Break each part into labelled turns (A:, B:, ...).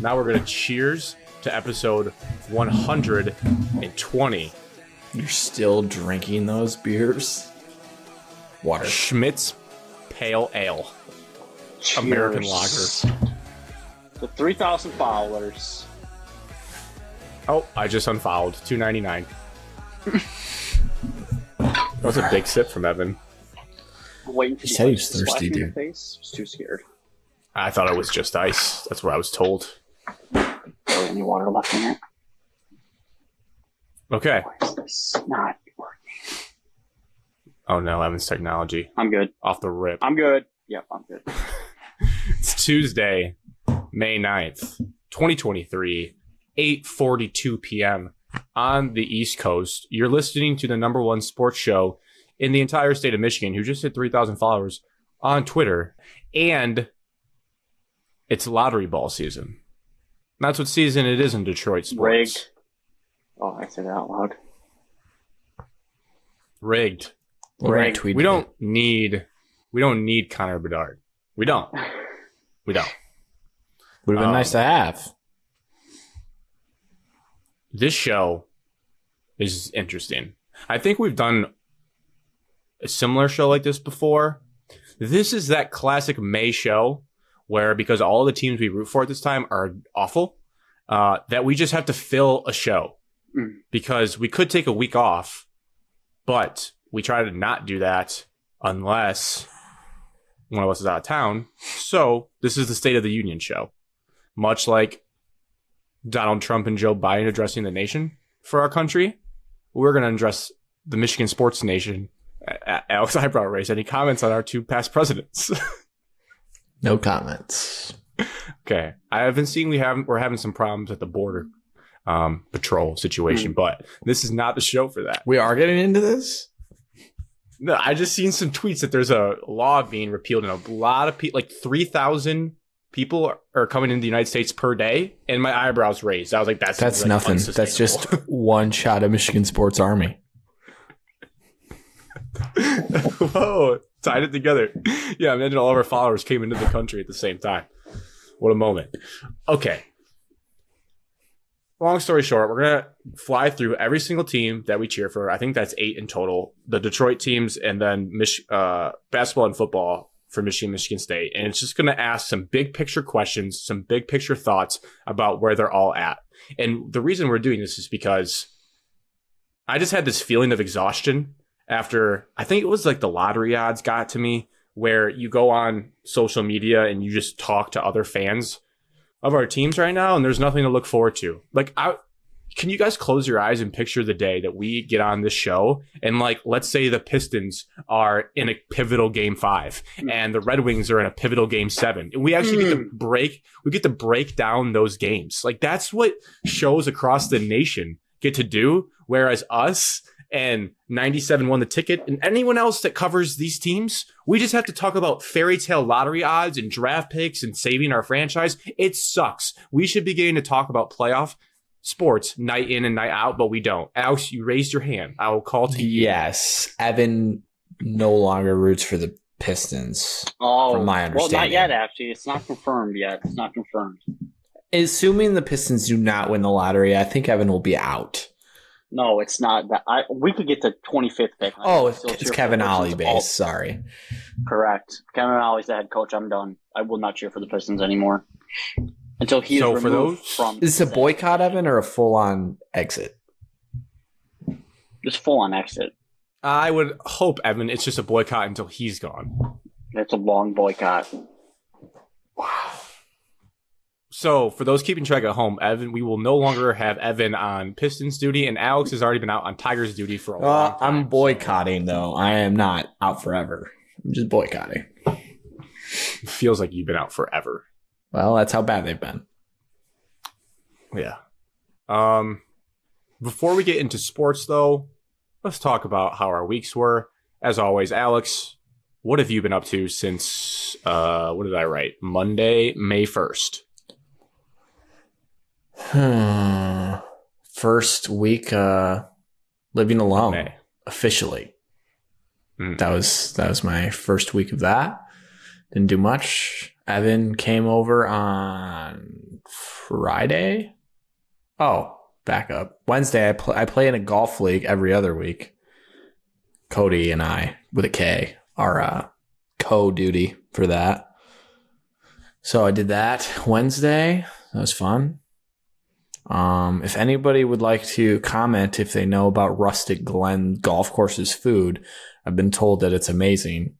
A: Now we're gonna cheers to episode 120.
B: You're still drinking those beers? Water.
A: Schmidt's Pale Ale, American Lager.
C: Cheers. The 3,000 followers.
A: Oh, I just unfollowed. 2.99. that was a big sip from Evan.
C: Waiting for
B: He
C: the
B: said he
C: lights
B: was
C: to
B: thirsty,
C: splash me in
B: dude.
C: the Face. I was too scared.
A: I thought it was just ice. That's what I was told.
C: Oh, and you wanted left in it.
A: Okay.
C: Why is this not working?
A: Oh no, Evan's technology
C: I'm good.
A: off the rip.
C: I'm good. Yep, I'm good.
A: It's Tuesday, May 9th, 2023, 8:42 p.m. on the East Coast. You're listening to the number 1 sports show in the entire state of Michigan who just hit 3,000 followers on Twitter and it's lottery ball season. That's what season it is in Detroit sports.
C: Oh, I said it out loud.
A: Rigged.
B: Right.
C: Right.
A: We don't need we don't need Connor Bedard. We don't. We don't.
B: Would have been
A: Um,
B: nice to have.
A: this show is interesting. I think we've done a similar show like this before. This is that classic May show where because all the teams we root for at this time are awful, uh, that we just have to fill a show
C: Mm.
A: because we could take a week off, but we try to not do that unless one of us is out of town. So this is the State of the Union show, much like Donald Trump and Joe Biden addressing the nation for our country, we're going to address the Michigan sports nation. A- A- Alex Eyebrow raised any comments on our two past presidents.
B: No comments.
A: okay, I haven't seen we have we're having some problems at the border um, patrol
B: Hmm.
A: situation, but this is not the show for that.
B: We are getting into this?
A: No, I just seen some tweets that there's a law being repealed, and a lot of people, like three thousand people, are, are coming into the United States per day, and my eyebrows raised. I was like, "That's
B: That's
A: like,
B: nothing. That's
A: unsustainable.
B: just one shot of Michigan Sports Army.
A: Whoa, tied it together. Yeah, imagine all of our followers came into the country at the same time. What a moment. Okay. Long story short, we're going to fly through every single team that we cheer for. I think that's eight in total the Detroit teams and then Mich- uh, basketball and football for Michigan, Michigan State. And it's just going to ask some big picture questions, some big picture thoughts about where they're all at. And the reason we're doing this is because I just had this feeling of exhaustion after I think it was like the lottery odds got to me where you go on social media and you just talk to other fans of our teams right now and there's nothing to look forward to. Like I can you guys close your eyes and picture the day that we get on this show and like let's say the Pistons are in a pivotal game 5 and the Red Wings are in a pivotal game 7 and we actually get to break we get to break down those games. Like that's what shows across the nation get to do whereas us and 97 won the ticket and anyone else that covers these teams we just have to talk about fairy tale lottery odds and draft picks and saving our franchise it sucks we should be getting to talk about playoff sports night in and night out but we don't alex you raised your hand i will call to you
B: Yes. Evan no longer roots for the Pistons.
C: Oh,
B: From my
C: well, not
B: understanding.
C: yet. Actually, it's not confirmed yet. It's not confirmed.
B: Assuming the Pistons do not win the lottery, I think Evan will be out.
C: No, it's not. That I we could get the 25th pick. I
B: Oh,
C: can
B: it's,
C: still cheer
B: it's
C: for
B: Kevin
C: the
B: Ollie
C: Pistons all-
B: base. Sorry.
C: Correct. Kevin Ollie's the head coach. I'm done. I will not cheer for the Pistons anymore until he
A: So
C: is
A: for
C: removed
A: those-
C: from.
B: Is this a boycott, Evan, or a full on exit?
C: Just full on exit.
A: i would hope evan it's just a boycott until he's gone
C: That's a long boycott.
A: so for those keeping track at home evan we will no longer have evan on pistons duty and alex has already been out on tigers duty for a
B: Uh,
A: long time
B: I'm boycotting, though. I am not out forever. I'm just boycotting.
A: feels like you've been out forever
B: Well, that's how bad they've been.
A: Yeah. Um, before we get into sports, though, let's talk about how our weeks were. As always, Alex, what have you been up to since, uh, what did I write? Monday, May 1st.
B: Hmm. First week uh living alone
A: May.
B: officially.
A: Mm.
B: That was that was my first week of that. Didn't do much. Evan came over on Friday. Oh, back up. Wednesday, I, pl- I play in a golf league every other week. Cody and I, with a K, are uh, co duty for that. So I did that Wednesday. That was fun. Um, if anybody would like to comment if they know about Rustic Glen Golf Course's food, I've been told that it's amazing.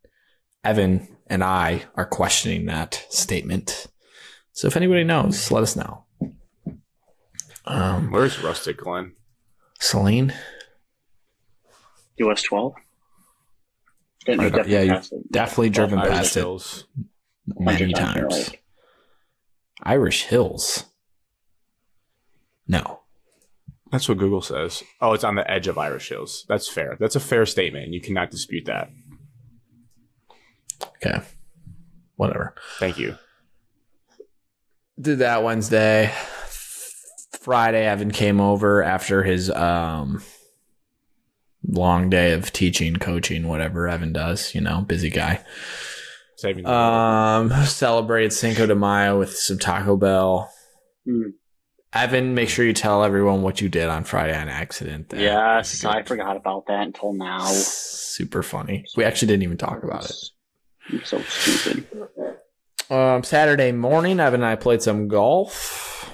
B: Evan and I are questioning that statement. So if anybody knows, let us know. Um,
A: Where's Rustic Glen?
B: Celine,
C: US 12? Didn't
B: I
C: we
B: don't-
C: definitely
B: yeah, you-
C: pass it?
B: definitely driven
A: Irish
B: past it
A: Hills.
B: many
C: Hundred times, you're
B: times.
C: right.
B: Irish Hills. No.
A: That's what Google says. Oh, it's on the edge of Irish Hills. That's fair. That's a fair statement. You cannot dispute that.
B: Okay. Whatever.
A: Thank you.
B: did that Wednesday. Friday, Evan came over after his um, long day of teaching, coaching, whatever Evan does. You know, busy guy.
A: Saving the
B: Um, celebrated Cinco de Mayo with some Taco Bell.
C: Mm.
B: Evan, make sure you tell everyone what you did on Friday on accident. That
C: Yes, I forgot about that until now.
B: Super funny. We actually didn't even talk about it.
C: I'm so stupid.
B: Um, Saturday morning, Evan and I played some golf.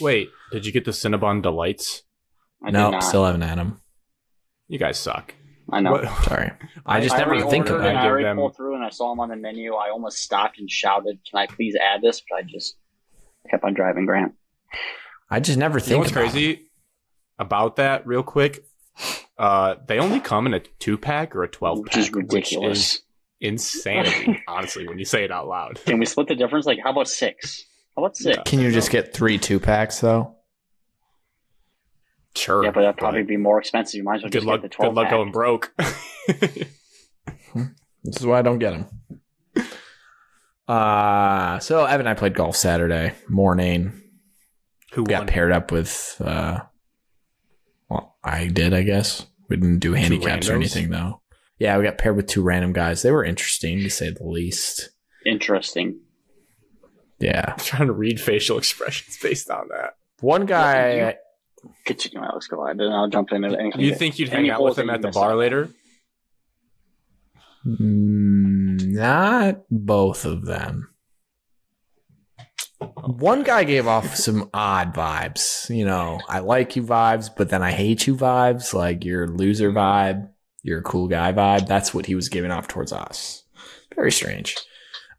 A: Wait, did you get the Cinnabon delights?
C: I
B: no,
C: did not.
B: still haven't had him.
A: You guys suck.
C: I know.
A: What-
B: Sorry. I just
C: I
B: never
C: already
B: think
C: ordered
B: about it.
C: and I
A: Give
C: already
A: them-
C: pulled through and I saw him on the menu. I almost stopped and shouted, "Can I please add this?" But I just kept on driving. Grant,
B: I just never
A: you know
B: think
A: what's
B: about it.
A: crazy about that, real quick? Uh, they only come in a two pack or a twelve
C: which
A: pack,
C: is ridiculous.
A: insanity. honestly, when you say it out loud.
C: Can we split the difference? Like, how about six? How about six?
B: Can you just get three two packs though?
A: Sure.
C: Yeah, but that'd probably be more expensive. You might as well
A: good
C: just
A: luck.
C: get the
A: Good
C: twelve.
A: luck
C: pack.
A: going broke.
B: This is why I don't get them. Uh so Evan and I played golf Saturday morning.
A: Who
B: We got
A: won?
B: paired up with uh well, I did, I guess. We didn't do handicaps or
A: randos?
B: anything though. Yeah, we got paired with two random guys. They were interesting to say the least.
C: Interesting.
B: Yeah.
A: I'm trying to read facial expressions based on that.
B: One guy
C: Continue, Alex. Go on, and I'll jump into anything.
A: You think you'd hang
C: Any
A: out with
C: holes
A: him
C: that
A: at
C: you
A: the
C: miss
A: bar
C: out.
A: later?
B: Mm, not both of them. One guy gave off some odd vibes, you know, I like you vibes, but then I hate you vibes, like you're a loser vibe, you're a cool guy vibe. That's what he was giving off towards us. Very strange.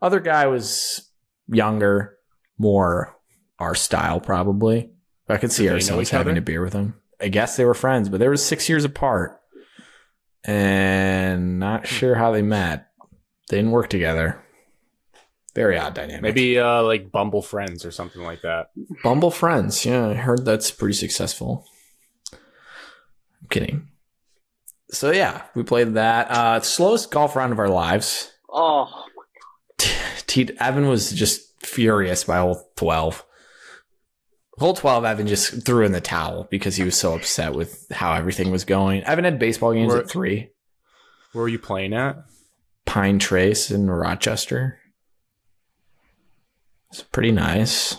B: Other guy was younger, more our style probably. I could see
A: Did they know
B: ourselves
A: each other?
B: having a beer with him. I guess they were friends, but they were six years apart and not
A: Hmm.
B: sure how they met. They didn't work together. Very odd dynamic.
A: Maybe uh, like Bumble friends or something like that.
B: Bumble Friends. Yeah, I heard that's pretty successful. I'm kidding. So yeah, we played that. Uh, slowest golf round of our lives.
C: Oh,
B: T- Evan was just furious by hole twelve. Hole twelve, Evan just threw in the towel because he was so upset with how everything was going. Evan had baseball games
A: Were-
B: at three,
A: Where were you playing at?
B: Pine Trace in Rochester. It's pretty nice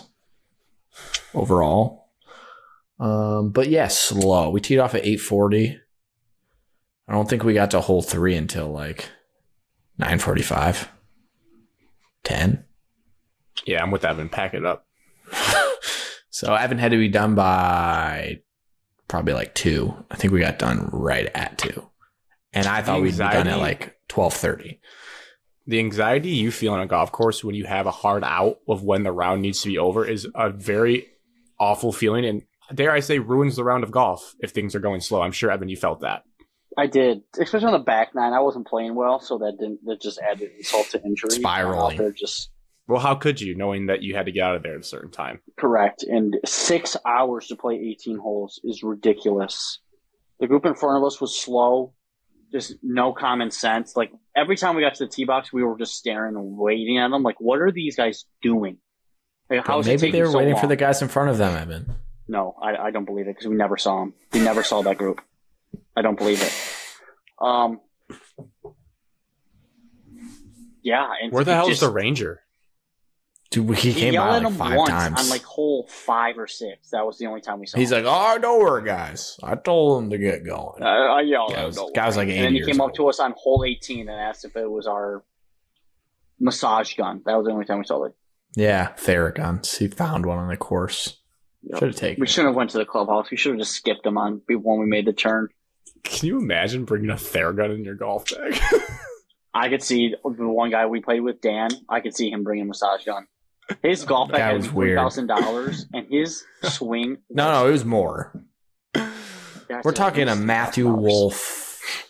B: overall. Um, but yeah, slow. We teed off at 840. I don't think we got to hole three until like 945. 10.
A: Yeah, I'm with Evan. Pack it up.
B: So Evan had to be done by probably like two. I think we got done right at two. And I thought we'd be done at
A: Anxiety.
B: like 1230.
A: the anxiety you feel on a golf course when you have a hard out of when the round needs to be over is a very awful feeling and dare I say ruins the round of golf if things are going slow. I'm sure Evan you felt that.
C: I did, especially on the back nine. I wasn't playing well, so that didn't that just added insult to injury.
B: Spiraling.
C: I'm out there just
A: Well, how could you knowing that you had to get out of there at a certain time?
C: Correct. And six hours to play 18 holes is ridiculous. The group in front of us was slow, just no common sense. Like every time we got to the tee box, we were just staring and waiting at them. Like, what are these guys doing? Like, how
B: But
C: is it
B: maybe
C: taking
B: they were
C: so
B: waiting
C: long?
B: for the guys in front of them, Evan.
C: No, I, I don't believe it because we never saw him. We never saw that group. I don't believe it. Um, yeah. And
A: Where the
C: it
A: hell
C: just-
A: is the Ranger?
B: Dude, he came
C: yelled
B: by
C: at
B: like
C: him
B: five
C: once
B: times.
C: on like hole five or six. That was the only time we saw.
B: He's like,
C: him.
B: oh, don't worry, guys. I told him to get going.
C: Uh, I yelled.
B: guy, was,
C: "No
B: guy was like 80
C: and then he
B: years
C: came
B: old.
C: up to us on hole 18 and asked if it was our massage gun. That was the only time we saw it.
B: Yeah, Theragons. He found one on the course.
C: Yep.
B: Should have taken
C: We
B: it.
C: shouldn't have went to the clubhouse. We should have just skipped him on when we made the turn.
A: Can you imagine bringing a Theragun in your golf bag?
C: I could see the one guy we played with, Dan. I could see him bringing a massage gun. His golf
B: That
C: bag
B: was
C: was three
B: weird.
C: thousand dollars, and his swing.
B: No, no, it was more.
C: That's
B: We're
C: at
B: talking a
C: least
B: Matthew
C: $1,000.
B: Wolf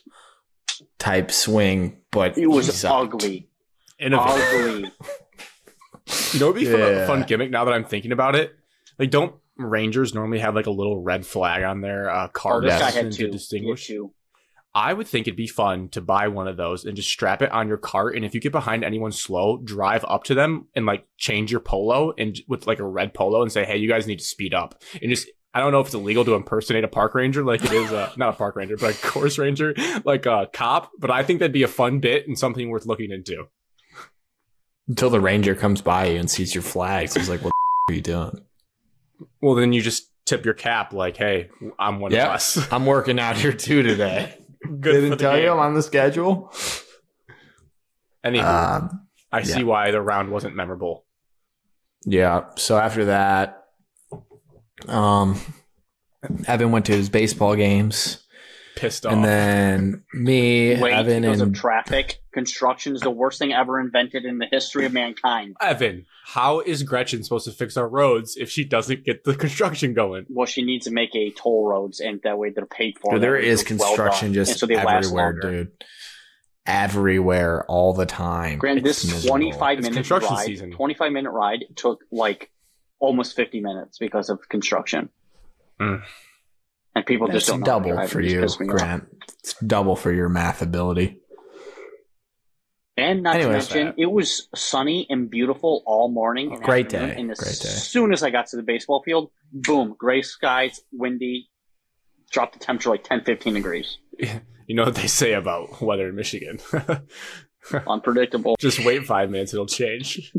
B: type swing, but
C: It
B: he
C: was
B: sucked.
C: ugly,
A: And if,
C: ugly.
A: you know, it'd be fun,
B: Yeah.
A: a fun gimmick. Now that I'm thinking about it, like, don't Rangers normally have like a little red flag on their uh,
C: Oh,
A: car
C: this guy
B: Yes.
A: to
C: had two. He had
A: distinguish?
C: two.
A: I would think it'd be fun to buy one of those and just strap it on your cart. And if you get behind anyone slow, drive up to them and like change your polo and with like a red polo and say, "Hey, you guys need to speed up." And just I don't know if it's illegal to impersonate a park ranger, like it is a not a park ranger, but a course ranger, like a cop. But I think that'd be a fun bit and something worth looking into.
B: Until the ranger comes by you and sees your flags. He's like, what the f- are you doing?
A: Well, then you just tip your cap, like, "Hey, I'm one
B: Yeah.
A: of us."
B: I'm working out here too today.
A: Good
B: Didn't
A: for the
B: tell
A: game.
B: you I'm on the schedule.
A: Anywho,
B: Um,
A: I see why the round wasn't memorable.
B: yeah. So after that, um, Evan went to his baseball games,
A: Pissed off.
B: and then me,
C: Wait,
B: Evan,
C: because of
B: and
C: traffic, construction is the worst thing ever invented in the history of mankind.
A: Evan, how is Gretchen supposed to fix our roads if she doesn't get the construction going?
C: Well, she needs to make a toll roads, and that way they're paid for.
B: Dude, there
C: That way
B: is
C: it's well
B: construction
C: done.
B: just
C: And so they last
B: everywhere,
C: longer.
B: dude. Everywhere, all the time.
C: Grant,
B: It's
C: this
B: miserable.
C: twenty five
A: It's
C: minute
A: construction
C: ride,
A: season.
C: twenty five minute ride took like almost fifty minutes because of construction,
A: Mm.
C: and people
B: That's
C: just don't know how to
B: double
C: drive.
B: for
C: It just
B: you,
C: pissed me off.
B: Grant. It's double for your math ability.
C: And not
B: Anyways,
C: to mention,
B: that-
C: it was sunny and beautiful all morning. and
B: Great
C: afternoon,
B: day.
C: And as
B: Great day.
C: soon as I got to the baseball field, boom, gray skies, windy, dropped the temperature like 10, 15 degrees.
A: You know what they say about weather in Michigan.
C: Unpredictable.
A: Just wait five minutes, it'll change.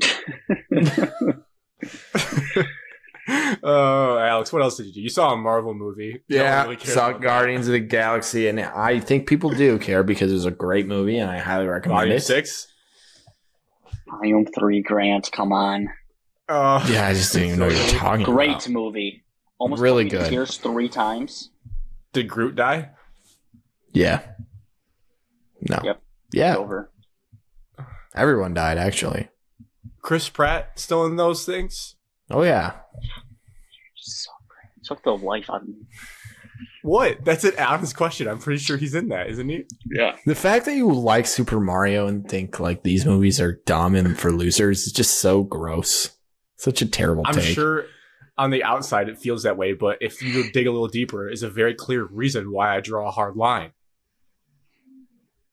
A: oh, Alex, what else did you do? You saw a Marvel movie. No one
B: Yeah,
A: really cares
B: saw
A: about
B: Guardians of the Galaxy, and I think people do care because it was a great movie, and I highly
A: that.
B: recommend
A: Volume
B: it.
A: six.
C: Volume 3 Grant, come on.
A: Uh,
B: Yeah, I just didn't even know what you were talking
C: Great
B: about.
C: movie. Almost
B: Really
C: took me
B: good.
C: to Tears three times.
A: Did Groot die?
B: Yeah. No.
C: Yep.
B: Yeah,
C: Over.
B: everyone died actually.
A: Chris Pratt still in those things?
B: Oh yeah.
C: So great. Took the life out of me.
A: What? That's an honest question. I'm pretty sure he's in that, isn't he?
C: Yeah.
B: The fact that you like Super Mario and think like these movies are dumb and for losers is just so gross. Such a terrible
A: I'm
B: take.
A: sure on the outside it feels that way, but if you dig a little deeper, is a very clear reason why I draw a hard line.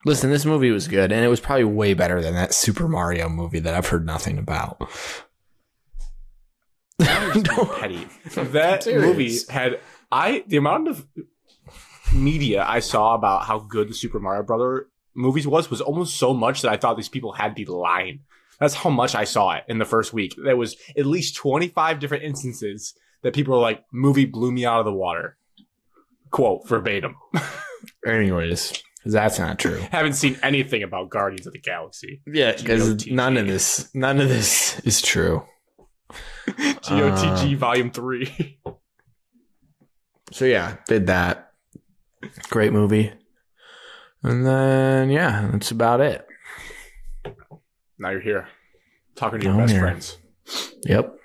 B: Listen, this movie was good, and it was probably way better than that Super Mario movie that I've heard nothing about. Don't-
A: petty. That
B: I'm serious.
A: movie had I the amount of media I saw about how good the Super Mario Brother movies was was almost so much that I thought these people had to be lying. That's how much I saw it in the first week. There was at least 25 different instances that people were like, movie blew me out of the water. Quote verbatim.
B: Anyways, 'cause that's not true.
A: Haven't seen anything about Guardians of the Galaxy.
B: Yeah, because
A: GOTG.
B: none of this, none of this is true.
A: GOTG
B: Um,
A: Volume 3.
B: So yeah, did that. Great movie. And then yeah, that's about it.
A: now you're here talking to your
B: Now I'm
A: best
B: here.
A: friends.
B: Yep.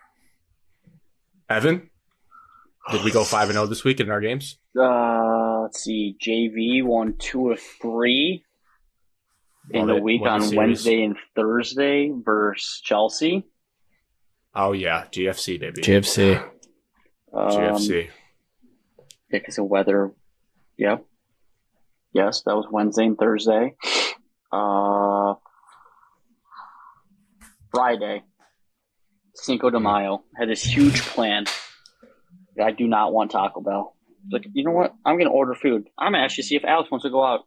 A: Evan, did we go five and zero this week in our games?
C: Uh, let's see. JV won two of three in
A: Won
C: the
A: it,
C: week
A: won the
C: on
A: series.
C: Wednesday and Thursday versus Chelsea.
A: Oh yeah, GFC baby,
B: GFC.
C: Um,
A: GFC.
C: Yeah, because of weather. Yep. Yes, that was Wednesday and Thursday. Uh, Friday, Cinco de Mayo had this huge plan. I do not want Taco Bell. Like, you know what? I'm going to order food. I'm going to actually see if Alex wants to go out.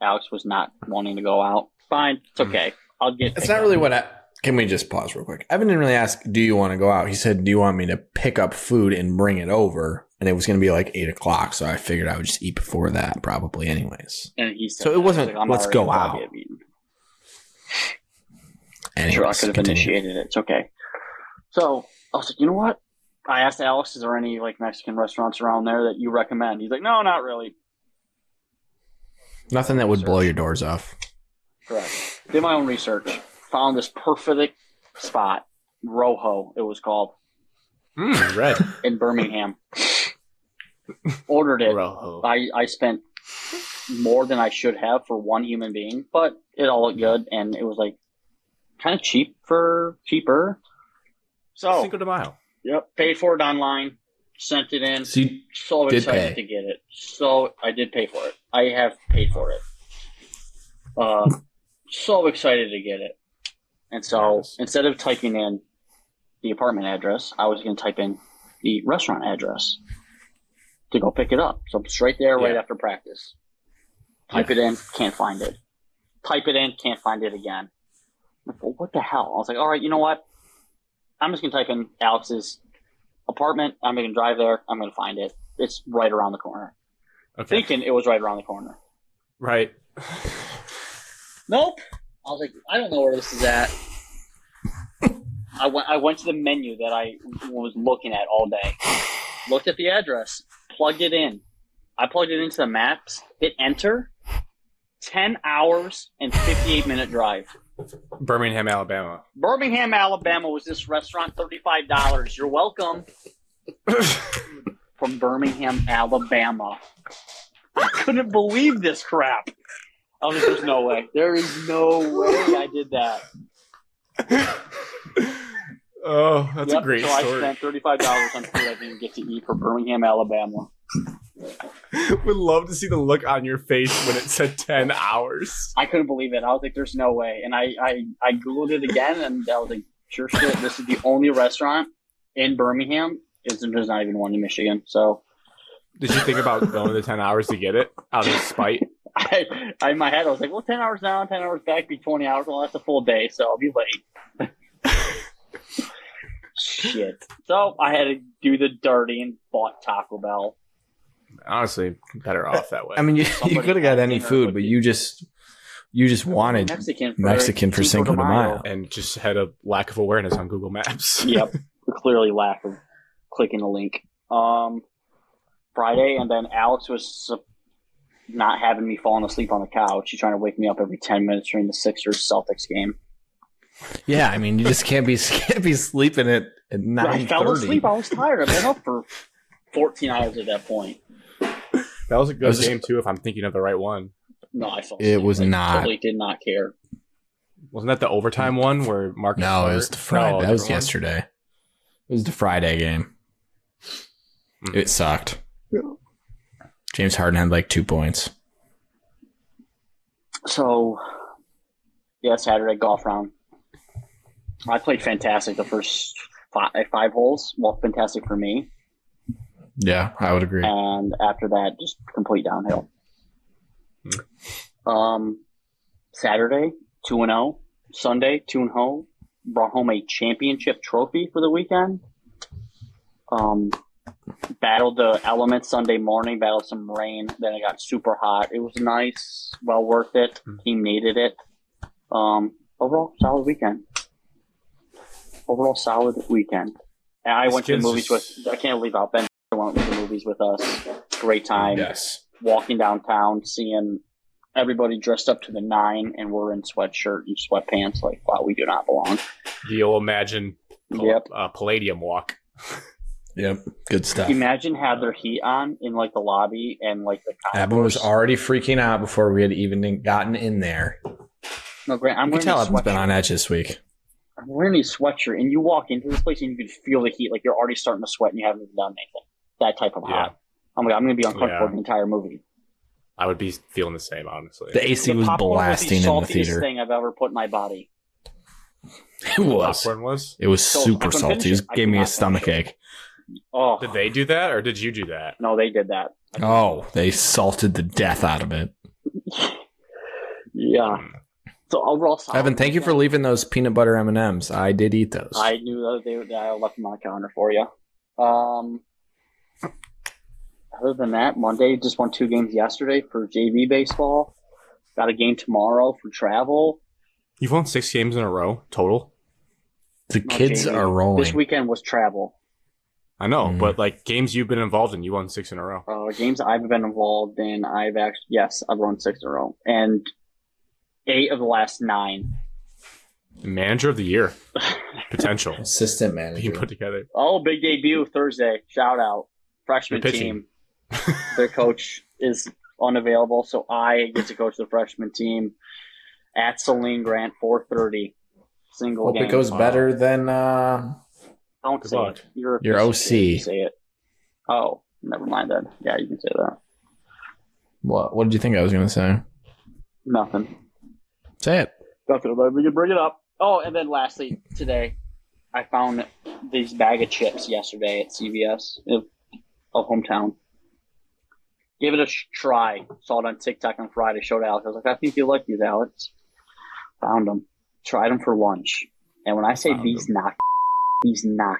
C: Alex was not wanting to go out. Fine, it's okay. I'll get.
B: Mm. It's not really what I. Can we just pause real quick? Evan didn't really ask, "Do you want to go out?" He said, "Do you want me to pick up food and bring it over?" And it was going to be like eight o'clock, so I figured I would just eat before that, probably, anyways.
C: And he said
B: So it
C: that. He's
B: wasn't,
C: I'm
B: "Let's
C: already
B: go
C: about to
B: out."
C: get beaten.
B: Anyways,
C: Sure, I could have
B: continue.
C: initiated it. It's okay. So I was like, you know what? I asked Alex, is there any like Mexican restaurants around there that you recommend? He's like, no, not really.
B: Nothing that would blow your doors off.
C: Correct. Did my own research. Found this perfect spot, Rojo, it was called, Um,
A: Mm, red.
C: in Birmingham. Ordered it.
A: Rojo.
C: I, I spent more than I should have for one human being, but it all looked good and it was like kind of cheap for cheaper. So
A: Cinco de Mayo.
C: Yep. Paid for it online, sent it in.
B: So you,
C: So
B: Did
C: excited
B: pay.
C: to get it. So I did pay for it. I have paid for it. Uh, so excited to get it. And so
A: Nice.
C: instead of typing in the apartment address, I was going to type in the restaurant address to go pick it up. So it's right there, right
A: Yeah.
C: after practice. Type it in, can't find it. Type it in, can't find it again. Like, well, what the hell? I was like, all right, you know what? I'm just gonna type in Alex's apartment. I'm gonna drive there. I'm gonna find it. It's right around the corner.
A: Okay.
C: Thinking it was right around the corner.
A: Right.
C: Nope. I was like, I don't know where this is at. I went. I went to the menu that I was looking at all day. Looked at the address. Plugged it in. I plugged it into the maps. Hit enter. Ten hours and fifty-eight minute drive.
A: Birmingham, Alabama.
C: Birmingham, Alabama was this restaurant. Thirty-five dollars. You're welcome. from Birmingham, Alabama. I couldn't believe this crap. I was like, there's no way. There is no way I did that.
A: oh, that's
C: Yep,
A: a great
C: so I
A: story.
C: spent $35 on food I didn't get to eat from Birmingham, Alabama.
A: Would love to see the look on your face when it said 10 hours.
C: I couldn't believe it. I was like, there's no way. And I, I, I Googled it again and I was like, sure shit, this is the only restaurant in Birmingham. It's- There's not even one in Michigan. So
A: Did you think about going the 10 hours to get it out of spite?
C: I, I, in my head, I was like, well, 10 hours now, 10 hours back, be 20 hours. Well, that's a full day, so I'll be late. Shit. So I had to do the dirty and bought Taco Bell.
A: Honestly, better off that way.
B: I mean, you, you
C: Somebody
B: could have got any
C: dinner
B: food,
C: would
B: but
C: be-
B: you just you just wanted
C: Mexican for,
B: Mexican for Cinco de Mayo.
A: and just had a lack of awareness on Google Maps.
C: yep. Clearly lack of clicking the link. Um, Friday, and then Alex was sup- not having me falling asleep on the couch. She's trying to wake me up every 10 minutes during the Sixers Celtics game.
B: Yeah, I mean, you just can't be can't be sleeping at at
C: I
B: nine
C: fell
B: thirty.
C: asleep. I was tired. I've been up for 14 hours at that point.
A: That was a
B: I
A: good
B: was just-
A: game, too, if I'm thinking of the right one.
C: No, I felt
B: It was
C: I
B: not.
C: Totally did not care.
A: Wasn't that the overtime one where Mark?
B: Mm. No, it was the Friday. that was yesterday. It was the Friday game.
A: Mm.
B: It sucked. James Harden had like two points.
C: So, yeah, Saturday golf round. I played fantastic the first five, five holes. Well, fantastic for me.
B: Yeah, I would agree.
C: And after that, just complete downhill. Um, Saturday, 2 and 0. Sunday, 2 and 0. Brought home a championship trophy for the weekend. Um, battled the elements Sunday morning, battled some rain. Then it got super hot. It was nice, well worth it. Team needed it. Um, overall, solid weekend. Overall, solid weekend. And I
A: This
C: went to the
A: kid's
C: movies
A: just-
C: with, I can't leave out Ben went to the movies with us. Great time
A: Yes.
C: walking downtown, seeing everybody dressed up to the nine, and we're in sweatshirt and sweatpants. Like, wow, we do not belong.
A: The old Imagine
C: Yep.
A: uh, Palladium walk.
B: Yep, good stuff.
C: Imagine had their heat on in like the lobby and like the
B: Abba was
C: concourse.
B: already freaking out before we had even gotten in there.
C: No, Grant, I'm
B: You can
C: wearing a
B: tell Evan's
C: sweatshirt.
B: been on edge this week.
C: I'm wearing a sweatshirt, and you walk into this place and you can feel the heat. Like you're already starting to sweat, and you haven't even done anything. That type of
A: Yeah.
C: hot. Oh I'm like, I'm going to be uncomfortable
A: Yeah.
C: the entire movie.
A: I would be feeling the same, honestly.
B: The AC was
C: popcorn
B: blasting in the
C: saltiest
B: theater.
C: thing I've ever put in my body.
B: It was.
A: popcorn was.
B: It was
C: So, I
B: super
C: couldn't
B: salty. It
C: finish
B: was-
C: it. I
B: gave
C: could
B: me a
C: not finish
B: stomach
C: it.
B: ache.
C: Oh
A: Did they do that, or did you do that?
C: no, they did that.
B: Oh, they salted the death out of it.
C: Yeah.
A: Mm.
C: So overall, solid
B: Evan, thank you for
C: weekend.
B: leaving those peanut butter M and M's. I did eat those.
C: I knew that they that I left them on the counter for you. Um, other than that, Monday just won two games yesterday for JV baseball. Got a game tomorrow for travel.
A: You've won six games in a row total.
B: the
C: Not
B: kids
C: JV.
B: are rolling.
C: This weekend was travel.
A: I know,
B: Mm.
A: but like games you've been involved in, you won six in a row.
C: Uh, games I've been involved in, I've actually yes, I've won six in a row and eight of the last nine.
A: Manager of the year potential
B: Assistant manager.
A: being put together.
C: Oh, big debut Thursday! Shout out freshman
A: You're pitching.
C: team. Their coach is unavailable, so I get to coach the freshman team at Celine Grant, four thirty, single
B: Hope
C: game.
B: it goes
A: Wow.
B: better than uh,
C: Don't
A: Good
C: say
A: luck.
C: it. You're
B: Your
C: official.
B: OC.
C: You Say it. Oh, never mind then. Yeah, you can say that.
B: what? What did you think I was gonna say?
C: Nothing.
B: Say it.
C: Nothing. But we can bring it up. Oh, and then lastly, today I found these bag of chips yesterday at CVS of, of uh, hometown. Gave it a sh- try. Saw it on TikTok on Friday. Showed Alex. I was like, I think you like these, Alex. Found them. Tried them for lunch. And when I say
A: Found
C: these knock, these knock,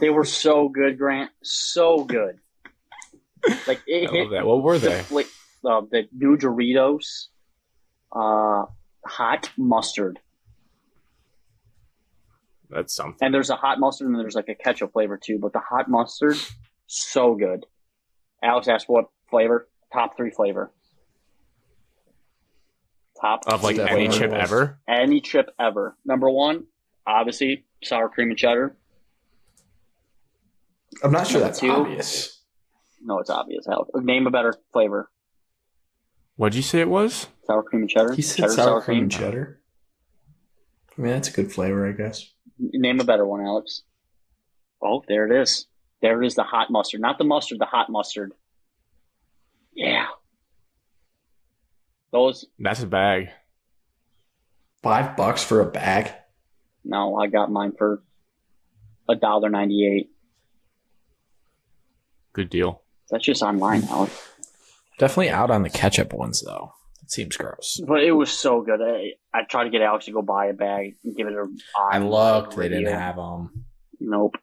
C: they were so good, Grant. So good. Like
A: I
C: it hit
A: love that. What were
C: the,
A: they?
C: fla- uh, the new Doritos, uh, hot mustard,
A: That's something.
C: and there's a hot mustard, and there's like a ketchup flavor too. But the hot mustard, so good. Alex asked what flavor. Top three flavor. Top
A: Of like
C: three
A: any
B: Definitely.
C: flavor.
A: chip ever.
C: any chip ever. Number one, obviously sour cream and cheddar.
B: I'm not
C: sure that's Two.
B: obvious.
C: No, it's obvious. Alex. Name a better flavor.
A: What'd you say it was?
C: Sour cream and cheddar.
B: He said
C: cheddar
B: sour, cream and cheddar. I mean, that's a good flavor, I guess.
C: Name a better one, Alex. Oh, there it is. There it is, the hot mustard. Not the mustard, the hot mustard. Yeah. Those,
A: That's a bag.
B: Five bucks for a bag.
C: no, I got mine for a dollar ninety-eight.
A: Good deal.
C: That's just online, Alex.
B: Definitely out on the ketchup ones though. It seems gross.
C: But it was so good. I, I tried to get Alex to go buy a bag and give it a.
B: I loved they didn't
C: review.
B: have them.
C: Nope.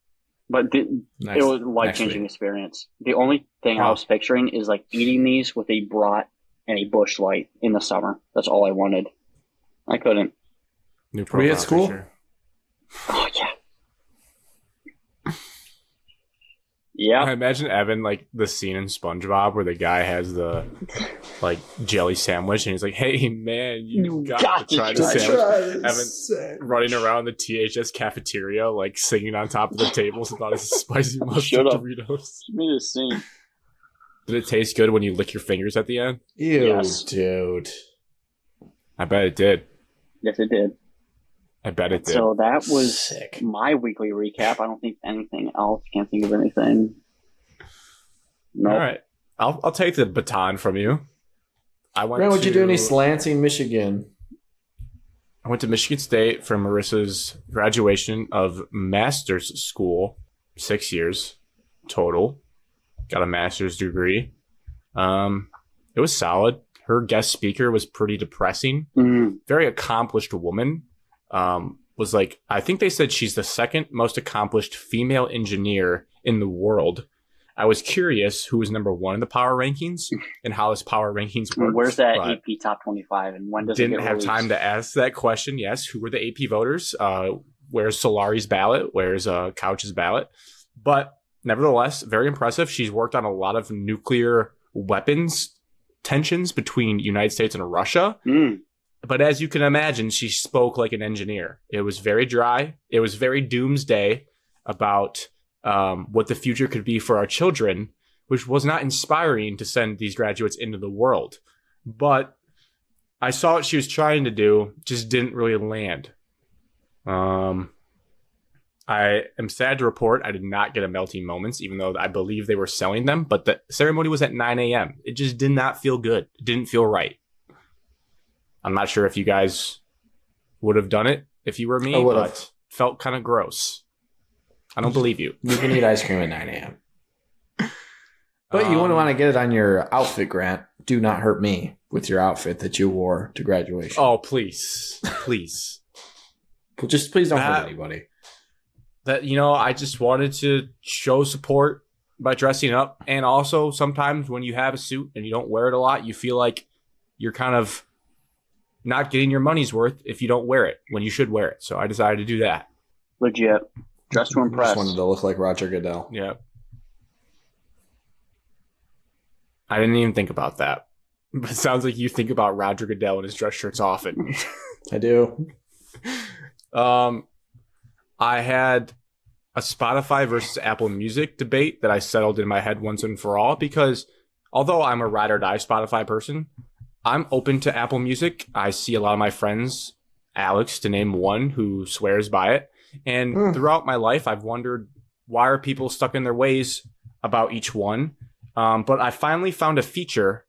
C: But the,
B: Next,
C: it was a life changing
B: next
C: experience. The only thing I
A: Wow.
C: was picturing is like eating these with a brat and a bush light in the summer. That's all I wanted. I couldn't.
A: New
B: Were you
A: profile
B: at school?
A: picture.
C: Oh yeah. Yeah.
A: I imagine Evan like the scene in SpongeBob where the guy has the like jelly sandwich and he's like, "Hey man, you,
C: You
A: got,
C: got
A: to
C: to
A: try the
C: try it."
A: sandwich." Running around the THS cafeteria, like singing on top of the tables about his spicy mustard
C: Shut up.
A: Doritos.
C: me to sing.
A: Did it taste good when you lick your fingers at the end?
B: Ew,
C: Yes.
B: dude.
A: I bet it did.
C: Yes, it did.
A: I bet it did.
C: So that was
B: sick.
C: my weekly recap. I don't think anything else. Can't think of anything. No.
A: All right, I'll I'll take the baton from you. I went.
B: Grant, what'd you do in
A: to-
B: East Lansing, Michigan?
A: I went to Michigan State for Marissa's graduation of master's school, six years total. Got a master's degree. Um, it was solid. Her guest speaker was pretty depressing.
C: Mm,
A: Very accomplished woman. Um, was like, I think they said she's the second most accomplished female engineer in the world. I was curious who was number one in the power rankings and how this power rankings works.
C: where's that
A: but-
C: AP top twenty-five, and when does it
A: didn't
C: get
A: have time
C: released?
A: to ask that question. Yes, who were the AP voters? Uh, where's Solari's ballot? Where's uh, Couch's ballot? But nevertheless, very impressive. She's worked on a lot of nuclear weapons tensions between United States and Russia.
C: Mm.
A: But as you can imagine, she spoke like an engineer. It was very dry. It was very doomsday about um, what the future could be for our children, which was not inspiring to send these graduates into the world. But I saw what she was trying to do, just didn't really land. Um, I am sad to report I did not get a melting moments, even though I believe they were selling them. But the ceremony was at 9 a.m. It just did not feel good. It didn't feel right. I'm not sure if you guys would have done it if you were me,
B: I would've.
A: but felt kind of gross. I don't believe you.
B: You can eat ice cream at 9 a.m. But you wouldn't
A: Um,
B: want to get it on your outfit, Grant. Do not hurt me. with your outfit that you wore to graduation.
A: Oh, please, please.
B: Well, just please don't hurt
A: That-
B: anybody.
A: that you know I just wanted to show support by dressing up and also sometimes when you have a suit and you don't wear it a lot you feel like you're kind of not getting your money's worth if you don't wear it when you should wear it so I decided to do that
C: Legit. Dress to impress.
B: Just wanted to look like Roger Goodell.
A: yeah I didn't even think about that but it sounds like you think about Roger Goodell and his dress shirts often
B: I do.
A: Um, I had a Spotify versus Apple Music debate that I settled in my head once and for all because although I'm a ride or die Spotify person, I'm open to Apple Music. I see a lot of my friends, Alex to name one, who swears by it. And
B: Hmm.
A: throughout my life, I've wondered why are people stuck in their ways about each one. Um, but I finally found a feature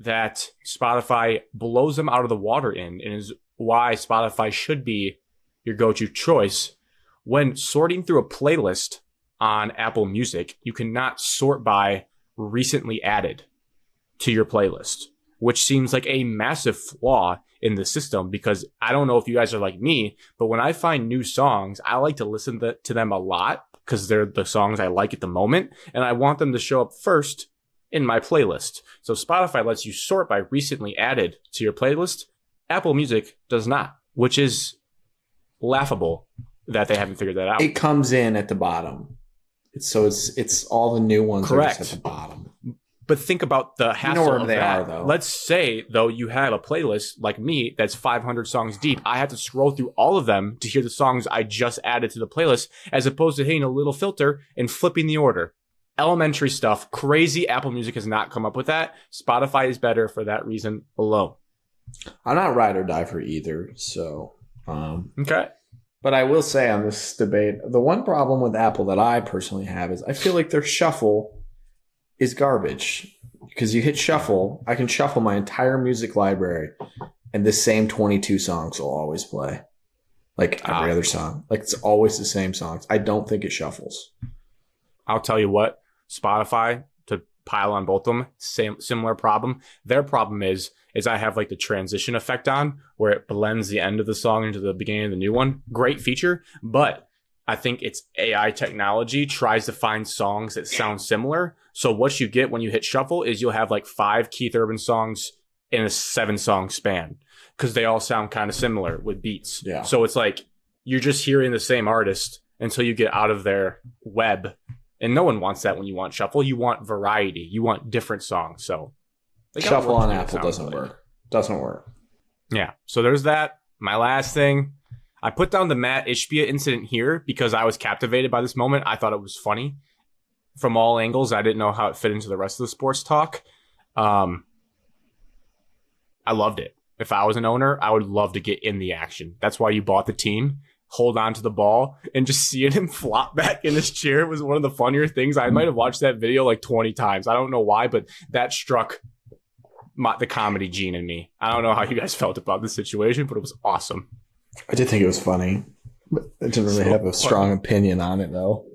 A: that Spotify blows them out of the water in, and is why Spotify should be your go to choice. When sorting through a playlist on Apple Music, you cannot sort by recently added to your playlist, which seems like a massive flaw in the system because I don't know if you guys are like me, but when I find new songs, I like to listen th- to them a lot because they're the songs I like at the moment and I want them to show up first in my playlist. So Spotify lets you sort by recently added to your playlist. Apple Music does not, which is laughable that they haven't figured that out.
B: It comes in at the bottom. It's, so it's it's all the new ones are just
A: Correct.
B: at the bottom.
A: But think about the hassle
B: where
A: of
B: they
A: that.
B: are, though.
A: Let's say though you have a playlist like me that's 500 songs deep. I have to scroll through all of them to hear the songs I just added to the playlist, as opposed to hitting a little filter and flipping the order. Elementary stuff, crazy. Apple Music has not come up with that. Spotify is better for that reason alone.
B: I'm not ride or die for either. So, um,
A: Okay.
B: but I will say on this debate, the one problem with Apple that I personally have is I feel like their shuffle is garbage because you hit shuffle. I can shuffle my entire music library, and the same 22 songs will always play. Like every
A: Ah.
B: other song, like it's always the same songs. I don't think it shuffles.
A: I'll tell you what, Spotify to pile on both of them, same similar problem. Their problem is is I have like the transition effect on where it blends the end of the song into the beginning of the new one. Great feature, but I think it's AI technology tries to find songs that sound similar. So what you get when you hit shuffle is you'll have like five Keith Urban songs in a seven song span because they all sound kind of similar with beats.
B: Yeah.
A: So it's like you're just hearing the same artist until you get out of their web and no one wants that when you want shuffle. You want variety. You want different songs. So they gotta
B: shuffle
A: work
B: on
A: to make it
B: Apple
A: sound
B: doesn't
A: good.
B: work. Doesn't work.
A: Yeah. So there's that. My last thing. I put down the Matt Ishbia incident here because I was captivated by this moment. I thought it was funny from all angles. I didn't know how it fit into the rest of the sports talk. Um, I loved it. If I was an owner, I would love to get in the action. That's why you bought the team. Hold on to the ball and just seeing him flop back in his chair was one of the funnier things. I might have watched that video like 20 times. I don't know why, but that struck my, the comedy gene in me. I don't know how you guys felt about this situation, but it was awesome.
B: I did think it was funny. But I didn't
A: So
B: really have
A: funny.
B: a strong opinion on it though.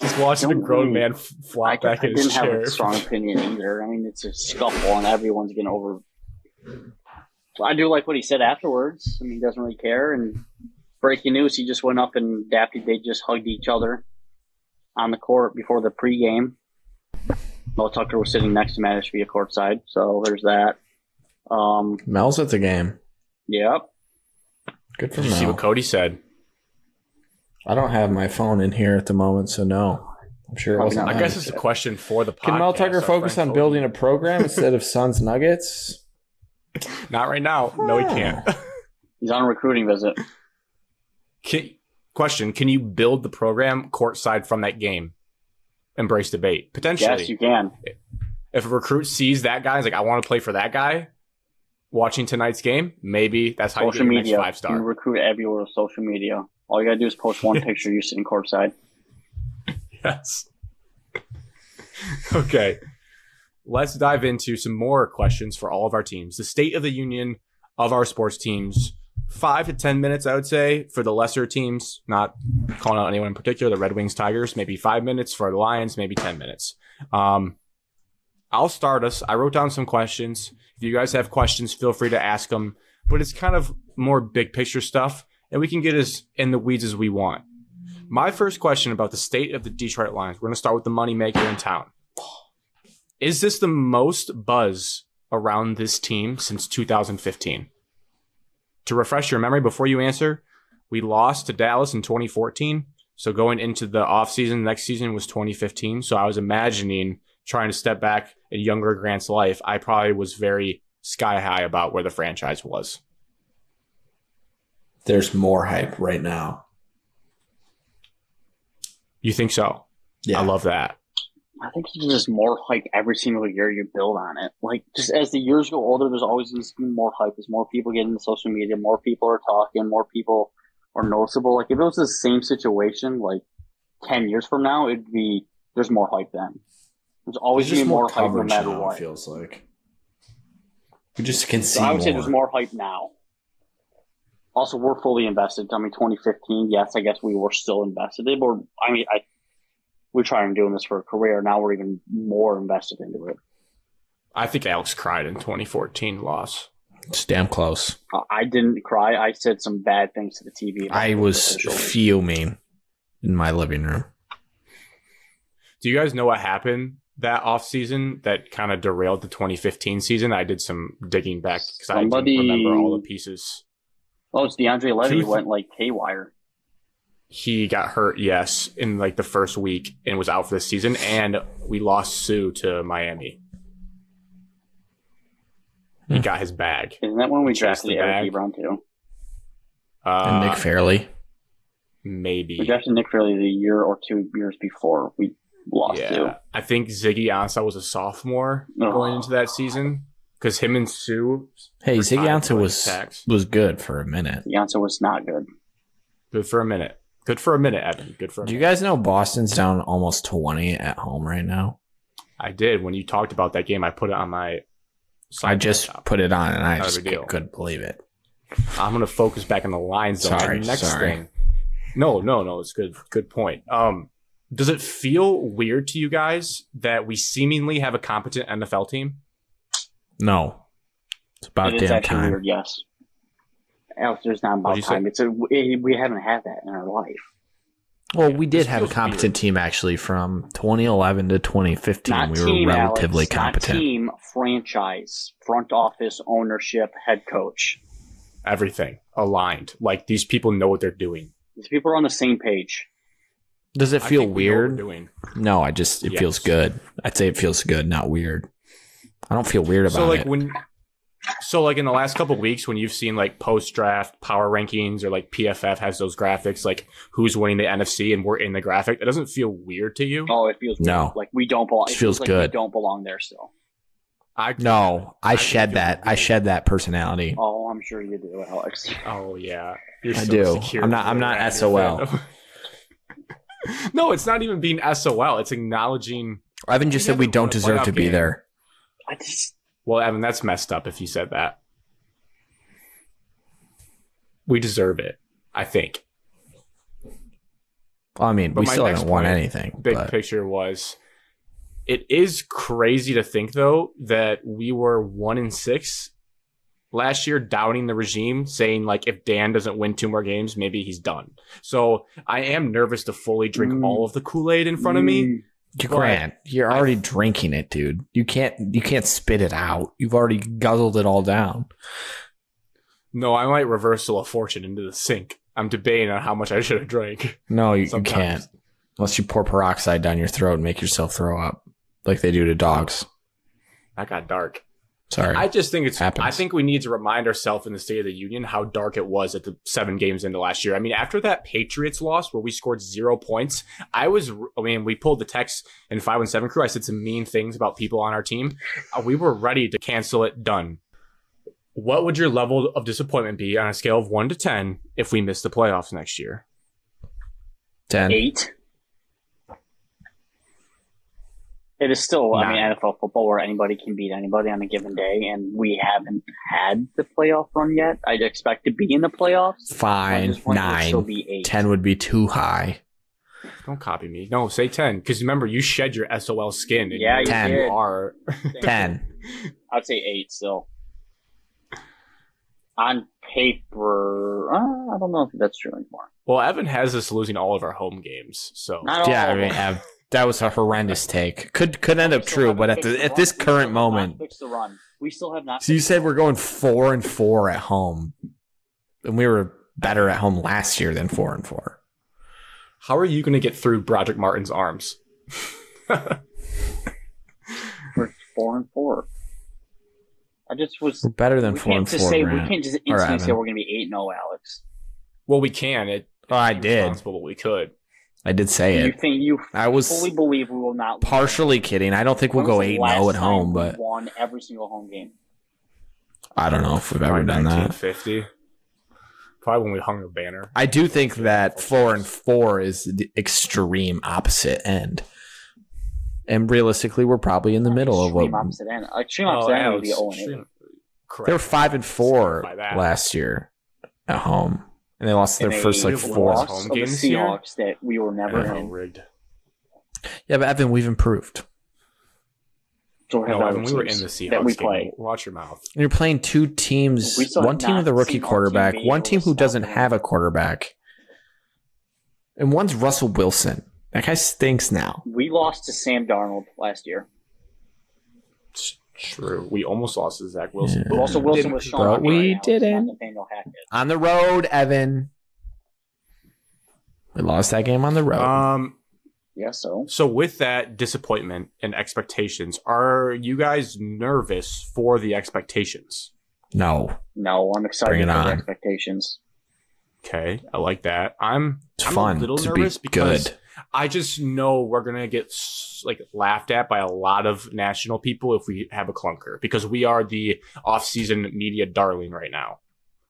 A: Just watching a
C: Don't
A: grown
C: worry.
A: man f-
C: I,
A: flop
C: can-
A: back
C: I
A: in
C: didn't
A: his
C: have
A: chair.
C: a strong opinion either. I mean, it's a scuffle and everyone's getting over. I do like what he said afterwards. I mean, he doesn't really care. And breaking news, he just went up and Daffy, they just hugged each other on the court before the pregame. Mel Tucker was sitting next to Matt Ishbia courtside, so there's that. Um,
B: Mel's at the game.
C: yep.
B: Good for
A: Did you see what
B: Mel.
A: Cody said?
B: I don't have my phone in here at the moment, so no. I'm sure it
C: Probably
B: wasn't.
A: I
C: not.
B: him.
A: guess it's a question for the podcast.
B: Can Mel Tucker
A: our
B: focus
A: friend
B: on
A: Cody.
B: building a program instead of Suns Nuggets?
A: Not right now. No, he can't.
C: He's on a recruiting visit.
A: Can, question: Can you build the program courtside from that game? Embrace debate potentially.
C: Yes, you can.
A: if a recruit sees that guy, is like, I want to play for that guy. Watching tonight's game, maybe that's how
C: social
A: you get your
C: media.
A: next five
C: You
A: star.
C: recruit everywhere with social media. All you gotta do is post one picture you sitting courtside.
A: Yes. okay. Let's dive into some more questions for all of our teams. The state of the union of our sports teams. Five to 10 minutes, I would say, for the lesser teams, not calling out anyone in particular, the Red Wings, Tigers, maybe five minutes for the Lions, maybe 10 minutes. Um, I'll start us. I wrote down some questions. If you guys have questions, feel free to ask them. But it's kind of more big picture stuff, and we can get as in the weeds as we want. My first question about the state of the Detroit Lions. We're going to start with the moneymaker in town. Is this the most buzz around this team since 2015? To refresh your memory before you answer, we lost to Dallas in 2014. So going into the offseason, next season was 2015. So I was imagining trying to step back in younger Grant's life. I probably was very sky high about where the franchise was.
B: There's more hype right now.
A: You think so?
B: Yeah.
A: I love that.
C: I think there's just more hype every single year you build on it. Like just as the years go older, there's always going to be more hype. There's more people getting into social media, more people are talking, more people are noticeable. Like if it was the same situation like ten years from now, it'd be there's more hype then. There's always
B: There's
C: gonna be
B: just
C: more hype no
B: coverage
C: matter
B: now,
C: what.
B: It feels like we just can see.
C: So I would say
B: more.
C: there's more hype now. Also, we're fully invested. I mean, 2015, yes, I guess we were still invested. But we're, I mean, I we try and doing this for a career. Now we're even more invested into it.
A: I think Alex cried in 2014 loss.
B: It's damn close.
C: Uh, I didn't cry. I said some bad things to the TV. about
B: I
C: the
B: was
C: officials.
B: fuming in my living room.
A: Do you guys know what happened that offseason that kind of derailed the 2015 season? I did some digging back because I didn't
C: Somebody-
A: remember all the pieces.
C: oh, it's DeAndre Levy
A: Truth-
C: went like haywire.
A: He got hurt, yes, in like the first week and was out for the season. And we lost Sue to Miami. He
B: Hmm.
A: got his bag.
C: Isn't that when we
A: Chased
C: drafted
A: the bag.
C: Eric Ebron too?
A: Uh,
B: And Nick Fairley.
A: maybe.
C: We drafted Nick Fairley the year or two years before we lost
A: yeah.
C: to.
A: I think Ziggy Ansah was a sophomore
C: Oh.
A: going into that season because him and Sue
B: Hey,
A: were
B: Ziggy
A: tied for,
B: Ansah
A: like,
B: was
A: sacks.
B: was good for a minute.
C: The answer was not good.
A: Good for a minute. Good for a minute, Evan. Good for a
B: Do
A: minute.
B: you guys know Boston's down almost twenty at home right now?
A: I did. When you talked about that game, I put it on my.
B: I just
A: laptop.
B: put it on and I
A: Not a
B: just
A: big deal.
B: couldn't believe it.
A: I'm gonna focus back on the lines. Though.
B: Sorry,
A: And next
B: sorry.
A: thing. No, no, no. It's good. Good point. Um, does it feel weird to you guys that we seemingly have a competent NFL team?
B: No, it's about
C: It is
B: damn
C: actually
B: time.
C: weird, yes. Alex, there's not
A: What'd
C: about
A: you say?
C: time. It's a it, we haven't had that in our life.
B: Well, we did
A: this
B: have a
A: feels
B: competent team actually from 2011 to 2015.
C: Not
B: we
C: team,
B: were relatively
C: Alex, Not
B: competent.
C: team, franchise, front office, ownership, head coach.
A: Everything aligned. Like these people know what they're doing.
C: These people are on the same page.
B: Does it
A: I
B: feel
A: think we know what we're
B: weird?
A: doing.
B: No, I just it
A: Yes.
B: feels good. I'd say it feels good, not weird. I don't feel weird about
A: so like
B: it.
A: when so like in the last couple of weeks when you've seen like post draft power rankings or like pff has those graphics like who's winning the nfc and we're in the graphic it doesn't feel weird to you
C: Oh, it feels weird.
B: No.
C: like we don't belong.
B: It
C: It
B: feels
C: feels like
B: good.
C: We don't belong there still.
A: i
B: No, I,
A: I
B: shed
A: feel
B: that. I
A: weird.
B: shed that personality.
C: Oh, I'm sure you do, Alex.
A: oh yeah You're
B: I
A: so
B: do.
A: secure
B: I'm not-
A: in
B: I'm
A: the
B: not
A: Raptor
B: SOL.
A: fandom. no it's not even being sol it's acknowledging
B: Evan just
A: We
B: said we
A: haven't
B: don't
A: won a
B: deserve to
A: playoff
B: be
A: game.
B: there.
C: I just
A: well evan that's messed up if you said that we deserve it i think
B: Well, I mean,
A: But
B: we
A: my
B: still
A: next
B: haven't won
A: point,
B: anything.
A: big
B: but
A: picture was it is crazy to think though that we were one in six last year downing the regime saying like if dan doesn't win two more games maybe he's done so i am nervous to fully drink
C: Mm.
A: all of the kool-aid in front of me
C: Mm,
B: Dude,
A: but
B: Grant, you're
A: I-
B: already drinking it, dude. You can't you can't spit it out. You've already guzzled it all down.
A: no i might reversal of fortune into the sink i'm debating on how much i should have drank
B: No, you, you
A: Sometimes.
B: can't. Unless you pour peroxide down your throat and make yourself throw up, like they do to dogs.
A: that got dark
B: Sorry.
A: I just think it's.
B: Happens.
A: I think we need to remind ourselves in the State of the Union how dark it was at the seven games into last year. I mean, after that Patriots loss where we scored zero points, I was. I mean, we pulled the text in five and seven crew. I said some mean things about people on our team. Uh, We were ready to cancel it. Done. What would your level of disappointment be on a scale of one to ten if we miss the playoffs next year?
B: Ten.
C: Mm, eight. It is still, I mean, NFL football where anybody can beat anybody on a given day, and we haven't had the playoff run yet. I'd expect to be in the playoffs. I
B: Fine.
C: just wonder if it'll
B: Nine.
C: be eight.
B: Ten would be too high.
A: Don't copy me. No, say 10. Because remember, you shed your SOL skin. And
C: Yeah,
A: you
C: you
B: 10.
C: did.
A: are.
B: Ten.
C: I'd say eight still. On paper, uh, I don't know if that's true anymore.
A: Well, Evan has us losing all of our home games. So
C: Not
B: Yeah,
C: all
B: I
C: of
B: mean,
C: them.
B: Av, that was a horrendous take. Could could end up
C: We still
B: true,
C: haven't
B: but at
C: fixed
B: the at
C: run.
B: this
C: We still
B: current
C: have not
B: moment,
C: fixed the run. We still have not.
B: so you
C: fixed
B: said
C: the
B: we're
C: run.
B: going four and four at home, and we were better at home last year than four and four.
A: how are you going to get through Broderick Martin's arms?
C: we're four and four. I just was.
B: We're better than
C: we
B: four
C: can't
B: and
C: just
B: four.
C: say we
B: Grant.
C: can't just instantly say
B: Evan.
C: we're going to be eight and zero, Alex.
A: Well, we can. It,
B: Oh, I did.
A: Responsible, but we could.
B: I did say
C: You
B: it.
C: think you
B: I was
C: fully believe we will not? lose.
B: partially kidding. I don't think we'll
C: When was
B: go
C: the
B: eight and
C: last
B: zero at
C: time
B: home,
C: we
B: but
C: won every single home game.
B: I don't know if we've ever
A: Probably
B: done that.
A: 1950. Probably when we hung a banner.
B: I do think that four and four is the extreme opposite end, and realistically, we're probably in the middle of
C: Extreme
B: what
C: opposite end. Extreme opposite end would be zero and E. eight.
A: Oh, extreme- Correct.
B: they were five and four
A: By that.
B: last year at home, and they lost their
C: And
B: first
C: they
B: like
A: Beautiful
B: four.
A: loss. home
C: lost to the
A: games here?
C: Seahawks that we were never
A: Oh,
C: in.
A: rigged.
B: Yeah, but Evan, we've improved.
C: So we have
A: No,
C: other
A: when we were in
C: teams
A: the Seahawks
C: that we
A: game.
C: play.
A: Watch your mouth.
B: And you're playing two teams,
C: We still
B: one
C: have
B: team
C: not
B: with a
C: seen
B: rookie
C: on TV
B: quarterback, one
C: or
B: team who
C: stuff.
B: doesn't have a quarterback, and one's Russell Wilson. That guy stinks now.
C: We lost to Sam Darnold last year.
A: It's true. We almost lost to Zach Wilson.
B: Yeah.
A: But
C: Russell Wilson was
A: didn't-
C: showing up
B: But we
C: right now. It's not
B: didn't.
C: Nathaniel Hackett.
B: On the road, Evan. We lost that game on the road.
A: Um.
C: Yeah, so
A: So with that disappointment and expectations, are you guys nervous for the expectations?
B: no,
C: no, I'm
B: Bring it
C: excited for the
B: on.
C: expectations.
A: Okay, I like that. I'm.
B: it's
A: I'm
B: fun
A: a little
B: to be
A: nervous because
B: good.
A: I just know we're gonna get s- like laughed at by a lot of national people if we have a clunker because we are the off-season media darling right now.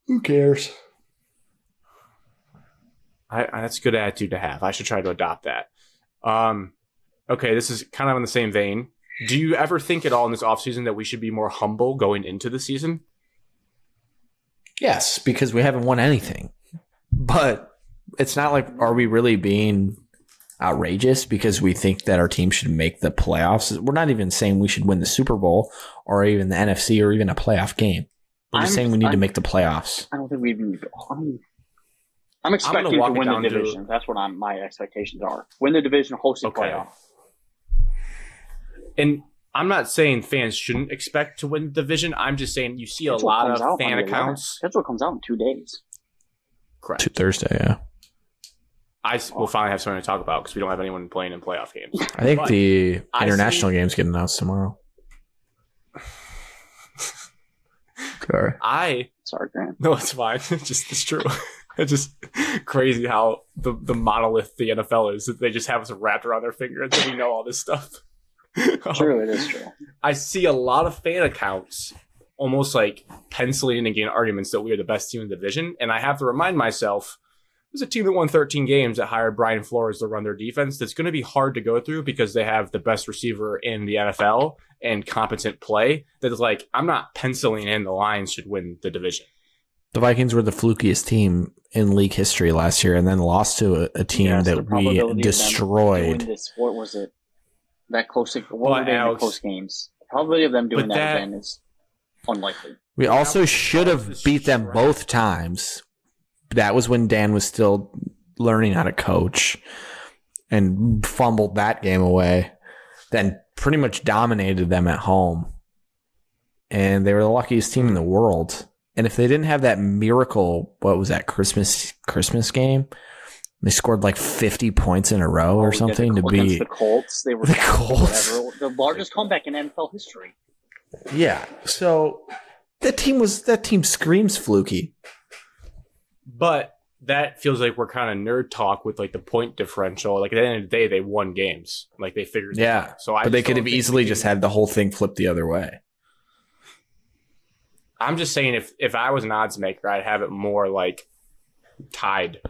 B: Who cares?
A: I, I- that's a good attitude to have. I should try to adopt that. Um, okay, this is kind of in the same vein. Do you ever think at all in this offseason that we should be more humble going into the season?
B: Yes, because we haven't won anything. But it's not like are we really being outrageous because we think that our team should make the playoffs? We're not even saying we should win the Super Bowl or even the NFC or even a playoff game. We're just
C: I'm-
B: saying we need to
C: I'm-
B: make the playoffs.
C: I don't think we even. I'm, I'm expecting
A: walk
C: to
A: it
C: win the
A: down to-
C: division. That's what I'm, my expectations are. Win the division, host the
A: Okay.
C: playoff.
A: And I'm not saying fans shouldn't expect to win the division. I'm just saying you see a
C: That's what
A: lot
C: comes out on
A: of fan
C: the 11th.
A: accounts.
C: That's what comes out in two days.
A: Correct.
B: To Thursday, yeah.
A: I s- will finally have something to talk about because we don't have anyone playing in playoff games.
B: I think
A: But
B: the
A: I
B: international games get announced tomorrow. Sorry.
A: I
C: Sorry, Grant.
A: no, it's fine. It's just it's true. It's just crazy how the the monolith the NFL is. that They just have us wrapped around their finger and then we know all this stuff. Oh.
C: True, it is true.
A: I see a lot of fan accounts almost like penciling and getting arguments that we are the best team in the division. And I have to remind myself, there's a team that won 13 games that hired Brian Flores to run their defense that's going to be hard to go through because they have the best receiver in the NFL and competent play. That is like, I'm not penciling in the Lions should win the division.
B: The Vikings were the flukiest team in league history last year and then lost to a, a team
C: Yes, the
B: that
C: probability of
B: we
C: them Doing
B: destroyed.
C: this, what was it? That close. What
A: Well,
C: were they in the
A: Alex-
C: close games? The probability of them doing
A: But
C: that,
A: that-
C: again is unlikely.
B: We
A: Yeah,
B: also
A: we
B: should have
A: just
B: beat them
A: shred.
B: both times. That was when Dan was still learning how to coach and fumbled that game away. Then pretty much dominated them at home. And they were the luckiest team in the world. And if they didn't have that miracle, what was that Christmas Christmas game? They scored like 50 points in a row or
C: We did the
B: something to
C: Col- against
B: beat
C: the Colts. They were
B: the Colts.
C: whatever, the largest comeback in NFL history.
B: Yeah. So that team was that team screams fluky.
A: But that feels like we're kind of nerd talk with like the point differential. Like at the end of the day, they won games. Like they figured. it
B: Yeah.
A: out. So I
B: but they
A: just
B: could
A: don't
B: have
A: think we
B: easily
A: can-
B: just had the whole thing flipped the other way.
A: I'm just saying if if I was an odds maker, I'd have it more like tied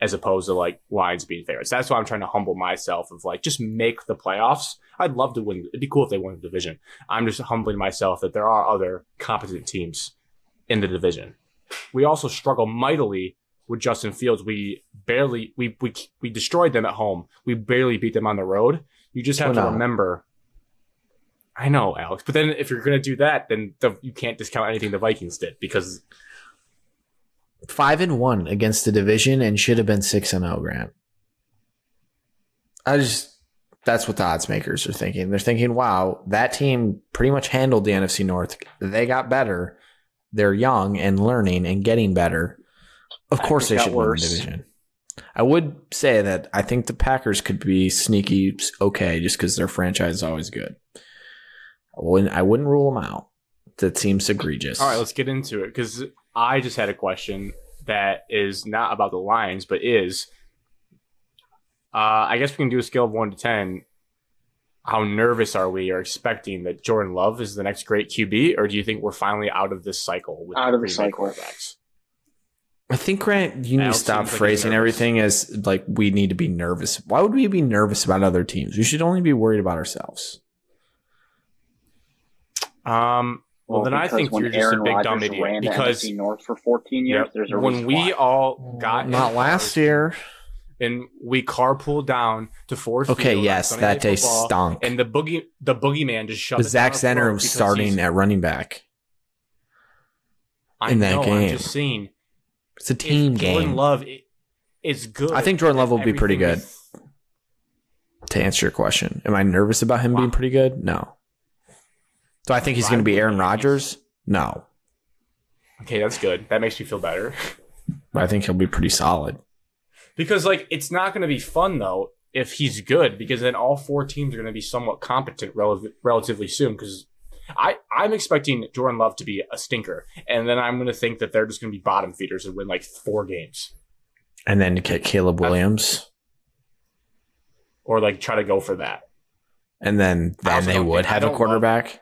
A: as opposed to like Lions being favorites. That's why I'm trying to humble myself of like just make the playoffs. I'd love to win. It'd be cool if they won the division. I'm just humbling myself that there are other competent teams in the division. We also struggle mightily with Justin Fields, we barely we we we destroyed them at home. We barely beat them on the road. You just have to
B: Well, no.
A: remember. I know, Alex, but then if you're going to do that, then the, you can't discount anything the Vikings did because
B: Five and one against the division and should have been six and zero. Grant. I just that's what the odds makers are thinking. They're thinking, wow, that team pretty much handled the NFC North. They got better. They're young and learning and getting better. Of course, they
C: got
B: should win the
C: worse.
B: division. I would say that I think the Packers could be sneaky okay just because their franchise is always good. I wouldn't, I wouldn't rule them out. That seems egregious.
A: All right, let's get into it because I just had a question that is not about the Lions, but is. Uh, I guess we can do a scale of one to ten. How nervous are we or expecting that Jordan Love is the next great QB, or do you think we're finally out of this cycle? With
C: Out of the
A: Green Bay
C: cycle.
A: quarterbacks?
B: I think Grant, you need to
A: Alex
B: stop
A: seems like he's
B: phrasing
A: nervous.
B: everything as like we need to be nervous. Why would we be nervous about other teams? We should only be worried about ourselves.
A: Um. Well, then I
C: because
A: think
C: when
A: you're just a
C: Aaron
A: big dumb
C: Rodgers
A: idiot
C: ran the
A: because-
C: NFC North for 14 years.
A: Yep.
C: There's a
A: when
C: reason
A: we
C: why.
A: all got
B: not
A: in
B: last year.
A: and we carpooled down to fourth.
B: Okay, yes, that day stunk.
A: And the boogie, the boogeyman just shoved
B: But
A: it
B: Zach
A: down our
B: Zenner
A: throat
B: was
A: because
B: starting
A: he's-
B: at running back.
A: I
B: in that
A: know,
B: game.
A: I'm just saying,
B: It's a
A: if
B: team
A: Jordan
B: game.
A: Love i- is good.
B: I think Jordan Love will be pretty
A: everything
B: good. To answer your question, am I nervous about him
A: Wow.
B: being pretty good? No. Do I think he's going to be Aaron Rodgers? No,
A: is- okay, that's good. That makes me feel better
B: but I think he'll be pretty solid.
A: because like it's not going to be fun though if he's good because then all four teams are going to be somewhat competent rel- relatively soon because. I, I'm expecting Jordan Love to be a stinker, and then I'm going to think that they're just going to be bottom feeders and win like four games,
B: And then to get Caleb Williams,
A: or like try to go for that.
B: and then
A: I
B: then
A: also
B: they
A: don't
B: would
A: think- I
B: have a
A: don't love-
B: quarterback.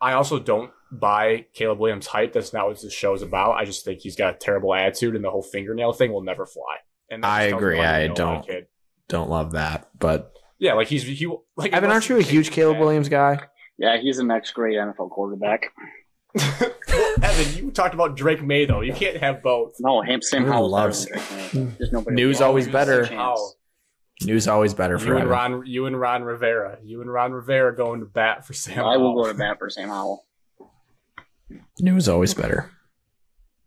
A: I also don't buy Caleb Williams' hype. That's not what this show is about. I just think he's got a terrible attitude, and the whole fingernail thing will never fly. And that
B: I
A: just tells
B: agree.
A: me
B: I
A: know about
B: don't-
A: the kid.
B: Don't love that, but
A: Yeah, like he's he like.
B: Evan, aren't you a huge Caleb Williams guy?
C: yeah, he's the next great NFL quarterback.
A: Williams? Evan, you talked about Drake May though. You can't have both.
C: No, him, Sam
B: Everyone
C: Howell
B: loves-
C: There's nobody.
B: News
A: Well,
B: always
A: you
B: better.
A: said how.
B: News always better for
A: You and
B: Evan.
A: Ron, you and Ron Rivera, you and Ron Rivera going to bat for Sam.
C: I will
A: Howell.
C: go to bat for Sam Howell.
B: News always better.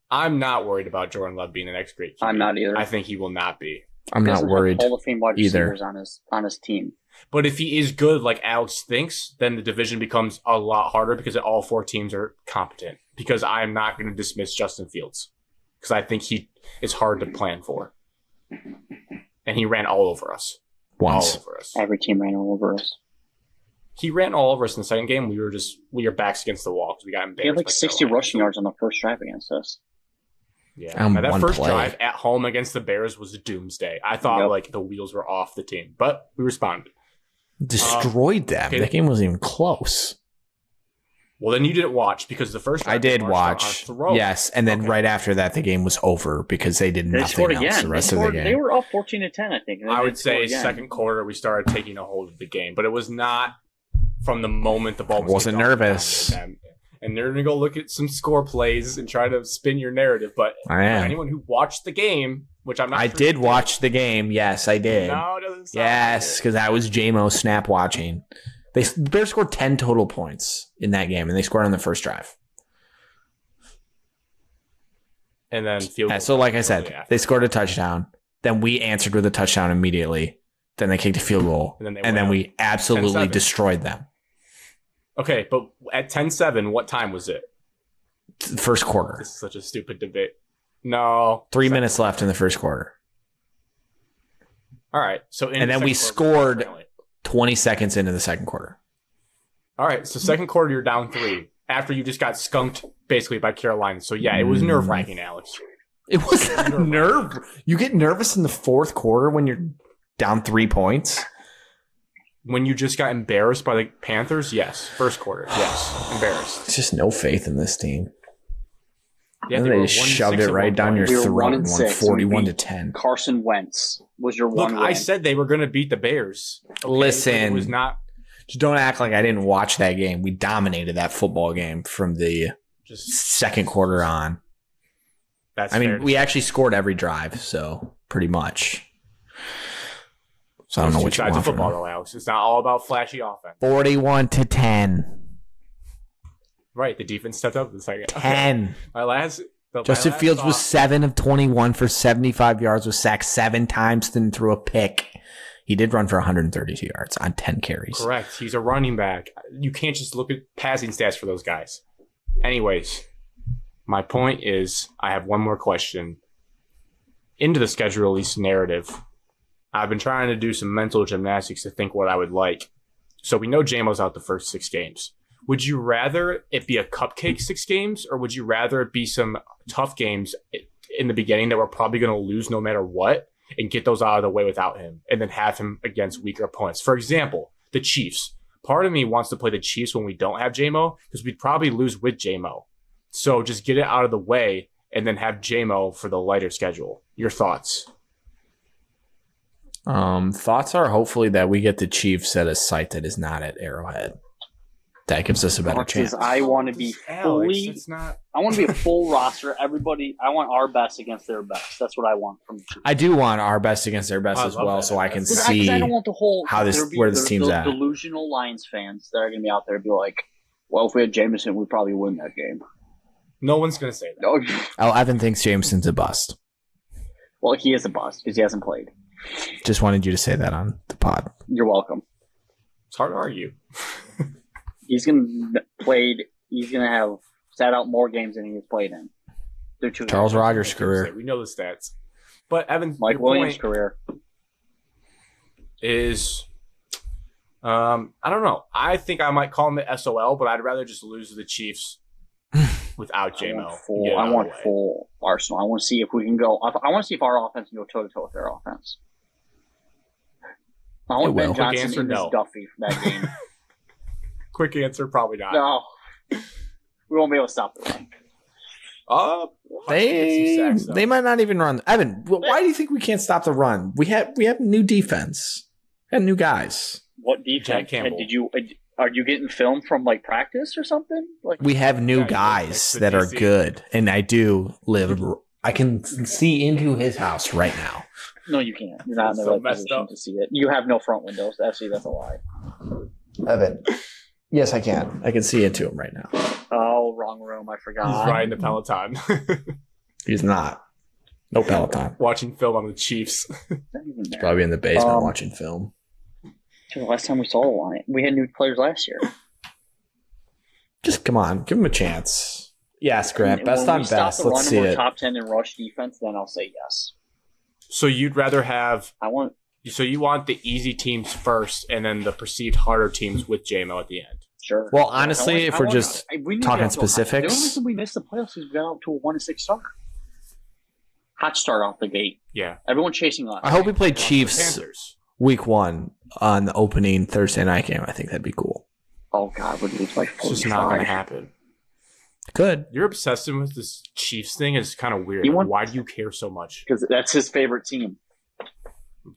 A: I'm not worried about Jordan Love being the next great. QB.
C: I'm not either.
A: I think he will not be.
B: I'm
C: He
B: not
C: doesn't have
B: worried.
C: Hall of Fame wide
B: either.
C: receivers on his on his team.
A: But if he is good, like Alex thinks, then the division becomes a lot harder because all four teams are competent. Because I am not going to dismiss Justin Fields because I think he is hard to plan for, and he ran all over us.
B: Once.
A: All over us.
C: Every team ran all over us.
A: He ran all over us in the second game. We were just we were backs against the wall because we got embarrassed.
C: He had like
A: by
C: 60
A: Carolina.
C: rushing yards on the first drive against us.
A: Yeah,
B: Um,
A: Now, that
B: one
A: first
B: play.
A: drive at home against the Bears was doomsday. I thought
C: Yep.
A: like the wheels were off the team, but we responded.
B: Destroyed them.
A: okay.
B: That game wasn't even close.
A: Well, then you didn't watch because the first
B: I
A: drive they
B: did
A: marched on our
B: watch.
A: throat.
B: Yes, and then
A: Okay.
B: right after that, the game was over because they did
C: They
B: nothing
C: scored
B: else
C: again.
B: the rest
C: they,
B: of the
C: scored,
B: game.
C: they were up 14 to 10, I think. and
A: I
C: they
A: would
C: scored
A: say
C: again.
A: second quarter we started taking a hold of the game, but it was not from the moment the ball was
B: Wasn't
A: kicked off.
B: nervous.
A: And they're gonna go look at some score plays and try to spin your narrative. But
B: I
A: for
B: am.
A: anyone who watched the game, which I'm not,
B: I
A: sure
B: did
A: you
B: watch the game. Yes, I did.
A: No, it doesn't. sound
B: Yes,
A: like
B: because I was JMO snap watching. They the Bears scored ten total points in that game, and they scored on the first drive.
A: it. and then field.
B: Yeah,
A: goal
B: so like I
A: shortly
B: said,
A: after.
B: they scored a touchdown. Then we answered with a touchdown immediately. Then they kicked a field goal,
A: And then they
B: and then
A: went
B: we absolutely
A: 10-7.
B: destroyed them.
A: okay, but at 10-7, what time was it?
B: T- First quarter,
A: This is such a stupid debate. No,
B: three
A: Second-
B: minutes left in the first quarter,
A: All right, so in
B: And
A: the
B: then we
A: second quarter,
B: scored-
A: apparently.
B: twenty seconds into the second quarter.
A: All right, so second quarter you're down three after you just got skunked basically by Carolina. So yeah, it was
B: Mm.
A: nerve wracking, Alex.
B: It was not
A: Nerve-wracking.
B: nerve. You get nervous in the fourth quarter when you're down three points.
A: When you just got embarrassed by the Panthers, yes, first quarter, yes, embarrassed.
B: It's just no faith in this team.
A: Yeah,
B: and
A: were
B: they
A: one
B: just
A: and
B: shoved
A: six
B: it
A: at
B: right
A: one
B: down
A: point.
B: your
C: We were
B: throat and
C: one and
B: won
C: six, and we
B: forty-one to
C: beat
B: ten.
C: Carson Wentz was your
A: Look,
C: one.
A: I
C: win.
A: said they were going to beat the Bears. okay?
B: Listen.
A: it was not
B: Just don't act like I didn't watch that game. We dominated that football game from the
A: just
B: second quarter on.
A: That's
B: I
A: fair
B: mean,
A: to
B: we
A: say.
B: actually scored every drive, so pretty much. So I don't know
A: There's
B: what
A: two
B: you
A: sides
B: want.
A: of
B: From
A: football,
B: them.
A: though, Alex. It's not all about flashy offense.
B: Forty-one to 10.
A: Right. The defense stepped up in the second. Okay.
B: Ten.
A: My last. The,
B: Justin
A: my last
B: Fields was
A: thought-
B: seven of twenty-one for seventy-five yards, was sacked seven times, then threw a pick. He did run for one hundred and thirty-two yards on ten carries.
A: Correct. He's a running back. You can't just look at passing stats for those guys. Anyways, my point is I have one more question into the schedule release narrative. I've been trying to do some mental gymnastics to think what I would like. So we know JMO's out the first six games. Would you rather it be a cupcake six games, or would you rather it be some tough games in the beginning that we're probably going to lose no matter what? and get those out of the way without him and then have him against weaker opponents. For example, the Chiefs. Part of me wants to play the Chiefs when we don't have JMO because we'd probably lose with JMO. So just get it out of the way and then have JMO for the lighter schedule. Your thoughts?
B: Um, thoughts are hopefully that we get the Chiefs at a site that is not at Arrowhead. That gives us a better
C: Thoughts is
B: chance.
C: I want to be fully.
A: it's not.
C: I want to be a full roster. Everybody, I want our best against their best. That's what I want from. the Chiefs.
B: I do want our best against their best
A: I
B: as
A: love
B: well,
A: that.
B: so I can
A: That's-
C: Because I, 'cause
B: see.
C: I don't want the whole
B: how this-
C: there'll be-
B: where this
C: there'll-
B: team's
C: there'll
B: at.
C: Delusional Lions fans that are going to be out there and be like, "Well, if we had Jameson, we'd probably win that game."
A: No one's going to say that.
C: No,
B: Oh, Evan thinks Jameson's a bust.
C: well, he is a bust because he hasn't played.
B: Just wanted you to say that on the pod.
C: You're welcome.
A: It's hard to argue.
C: He's going to played. He's going to have sat out more games than he has played in. They're two.
B: Charles Rogers'
A: Say,
B: career.
A: We know the stats. But Evan,
C: Mike
A: your
C: Williams'
A: point
C: career.
A: is. Um, I don't know. I think I might call him the SOL, but I'd rather just lose to the Chiefs without
C: I
A: JMO.
C: want
A: and get
C: full.
A: it out
C: I
A: of
C: want
A: the way.
C: full Arsenal. I want to see if we can go. I, I want to see if our offense can go toe to toe with their offense. I
B: It will.
C: want Ben
B: Quick
C: Johnson
A: answer,
C: and Miss
A: no.
C: Duffy from that game.
A: Quick answer, probably not.
C: no, we won't be able to stop the run.
A: Uh,
B: They,
A: get some sacks, though.
B: they might not even run. Evan, wh- why do you think we can't stop the run? We have we have new defense and new guys.
C: What
A: Jack
C: defense?
A: Campbell.
C: Did you? Are you getting film from like practice or something? Like
B: We have new
A: Yeah,
B: guys
A: it's the
B: that are
A: DC.
B: good, and I do live. I can see into his house right now.
C: no, you can't. You're not in the
A: So
C: right
A: messed
C: position
A: up.
C: to see it. You have no front windows. Actually, that's a lie.
B: Evan, yes, I can. I can see into him right now.
C: Oh, wrong room. I
A: He's
C: forgot.
A: riding the Peloton,
B: He's not. No Peloton.
A: watching film on the Chiefs.
C: Not even there.
B: Probably in the basement
C: Um,
B: watching film.
C: Dude, last time we saw the line, we had new players last year.
B: Just come on, give him a chance. Yes, Grant.
C: And
B: Best
C: when
B: on
C: we stop
B: best.
C: the
B: Let's
C: run
B: see
C: and we're
B: it.
C: Top ten in rush defense, then I'll say yes.
A: So you'd rather have
C: I want.
A: so you want the easy teams first, and then the perceived harder teams with JMO at the end.
C: Sure.
B: Well,
C: I
B: honestly,
C: want-
B: if
C: I
B: we're
C: want-
B: just
C: I- we need to
B: talking
C: get out to a hot- The
B: specifics-
C: only reason we missed the playoffs is we got out to a one and six start. Hot start off the gate.
A: Yeah,
C: Everyone chasing us.
B: I hope we play
A: Lost to the
B: Chiefs
A: Panthers.
B: week one on the opening Thursday night game. I think that'd be cool.
C: oh God, would we play
A: It's
C: forty
A: just not going to
C: five?
A: happen.
B: Good.
A: Your obsession with this Chiefs thing is kind of weird.
C: You
A: Like,
C: want-
A: Why do you care so much?
C: Because that's his favorite team.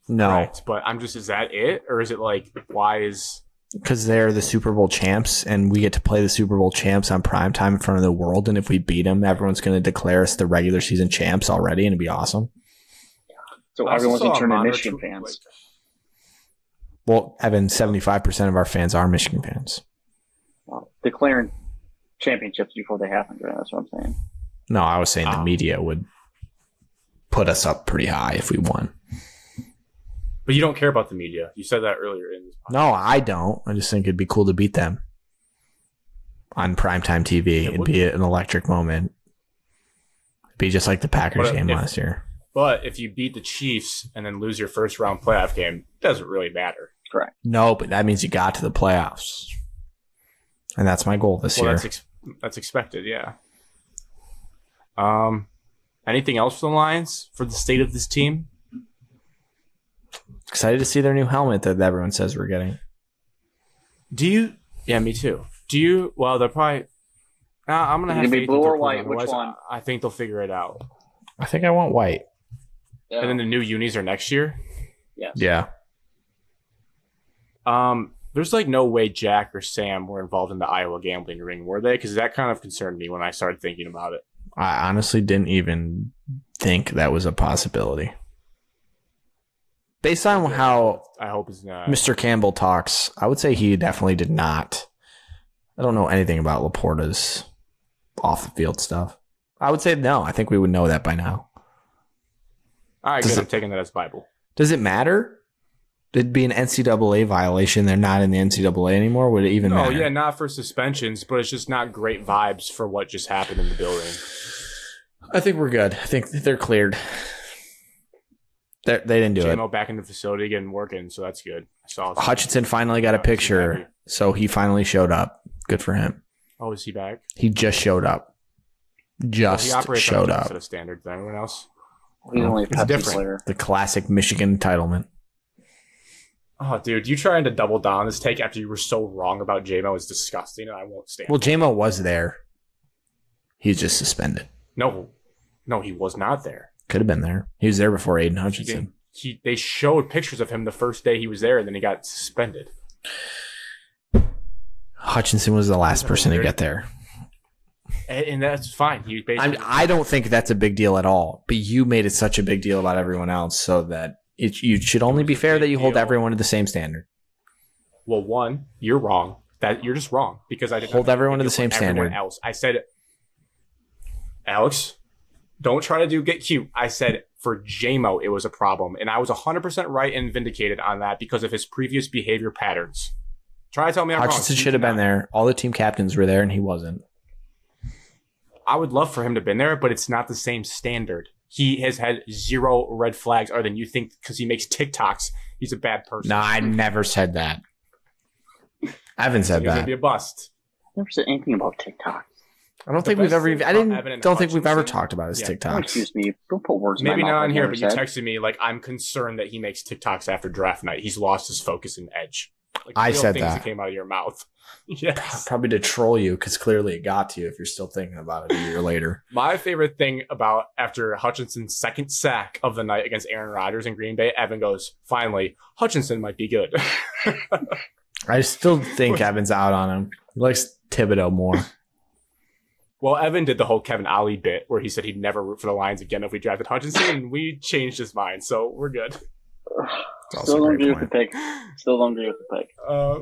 B: No,
A: Right, but I'm just—is that it, or is it like why is?
B: because they're the Super Bowl champs, and we get to play the Super Bowl champs on prime time in front of the world. And if we beat them, everyone's going to declare us the regular season champs already, and it'd be awesome.
C: So
A: I also
C: everyone's
A: saw
C: going
A: a
C: to turn into
A: monitor
C: Michigan
A: tweet,
C: fans.
A: like,
B: Well, Evan, seventy-five percent of our fans are Michigan fans.
C: Wow. Declaring championships before they happen. Grant, That's what I'm saying.
B: No, I was saying the
A: Oh.
C: Ah.
B: media would put us up pretty high if we won.
A: but you don't care about the media. You said that earlier in this.
B: No, I don't. I just think it'd be cool to beat them on primetime TV. It
A: It
B: would
A: would
B: be an electric moment. It'd be just like the Packers
A: But
B: game
A: if-
B: last year.
A: But if you beat the Chiefs and then lose your first round playoff game, it doesn't really matter.
B: No, but that means you got to the playoffs. And that's my goal this
A: well,
B: year.
A: that's ex- that's expected, yeah. Um, anything else for the Lions for the state of this team?
B: Excited to see their new helmet that everyone says we're getting.
A: Do you? Yeah, me too. Do you? Well, they're probably. Nah, I'm gonna
C: Is it
A: have
C: gonna be
A: faith
C: blue
A: that they'll
C: or
A: pull
C: white?
A: it off.
C: Which
A: Otherwise,
C: one?
A: I I think they'll figure it out.
B: I think I want white.
C: Yeah.
A: And then the new unis are next year.
C: yes.
B: Yeah.
A: Um, there's like no way Jack or Sam were involved in the Iowa gambling ring, were they? Because that kind of concerned me when I started thinking about it.
B: I honestly didn't even think that was a possibility. Based on how
A: I hope it's not.
B: Mr. Campbell talks, I would say he definitely did not. I don't know anything about Laporta's off the field stuff. I would say no. I think we would know that by now.
A: I
B: Does
A: guess
B: it-
A: I'm taking that as Bible.
B: Does it matter? It'd be an NCAA violation. They're not in the NCAA anymore. Would it even
A: Oh
B: matter?
A: yeah, not for suspensions, but it's just not great vibes for what just happened in the building.
B: I think we're good. I think they're cleared. They're, they didn't do it.
A: JMO back in the facility again working, so that's good. I saw
B: Hutchinson finally got a
A: Yeah, he's happy.
B: picture, so he finally showed up. Good for him.
A: Oh, is he back?
B: He just showed up.
A: Well,
B: Just
A: he operates
B: showed
A: on a
B: up.
A: set of standards than everyone else.
C: He's only a
A: It's
C: Pepsi
A: different.
C: player.
B: The classic Michigan entitlement.
A: Oh, dude, you trying to double down on this take after you were so wrong about JMO is disgusting, and I won't stand.
B: Well, JMO was there. He's just suspended.
A: no, no, he was not there.
B: Could have been there. He was there before Aiden
A: He
B: Hutchinson.
A: didn't. He, they showed pictures of him the first day he was there, and then he got suspended.
B: Hutchinson was the last
A: Isn't that
B: person to
A: weird?
B: get there.
A: And, and that's fine. He
B: I'm,
A: basically
B: I don't think that's a big deal at all. But you made it such a big deal about everyone else, so that it you should only
A: was
B: be
A: a
B: fair
A: big
B: that you hold
A: deal.
B: everyone to the same standard.
A: well, one, you're wrong. That you're just wrong because I didn't
B: Hold everyone to the same
A: everyone
B: standard.
A: Else, I said, Alex, don't try to do get cute. I said for JMO it was a problem, and I was 100 percent right and vindicated on that because of his previous behavior patterns. Try to tell me I'm
B: Hutchinson
A: wrong. You
B: should have been
A: cannot.
B: there. All the team captains were there, and he wasn't.
A: I would love for him to have been there, but it's not the same standard. He has had zero red flags other than you think because he makes TikToks. He's a bad person.
B: No, I never said that. I haven't
A: he's
B: said
A: gonna
B: that.
A: be a bust.
C: Never said anything about TikTok.
B: I don't
A: the
B: think we've
A: best
B: ever.
A: thing
B: Even, I
A: about
B: didn't.
A: Evan and
B: don't think we've ever
A: Hutchinson-
B: talked about his
A: Yeah.
C: Don't
B: TikToks.
C: excuse me. Don't put words.
A: Maybe
C: in my
A: not
C: mouth
A: on
C: I've
A: here,
C: never
A: but you
C: said.
A: texted me like I'm concerned that he makes TikToks after draft night. He's lost his focus and edge. Like,
B: I
A: real
B: said
A: things
B: that.
A: came out of your mouth. yes.
B: Probably to troll you because clearly it got to you if you're still thinking about it a year later.
A: My favorite thing about after Hutchinson's second sack of the night against Aaron Rodgers in Green Bay, Evan goes, "Finally, Hutchinson might be good."
B: I still think Evan's out on him. He likes Thibodeau more.
A: well, Evan did the whole Kevin Ollie bit where he said he'd never root for the Lions again if we drafted Hutchinson, and we changed his mind, so we're good.
B: It's also
C: Still
B: a
C: don't
B: great
C: agree with the
B: point.
C: pick. Still don't agree with the pick.
A: Uh,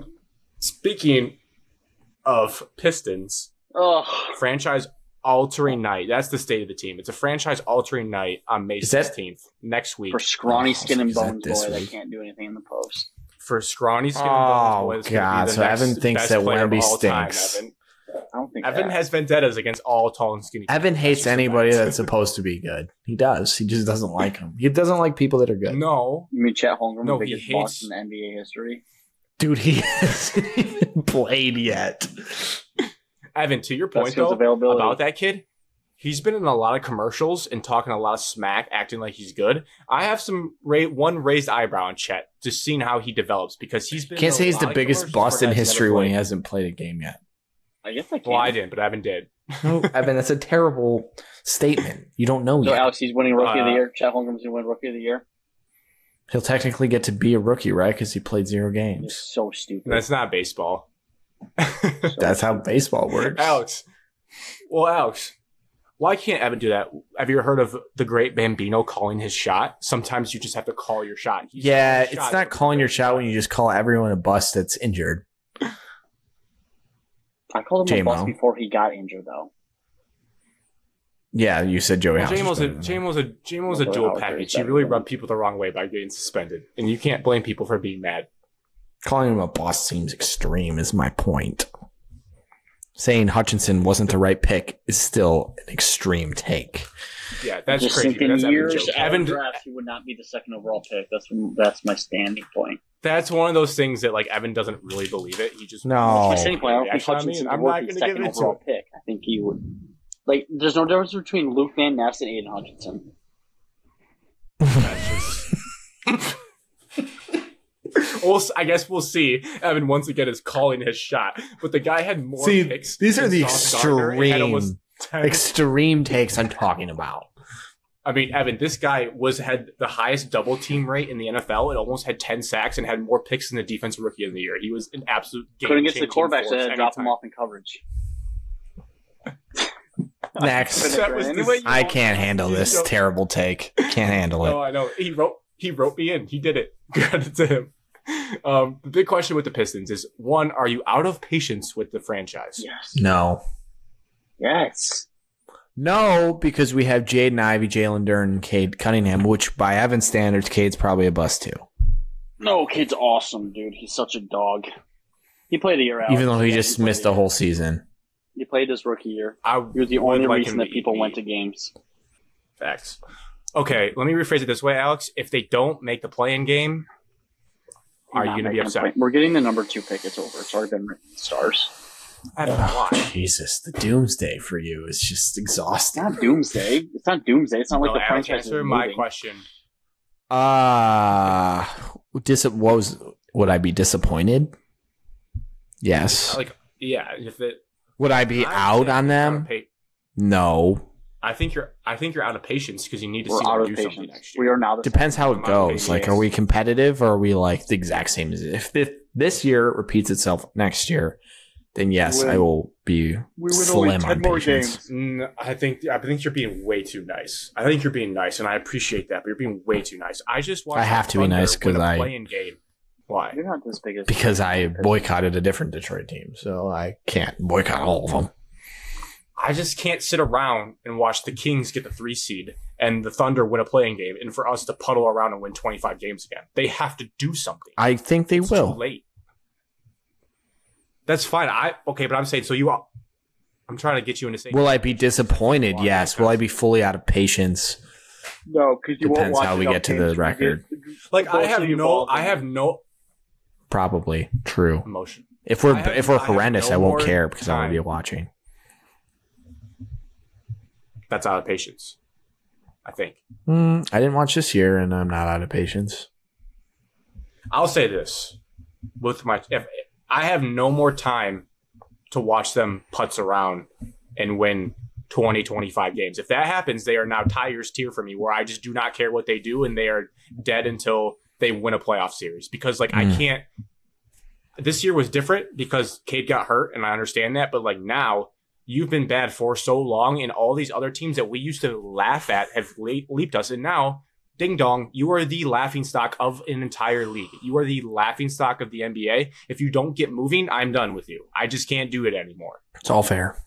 A: speaking of Pistons,
C: Oh,
A: franchise altering night. That's the state of the team. It's a franchise altering night on May
B: Is that-
A: 16th next week
C: for scrawny
B: Oh,
C: skin and
B: is that
C: bones
B: this
C: boy that
B: week?
C: can't do anything in the post.
A: for Scrawny Skin
B: Oh,
A: and Bones. Boy, that's gonna be
B: God.
A: the
B: So
A: next
B: Evan thinks
A: best
B: that
A: player of
B: Wemby
A: all time,
B: stinks.
A: Evan.
C: I don't think.
A: Evan
C: that-
A: has vendettas against all tall and skinny.
B: Evan hates
A: just a
B: anybody
A: fact.
B: that's supposed to be good. He does. He just doesn't like him. He doesn't like people that are good.
A: No,
C: You mean Chet Holmgren,
A: No,
C: the
A: he
C: biggest boss
A: hates-
C: in the NBA history?
B: Dude, he hasn't even played yet.
A: Evan. To your
C: That's
A: point
C: his
A: though
C: availability.
A: about that kid, he's been in a lot of commercials and talking a lot of smack, acting like he's good. I have some ra- one raised eyebrow on Chet, just seeing how he develops because he's been.
B: Can't
A: in a
B: say he's
A: lot
B: the
A: of
B: biggest
A: commercials where
B: bust in
A: guys never
B: history when he
A: played.
B: hasn't played a game yet.
C: I guess I can.
A: Well, I didn't, but Evan did.
B: No, Evan, that's a terrible statement. You don't know
C: So
B: yet.
C: Alex, he's winning Rookie
A: Oh,
C: of the
A: Uh,
C: Year. Chet Holmgren's gonna win Rookie of the Year.
B: He'll technically get to be a rookie, right? Because he played zero
C: He's
B: games.
C: so stupid.
A: That's not baseball.
C: So-
B: That's how baseball works.
A: Alex. Well, Alex, why can't Evan do that? Have you ever heard of the great Bambino calling his shot? Sometimes you just have to call your shot. He's
B: Yeah,
A: calling his
B: it's
A: shot.
B: not calling your shot when you just call everyone a bust that's injured.
C: I called him a
B: J-Mo.
C: bust before he got injured, though.
B: Yeah, you said Joey.
A: Well, Jamel's
B: House was
A: a
B: better than
A: Jamel's a Jamel's a
C: Well,
A: dual
C: Howard
A: package.
C: is
A: He
C: better
A: really
C: than-
A: rubbed people the wrong way by getting suspended, and you can't blame people for being mad.
B: that. Calling him a boss seems extreme. Is my point. Saying Hutchinson wasn't the right pick is still an extreme take.
A: Yeah, that's
C: Just
A: crazy.
C: think
A: but That's
C: in
A: Evan's
C: years
A: joke.
C: out
A: Evan,
C: of drafts, he would not be the second overall pick. That's that's my standing point.
A: that's one of those things that like Evan doesn't really believe it. He just
B: No.
C: my standing point. I don't think
A: Reaction on me,
C: Hutchinson's
A: and
C: I'm
A: I'm
C: not
A: not
C: going
A: gonna
C: second
A: give it to
C: overall pick. I think he would. Like, there's no difference between Luke Van Ness and Aiden Hutchinson.
A: We'll, s- I guess we'll see. Evan once again is calling his shot, but the guy had more
B: See,
A: picks.
B: these are
A: than
B: the
A: Sauce Gardner and had almost 10.
B: Extreme takes I'm talking about.
A: I mean, Evan, this guy was had the highest double team rate in the NFL. It almost had ten sacks and had more picks than the defensive rookie of the year. He was an absolute game
C: Couldn't get to the
A: changing
C: quarterback,
A: force
C: so they had to drop him
A: anytime.
C: off in coverage.
B: Next.
A: That was
C: Anyway,
A: the-
C: you
B: I can't handle
A: you
B: this
A: don't-
B: terrible take. Can't handle
A: No,
B: it.
A: Oh, I know. He wrote he wrote me in. He did it. Credit to him. Um, the big question with the Pistons is one, are you out of patience with the franchise?
C: Yes.
B: No.
C: Yes.
B: No, because we have Jaden Ivey, Jalen Dern, and Cade Cunningham, which by Evan standards, Cade's probably a bust too.
C: No, kid's awesome, dude. He's such a dog. He played a year out.
B: Even though he
C: Yeah,
B: just
C: played
B: missed a
C: year.
B: whole season.
C: He played his rookie year.
A: I
C: He was the
A: would
C: only
A: like
C: reason
A: him
C: that
A: be-
C: people
A: be-
C: went to games.
A: Facts. Okay, let me rephrase it this way, Alex. If they don't make the play-in game, are
C: Not
A: you going to be
C: making a
A: upset?
C: point. We're getting the number two pick. It's over. It's already been written in stars.
A: I don't know why.
B: Jesus, the doomsday for you is just
C: It's
B: exhausting.
C: not doomsday. It's not doomsday. It's not like
A: No,
C: the
A: Alex,
C: franchise is
A: answer my
C: moving.
A: question.
B: Uh dis- what was would I be disappointed? Yes.
A: Like, yeah, if it
B: Would I be
A: I
B: out
A: think
B: on
A: you're out of
B: them?
A: pa-
B: No.
A: I think you're. I think you're out of patience because you need to
C: We're
A: see
C: out
A: them
C: of
A: do something
C: patience.
A: next
C: We
A: year.
C: are now the
B: Depends how it
A: In my opinion,
B: goes. Like,
A: yes.
B: are we competitive or are we like the exact same as if, if this year repeats itself next year, then yes, I
C: Well,
B: will be
C: we
B: win only slim 10 on more patience.
A: Mm, I think I think you're being way too nice. I think you're being nice, and I appreciate that, but you're being way too nice. I just watched
B: I have to be
A: Thunder
B: nice 'cause
A: win a
B: I-
A: play-in game. Why?
C: You're not this big as
B: because I boycotted a different Detroit team, so I can't boycott all of them.
A: I just can't sit around and watch the Kings get the three seed and the Thunder win a playing game, and for us to puddle around and win 25 games again. They have to do something.
B: I think they
A: It's too
B: will.
A: late. That's fine. I okay, but I'm saying so. You, are, I'm trying to get you into saying.
B: Will I be disappointed?
A: Why?
B: Yes. Will I be fully out of patience?
C: No, because you won't
B: Depends
C: watch
B: how we
C: enough
B: get to
C: games
B: the record.
C: get-
A: like I
C: Both
A: have
C: of you
A: no,
C: both.
A: I have no
B: Probably true.
A: emotion.
B: If we're
A: I have-
B: if we're
A: I have
B: horrendous,
A: no
B: I won't
A: more
B: care because I will be
A: time.
B: watching.
A: That's out of patience. I think.
B: Mm, I didn't watch this year, and I'm not out of patience.
A: I'll say this with my if I have no more time to watch them putz around and win 20 25 games. If that happens, they are now tires tier for me where I just do not care what they do and they are dead until they win a playoff series because like I
B: Mm.
A: can't this year was different because Cade got hurt and I understand that, but like now you've been bad for so long and all these other teams that we used to laugh at have le- leaped us and now ding dong, you are the laughing stock of an entire league. You are the laughing stock of the NBA. If you don't get moving, I'm done with you. I just can't do it anymore.
B: It's all fair.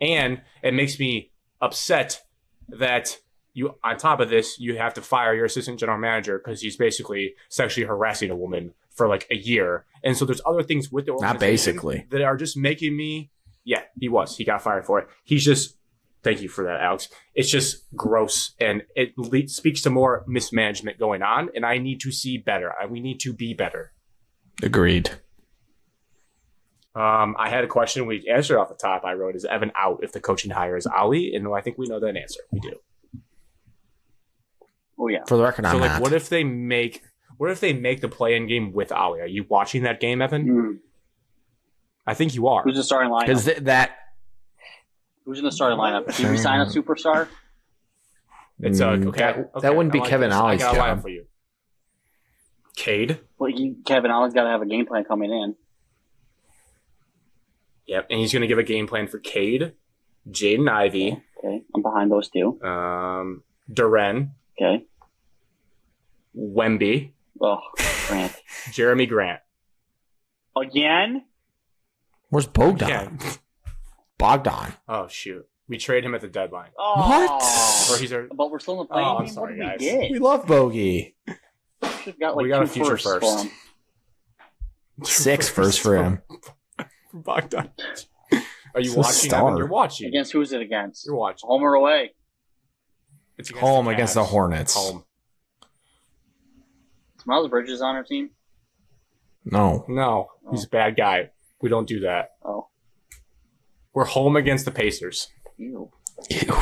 A: And it makes me upset that you on top of this, you have to fire your assistant general manager because he's basically sexually harassing a woman for like a year. And so there's other things with the organization
B: Not basically.
A: that are just making me yeah he was he got fired for it he's just thank you for that alex it's just gross and it le- speaks to more mismanagement going on and i need to see better I, we need to be better
B: Agreed.
A: um, i had a question we answered off the top i wrote is evan out if the coaching hire is ali and i think we know that answer we do
C: Oh yeah.
B: For the record,
A: so
B: I'm
A: like
B: not.
A: what if they make what if they make the play-in game with ali are you watching that game evan
C: Mm.
A: i think you are
C: Who's the starting lineup?
B: Because th- that
C: Who's in the starting lineup? Did we sign a superstar?
A: it's uh,
B: Mm,
A: okay,
B: that-
A: okay,
B: that
A: I
B: wouldn't be
A: like
B: Kevin
A: this. I
B: Ollie's
A: got a lineup
B: job.
A: for you cade
C: Well, you, Kevin Allen's got to have a game plan coming in.
A: Yep, and he's going to give a game plan for Cade, Jaden Ivey,
C: Okay, I'm behind those two.
A: um, Duren,
C: Okay.
A: Wemby,
C: Oh, Grant
A: Jeremy Grant.
C: again.
B: where's Bogdan?
A: Yeah.
B: Bogdan.
A: Oh shoot, we trade him at the deadline.
C: Oh.
A: Or he's our,
C: But we're still in the playing
A: Oh, I'm
C: game.
A: sorry,
C: what
A: guys.
C: did we
B: We
C: get?
B: love Bogey.
C: Should've got, like,
A: we got a
C: two
A: future
C: firsts for
A: first.
C: him.
B: Six first for him.
A: Bogdan. Are you
B: He's a
A: watching? Evan?
B: star.
A: You're watching.
C: Against who's it against?
A: You're watching.
C: Home or away?
A: It's
B: Home against the
A: Cavs.
B: Hornets.
A: Home.
C: Is Miles Bridges on our team?
B: No.
A: No, he's a bad guy. We don't do that.
C: Oh,
A: We're home against the Pacers.
C: ew.
B: Ew.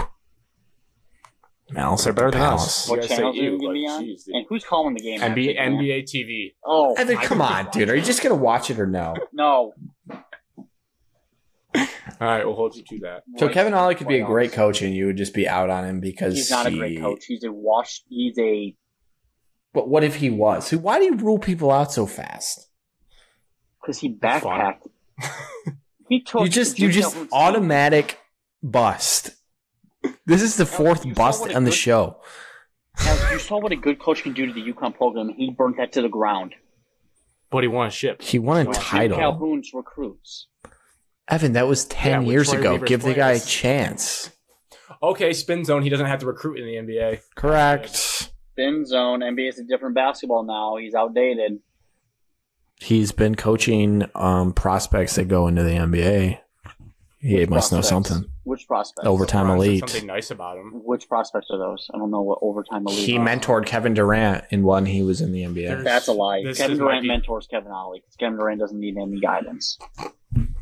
B: Malice
A: They're
B: at the
A: better than us.
B: palace.
A: You
C: What
A: gotta say
C: channel are you
A: ew,
C: gonna be
A: like,
C: on?
A: jeez, dude.
C: and who's calling the game? after
A: NBA,
C: that?
A: NBA TV.
C: Oh
B: Evan, come on, dude. Are you just gonna watch it or no?
C: no.
A: All right, we'll hold you to that.
B: So
C: Right.
B: Kevin Ollie could be a
C: Playoffs.
B: great coach, and you would just be out on him because
C: He's not a
B: he-
C: great coach. He's a washed. He's a
B: But what if he was? So why do you rule people out so fast?
C: because he backpacked. he took
B: you just you
C: the
B: just
C: Jalen Hurts-
B: automatic bust. This is the fourth
C: you saw
B: bust
C: what a
B: on the
C: good-
B: show.
C: Now, you saw what a good coach can do to the UConn program. He burnt that to the ground.
A: But he won a ship.
B: He won a
C: Jim
B: title.
C: Calhoun's recruits.
B: Evan, that was 10
A: Yeah, with
B: years
A: Troy
B: ago.
A: Weaver's
B: Give the guy a
A: players.
B: chance.
A: Okay, spin zone. He doesn't have to recruit in the NBA.
B: Correct.
C: Spin zone. NBA is a different basketball now. He's outdated.
B: He's been coaching um, prospects that go into the NBA. He
C: Which
B: must know
C: prospects?
B: something.
C: Which prospects?
B: Overtime
A: Ron said
B: elite.
A: Something nice about him.
C: Which prospects are those? I don't know what overtime elite.
B: He
C: are.
B: mentored Kevin Durant in one. He was in the NBA.
A: There's-
C: That's a lie.
A: This
C: Kevin
A: is
C: Durant
A: might be-
C: mentors Kevin Ollie. 'cause Kevin Durant doesn't need any guidance.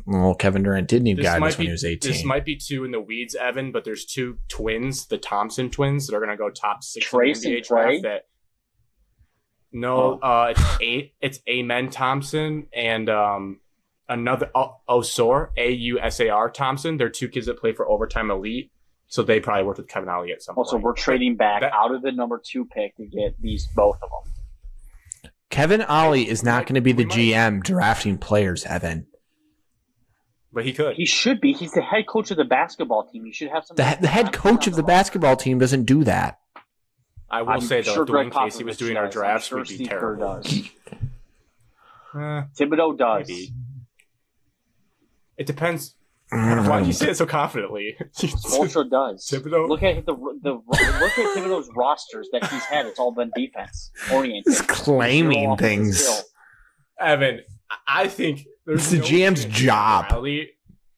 B: Well, Kevin Durant did need
A: This
B: guidance
A: might be
B: when he was
A: this
B: 18.
A: might be two in the weeds, Evan. But there's two twins, the Thompson twins, that are going to go top six
C: Trace
A: in the NBA
C: and
A: draft.
C: Trey?
A: That no,
C: Oh.
A: uh, it's a it's Amen Thompson and um another O- Osor A U S A R Thompson. They're two kids that play for Overtime Elite, so they probably worked with Kevin Ollie at some
C: Also,
A: point.
C: we're trading back
A: That-
C: out of the number two pick to get these both of them.
B: Kevin Ollie is not
A: might-
B: going to be
A: we
B: the
A: might-
B: GM drafting players, Evan.
A: but he could.
C: He should be. He's the head coach of the basketball team. He should have some.
B: The, he- the head coach of the basketball team doesn't do that.
A: I will
C: I'm
A: say though,
C: sure
A: if Dwayne
C: Greg
A: Casey was
C: Popovich
A: doing our
C: does. I'm
A: drafts,
C: sure uh,
A: would be
C: Steve Kerr
A: terrible.
C: Does.
A: Eh,
C: Thibodeau does.
A: maybe. It depends. Why do you
B: Mm.
A: say it so confidently?
C: Ultra does.
A: Thibodeau?
C: Look at the the look at Thibodeau's rosters that he's had. It's all been defense oriented.
B: He's claiming
C: Zero offensive
B: things.
C: skill.
A: Evan, I- I think there's
B: It's the GM's
A: chance
B: job.
A: Pat Riley,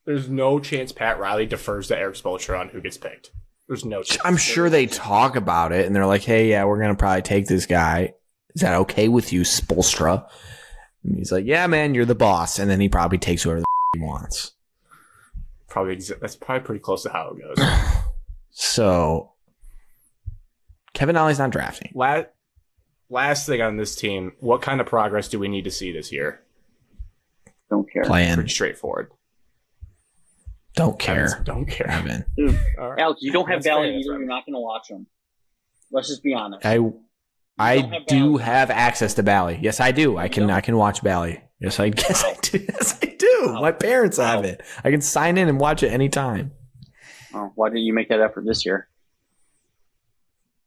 A: there's no chance Pat Riley defers to Eric Spoelstra on who gets picked. There's no chance.
B: I'm sure they talk about it and they're like, hey, yeah, we're going to probably take this guy. Is that okay with you, Spolstra? And he's like, yeah, man, you're the boss. And then he probably takes whoever the he wants.
A: probably exa- that's probably pretty close to how it goes.
B: So Kevin Ollie's not drafting.
A: last last thing on this team, what kind of progress do we need to see this year?
C: Don't care.
B: Playing.
A: Pretty straightforward.
B: Don't
A: Evans,
B: care.
A: don't care.
B: Evan.
A: All right.
C: Alex, you don't have
A: That's fair,
C: value
A: that's
C: either.
A: fair.
C: You're not going to watch them. Let's just be honest.
B: I
C: You don't
B: I
C: have
B: do
C: Bally.
B: have access to Bally. Yes, I do. I
C: You
B: can
C: don't?
B: I can watch Bally. Yes, I guess I do. Yes, I do. My parents have it. I can sign in and watch it anytime
C: Oh, why didn't you make that effort this year?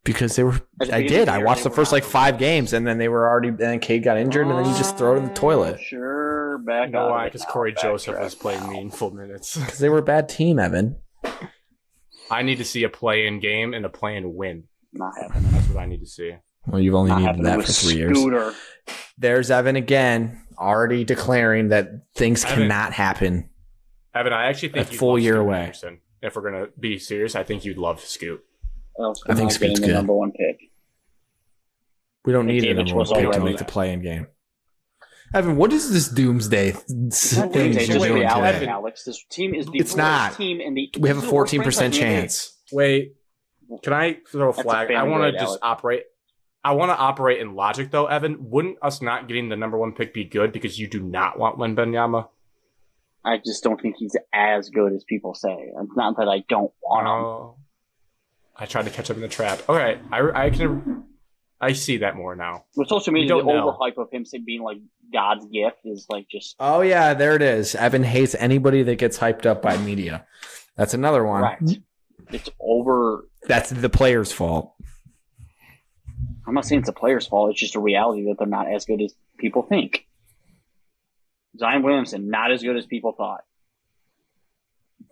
B: because they were.
C: At the
B: I
C: beginning of
B: did.
C: the
B: I
C: year,
B: watched
C: they
B: the first
C: were
B: like
C: not.
B: five games, and then they were already. And then Cade got injured, and then you just throw it in
C: Oh,
B: the toilet
C: Sure, back.
A: I know
C: out
A: why,
C: of it
A: because
C: now,
A: Corey
C: backtrack.
A: Joseph was playing meaningful minutes.
B: because they were a bad team. Evan,
A: I need to see a play-in game and a play-in win.
C: Not happening.
A: That's what I need to see.
B: well, you've only
C: Not
B: needed
C: happening
B: that
C: with
B: for three years.
C: Scooter.
B: There's Evan again, already declaring that things
A: Evan.
B: cannot happen.
A: Evan, I actually think
B: A
A: you'd
B: full
A: love
B: year
A: Scoot
B: away.
A: Henderson. If we're gonna be serious, I think you'd love Scoot.
C: Alex
B: I think
C: Bernard
B: Scoot's
C: being the
B: good.
C: number one pick.
B: We don't need
C: Mickey
B: it
C: Mitch
B: anymore
C: was
B: pick to
C: already
B: make the
C: there.
B: play-in game. Evan, what is this doomsday
C: Don't
B: thing
A: Things
C: think they
B: you're
C: should
A: just
B: doing
C: be out,
B: today?
A: Evan.
C: Alex. This team is the
B: It's
C: worst
B: not.
C: team in the.
B: We have a
C: This is the worst
B: fourteen percent
C: franchise in the NBA.
B: chance.
A: Wait, can I throw a
C: That's a
A: flag? I
C: family
A: want
C: grade,
A: to just
C: Alex.
A: operate. I want to operate in logic, though, Evan. Wouldn't us not getting the number one pick be good because you do not want Len Benyama?
C: I just don't think he's as good as people say. It's not that I don't want him.
A: Oh, I tried to catch up in the trap. All right, I, I can. I see that more now.
C: With social media, the
A: don't know.
C: overhype of him being like God's gift is like just
B: Oh yeah, there it is. Evan hates anybody that gets hyped up by media. That's another one.
C: correct.
A: Mm-hmm.
C: It's over.
B: That's the player's fault.
C: I'm not saying it's a player's fault. It's just a reality that they're not as good as people think. Zion Williamson, not as good as people thought.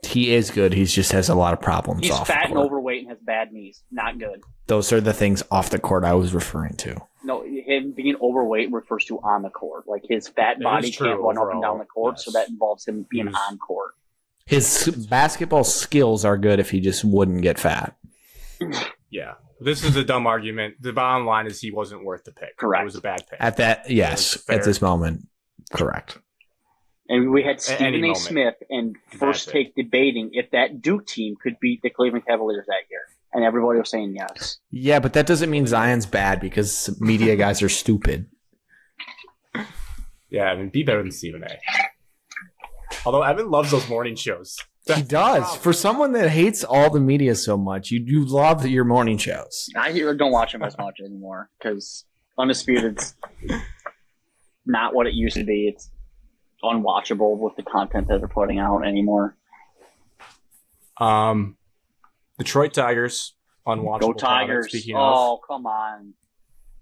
B: He is good. He just has a lot of problems
C: He's
B: off the
C: fat and
B: court.
C: overweight and has bad knees. Not good.
B: Those are the things off the court I was referring to.
C: No, him being overweight refers to on the court. Like his fat
A: That
C: body
A: is true
C: can't run up and
A: overall,
C: down the court, so
A: yes.
C: that involves him being
A: He was-
C: on court.
B: His basketball skills are good if he just wouldn't get fat.
A: Yeah, this is a dumb argument. The bottom line is he wasn't worth the pick.
C: Correct.
A: It was a bad pick.
B: At that, yes,
A: That's fair.
B: at this moment, correct.
C: And we had
A: At any
C: Stephen A.
A: moment.
C: Smith and first
A: Exactly.
C: take debating if that Duke team could beat the Cleveland Cavaliers that year. And everybody was saying yes.
B: Yeah, but that doesn't mean Zion's bad because media guys are stupid.
A: yeah, I mean, be better than Stephen A. Although Evan loves those morning shows.
B: He does. For someone that hates all the media so much, you do love your morning shows.
C: I hear- don't watch them as much anymore because Undisputed's not what it used to be. It's unwatchable with the content that they're putting out anymore.
A: Um, Detroit Tigers unwatchable.
C: Go
A: product,
C: Tigers!
A: speaking
C: Oh, come on.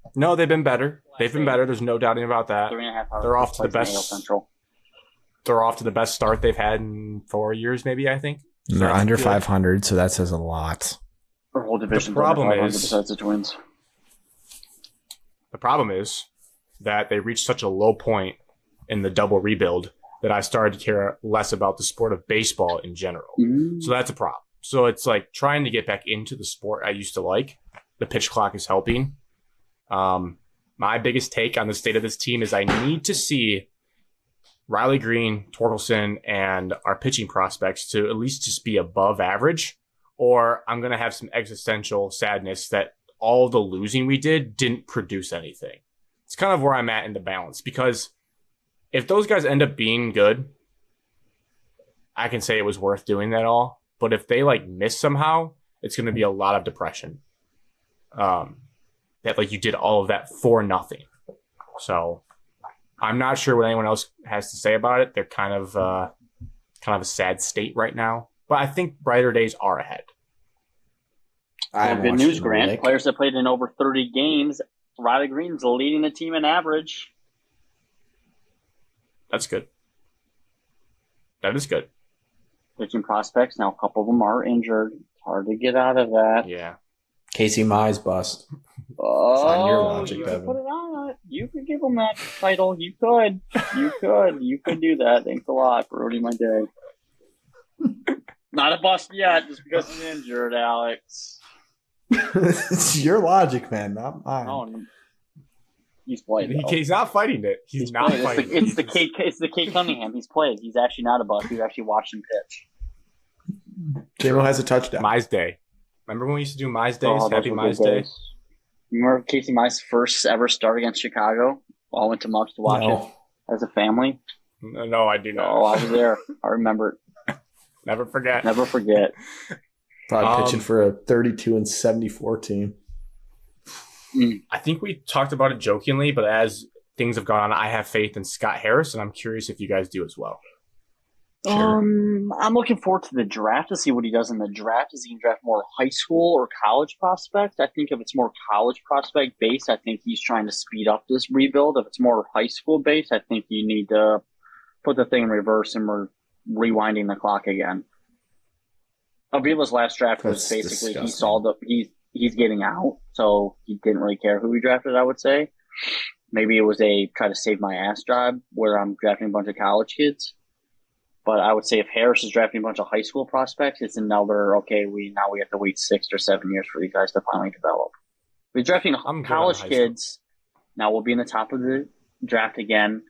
A: of, no, they've been better. They've been better. There's no doubting about that.
C: Three and a half hours.
A: They're off to the
C: play from
A: best-
C: AL Central.
A: They're off to the best start they've had in four years, maybe. I think
B: And They're
A: So I
B: under
A: feel like-
B: 500, so that says a lot.
C: Their whole division.
A: problem is-
C: besides the Twins.
A: The problem is that they reached such a low point in the double rebuild that I started to care less about the sport of baseball in general.
C: Mm.
A: So that's a problem. So it's like trying to get back into the sport I used to like. The pitch clock is helping. Um, my biggest take on the state of this team is I need to see Riley Green, Torkelson, and our pitching prospects to at least just be above average, or I'm going to have some existential sadness that all the losing we did didn't produce anything. It's kind of where I'm at in the balance because if those guys end up being good, I can say it was worth doing that all. But if they like miss somehow, it's going to be a lot of depression. Um, that like you did all of that for nothing. So I'm not sure what anyone else has to say about it. They're kind of uh, kind of a sad state right now. But I think brighter days are ahead.
C: Well,
B: haven't
C: good
B: watched
C: news,
B: the
C: Grant.
B: lick.
C: Players that played in over 30 games, Riley Green's leading the team in average.
A: That's good. That is good.
C: Pitching prospects. Now, a couple of them are injured. It's hard to get out of that.
A: Yeah.
B: Casey Mize bust.
C: Oh,
B: on your logic,
C: you
B: Devin.
C: could put it on it. You could give them that title. You could. You could. You could do that. Thanks a lot for ruining my day. Not a bust yet, just because he's injured, Alex.
B: it's your logic, man, not mine.
C: Oh, n- he's played.
A: He,
C: though.
A: he's not fighting it. He's,
C: He's
A: not
C: played. It's
A: fighting
C: the,
A: it.
C: it's the
A: He's-
C: Kate. It's the Kate Cunningham. He's played. He's actually not a bust. He's actually watched him pitch.
B: JMO has a touchdown.
A: My's Day. Remember when we used to do My's Days?
C: Oh, those
A: Happy
C: were good
A: My's Day.
C: days. Remember Casey Mize first ever start against Chicago? All went to Mux to watch
B: No.
C: it as a family.
A: No, no, I do not.
C: Oh, I was there. I remember.
A: Never forget.
C: Never forget.
B: Probably
A: Um,
B: pitching for a 32 and 74 team.
A: I think we talked about it jokingly, but as things have gone on, I have faith in Scott Harris, and I'm curious if you guys do as well.
B: Sure.
C: Um, I'm looking forward to the draft to see what he does in the draft. Does he draft more high school or college prospects? I think if it's more college prospect based, I think he's trying to speed up this rebuild. If it's more high school based, I think you need to put the thing in reverse and we're rewinding the clock again. Avila's last draft was
B: That's
C: basically he
B: disgusting.
C: saw the he's he's getting out, so he didn't really care who he drafted. I would say maybe it was a try to save my ass job where I'm drafting a bunch of college kids. But I would say if Harris is drafting a bunch of high school prospects, it's another okay. We now we have to wait six or seven years for these guys to finally develop. We're drafting
A: I'm good on
C: college
A: high
C: kids. Now we'll be in the top of the draft again.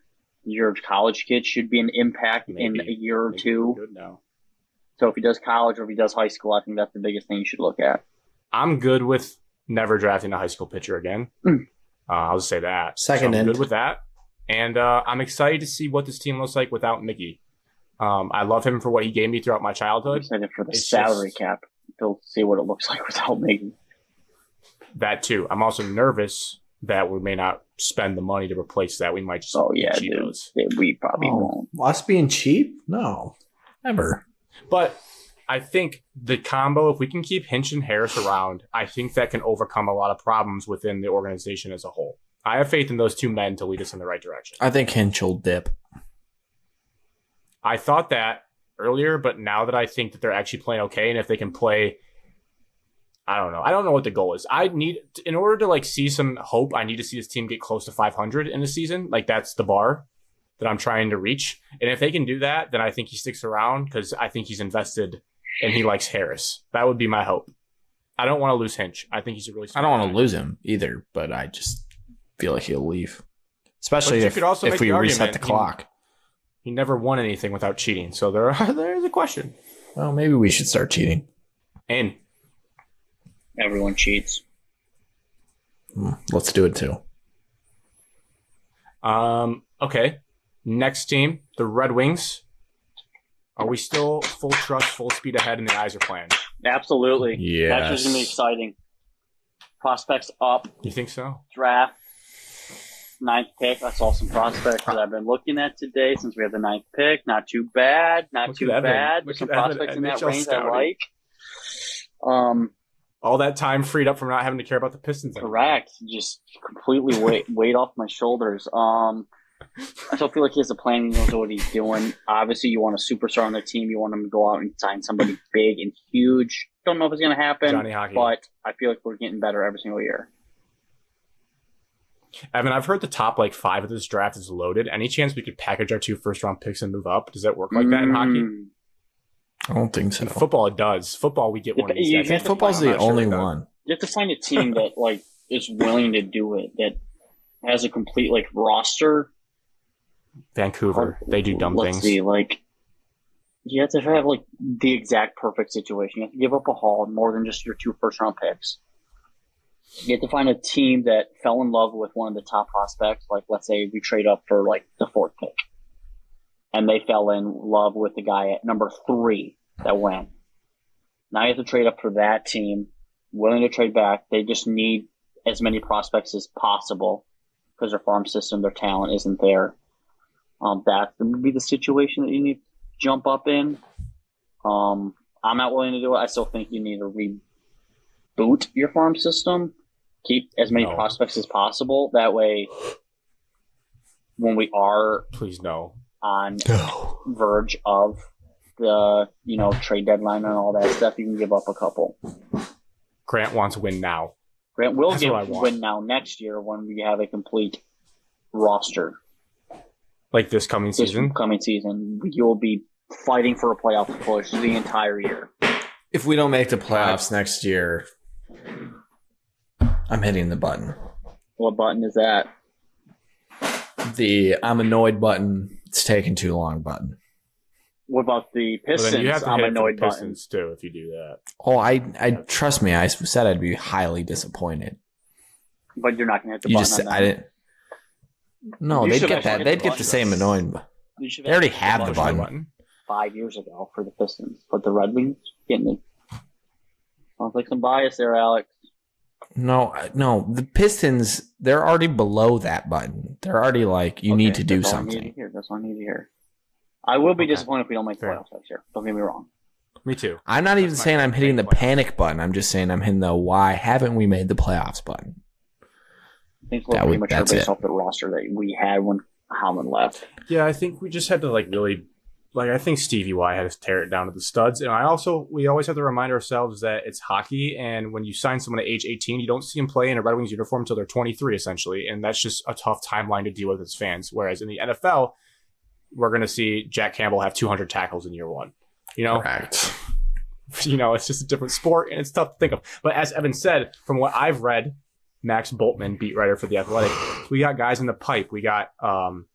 C: Your college kid should be an impact in
A: Maybe.
C: a year or
A: Maybe
C: two.
A: we're good now.
C: So if he does college or if he does high school, I think that's the biggest thing you should look at.
A: I'm good with never drafting a high school pitcher again.
C: Mm.
A: Uh, I'll just say that. I'm
B: Second end.
A: good with that, and uh, I'm excited to see what this team looks like without Mickey. Um, I love him for what he gave me throughout my
C: I'm
A: childhood.
C: excited for the
A: It's
C: salary
A: just-
C: cap. They'll see what it looks like without making.
A: That too. I'm also nervous that we may not spend the money to replace that. We might just
C: Oh
A: be
C: yeah, dude.
A: cheapos.
C: We probably
A: Oh.
C: won't.
B: us being cheap? No. Never.
A: But I think the combo, if we can keep Hinch and Harris around, I think that can overcome a lot of problems within the organization as a whole. I have faith in those two men to lead us in the right direction.
B: I think Hinch will dip.
A: I thought that earlier, but now that I think that they're actually playing okay, and if they can play, I don't know. I don't know what the goal is. I need in order to like see some hope. I need to see this team get close to 500 in the season. Like that's the bar that I'm trying to reach. And if they can do that, then I think he sticks around because I think he's invested and he likes Harris. That would be my hope. I don't want to lose Hinch. I think he's a really.
B: I don't want to lose him either, but I just feel like he'll leave. Especially
A: But you
B: if,
A: could also
B: if
A: make
B: we
A: the
B: reset
A: argument
B: the
A: he-
B: clock.
A: He never won anything without cheating. So there are there's a question.
B: Well, maybe we should start cheating.
A: And
C: Everyone cheats.
B: Hmm, Let's do it too.
A: Um, okay. Next team, the Red Wings. Are we still full trust, full speed ahead, and the eyes are playing?
C: Absolutely. That's just gonna be
B: Yes.
C: exciting. Prospects up,
A: You think so?
C: draft ninth pick. I saw some prospects that I've been looking at today since we have the ninth pick. Not too bad. Not
A: Look
C: too
A: at Evan.
C: bad.
A: Look
C: There's some
A: at Evan,
C: prospects in that
A: NHL
C: range
A: scouting.
C: I like. Um,
A: All that time freed up from not having to care about the Pistons. anymore.
C: correct. Just completely weight weight off my shoulders. Um, I still feel like he has a plan. He knows what he's doing. Obviously, you want a superstar on the team. You want him to go out and sign somebody big and huge. Don't know if it's going to happen,
A: Johnny Hockey.
C: but I feel like we're getting better every single year.
A: Evan, I've heard the top like five of this draft is loaded. Any chance we could package our two first round picks and move up? Does that work like that in hockey?
C: Mm.
B: I don't think so.
A: In football, it does. Football, we get one of these
C: You
A: guys.
C: can't-
B: Football's
A: I'm
B: the
A: not sure
B: only
A: about that.
B: one.
C: you have to find a team that like is willing to do it that has a complete like roster.
A: Vancouver, they do dumb
C: Let's
A: things.
C: see, like you have to have like the exact perfect situation. You have to give up a haul more than just your two first round picks. You have to find a team that fell in love with one of the top prospects. Like let's say we trade up for like the fourth pick, and they fell in love with the guy at number three that went. Now you have to trade up for that team, willing to trade back. They just need as many prospects as possible because their farm system, their talent isn't there. Um, that would be the situation that you need to jump up in. Um, I'm not willing to do it. I still think you need to reboot your farm system, keep as many
A: No.
C: prospects as possible. That way, when we are
A: Please no.
C: on
B: No.
C: verge of the you know trade deadline and all that stuff, you can give up a couple.
A: Grant wants to win now.
C: Grant will
A: That's
C: give
A: what I want.
C: win now next year when we have a complete roster
A: Like this coming
C: this
A: season.
C: coming season. You'll be fighting for a playoff push the entire year.
B: If we don't make the playoffs next year, I'm hitting the button.
C: What button is that?
B: The I'm annoyed button. It's taking too long button.
C: What about the
A: Well,
C: Pistons?
A: then you have to
C: I'm
A: hit it for
C: annoyed
A: the
C: button.
A: Pistons too if you do that.
B: Oh, I, I trust me. I said I'd be highly disappointed.
C: but you're not going to hit the
B: You
C: button.
B: just,
C: on that.
B: I didn't. No,
C: You
B: they'd
C: should
B: get
C: actually
B: that.
C: hit
B: They'd get
C: the
B: the
C: button.
B: same annoying. bu-
C: You should
B: They already have the
A: Push
B: button.
C: five years ago for the Pistons, but the Red Wings getting it. Sounds like some bias there, Alex.
B: No, I- no. The Pistons, they're already below that button. They're already like, you need
C: Okay,
B: to do
C: that's all I need to
B: something.
C: hear. That's all I need to hear. I will be
A: Okay.
C: disappointed if we don't make the
A: Fair.
C: playoffs next year. Don't get me wrong.
A: Me too.
B: I'm not even
A: That's my
B: saying I'm hitting the
A: complaint.
B: panic button. I'm just saying I'm hitting the why haven't we made the playoffs button.
C: Things look
B: That
C: pretty
B: would-
C: mature
B: that's it.
C: based off the roster that we had when Holland left.
A: Yeah, I think we just had to like really like I think Stevie Y had to tear it down to the studs. And I also we always have to remind ourselves that it's hockey and when you sign someone at age 18, you don't see them play in a Red Wings uniform until they're 23 essentially, and that's just a tough timeline to deal with as fans. Whereas in the NFL, we're going to see Jack Campbell have 200 tackles in year 1. You know,
B: Correct.
A: you know, it's just a different sport and it's tough to think of. But as Evan said, from what I've read, Max Boltman, beat writer for the Athletic, we got guys in the pipe. We got um,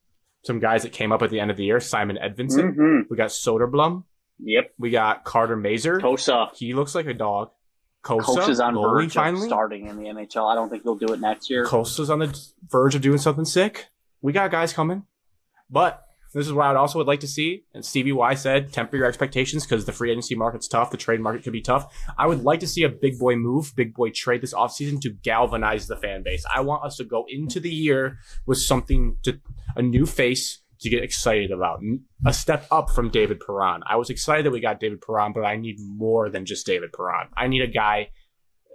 A: some guys that came up at the end of the year: Simon Edvinson,
C: Mm-hmm.
A: we got Soderblom,
C: Yep.
A: we got Carter Mazer.
C: Kosa.
A: He looks like a dog. Kosa,
C: Coach is on
A: goalie
C: verge of
A: finally.
C: starting in the NHL. I don't think he'll do it next year.
A: Costa's on the verge of doing something sick. We got guys coming, but this is what I would also would like to see. And Stevie Y said, temper your expectations because the free agency market's tough. The trade market could be tough. I would like to see a big boy move, big boy trade this offseason to galvanize the fan base. I want us to go into the year with something to a new face to get excited about. N- A step up from David Perron. I was excited that we got David Perron, but I need more than just David Perron. I need a guy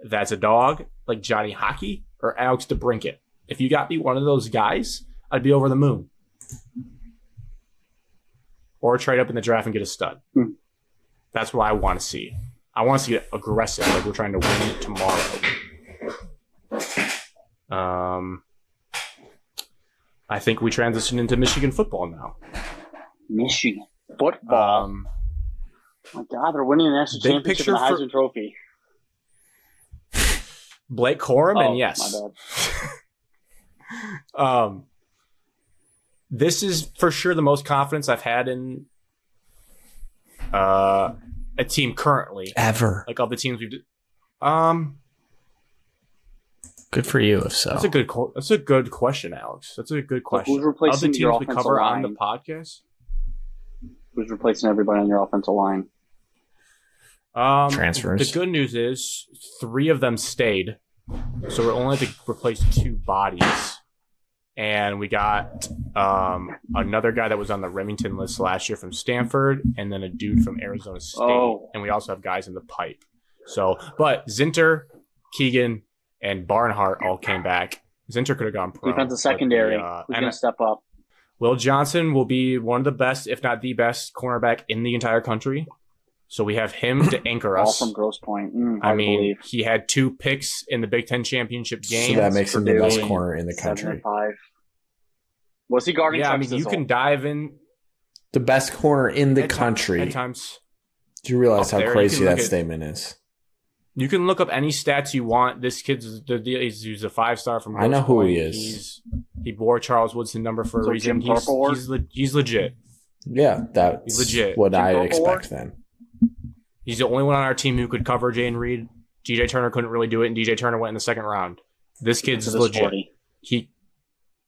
A: that's a dog like Johnny Hockey or Alex DeBrinket. If you got me one of those guys, I'd be over the moon. Or trade up in the draft and get a stud.
C: Hmm.
A: That's what I want to see. I want us to get aggressive, like we're trying to win tomorrow. Um, I think we transition into Michigan football now.
C: Michigan football.
A: Um,
C: My God, they're winning the national
A: big
C: championship
A: picture
C: and the
A: for-
C: Heisman Trophy.
A: Blake Corum,
C: Oh,
A: and yes,
C: my bad.
A: um, this is for sure the most confidence I've had in uh, a team currently.
B: Ever.
A: Like of the teams we've, d- um,
B: Good for you, if so.
A: that's a good co- that's a good question, Alex. That's a good question.
C: who's replacing
A: of the
C: your
A: teams we
C: offensive
A: cover on
C: line?
A: the podcast?
C: Who's replacing everybody on your offensive line?
A: Um,
B: Transfers.
A: The good news is three of them stayed, so we're only have to replace two bodies and we got um, another guy that was on the Remington list last year from Stanford, and then a dude from Arizona State,
C: Oh.
A: and we also have guys in the pipe. So, but Zinter, Keegan, and Barnhart all came back. Zinter could have gone pro. but the,
C: Defensive secondary.
A: uh,
C: Who's
A: and-
C: going to step up?
A: Will Johnson will be one of the best, if not the best, cornerback in the entire country. So we have him to anchor
C: All
A: us.
C: from Gross Point. Mm, I,
A: I mean,
C: believe.
A: he had two picks in the Big Ten championship game.
B: So that makes him the
A: Purdue
B: best
A: and-
B: corner in the
C: Seven
B: country.
C: and Five. Was he guarding?
A: Yeah, I
C: Chuck
A: mean, you
C: Sizzle?
A: can dive in
B: The best corner in the
A: at ti-
B: country.
A: at times.
B: Do you realize
A: up
B: how
A: there, you
B: crazy
A: can
B: that
A: look at-
B: statement is?
A: You can look up any stats you want. This kid's the deal. He's, he's a five star from.
B: I know
A: Grosse
B: who he
A: Pointe.
B: is.
A: He's, he wore Charles Woodson number for
C: So
A: a reason.
C: Jim
A: He's,
C: Thorpe Award?
A: he's, le- he's legit.
B: Yeah, that's
A: Legit.
B: what
C: Jim
B: I
C: Thorpe
B: expect then.
A: He's the only one on our team who could cover Jane Reed. DJ Turner couldn't really do it, and DJ Turner went in the second round. This kid's
C: This
A: legit.
C: 40.
A: He,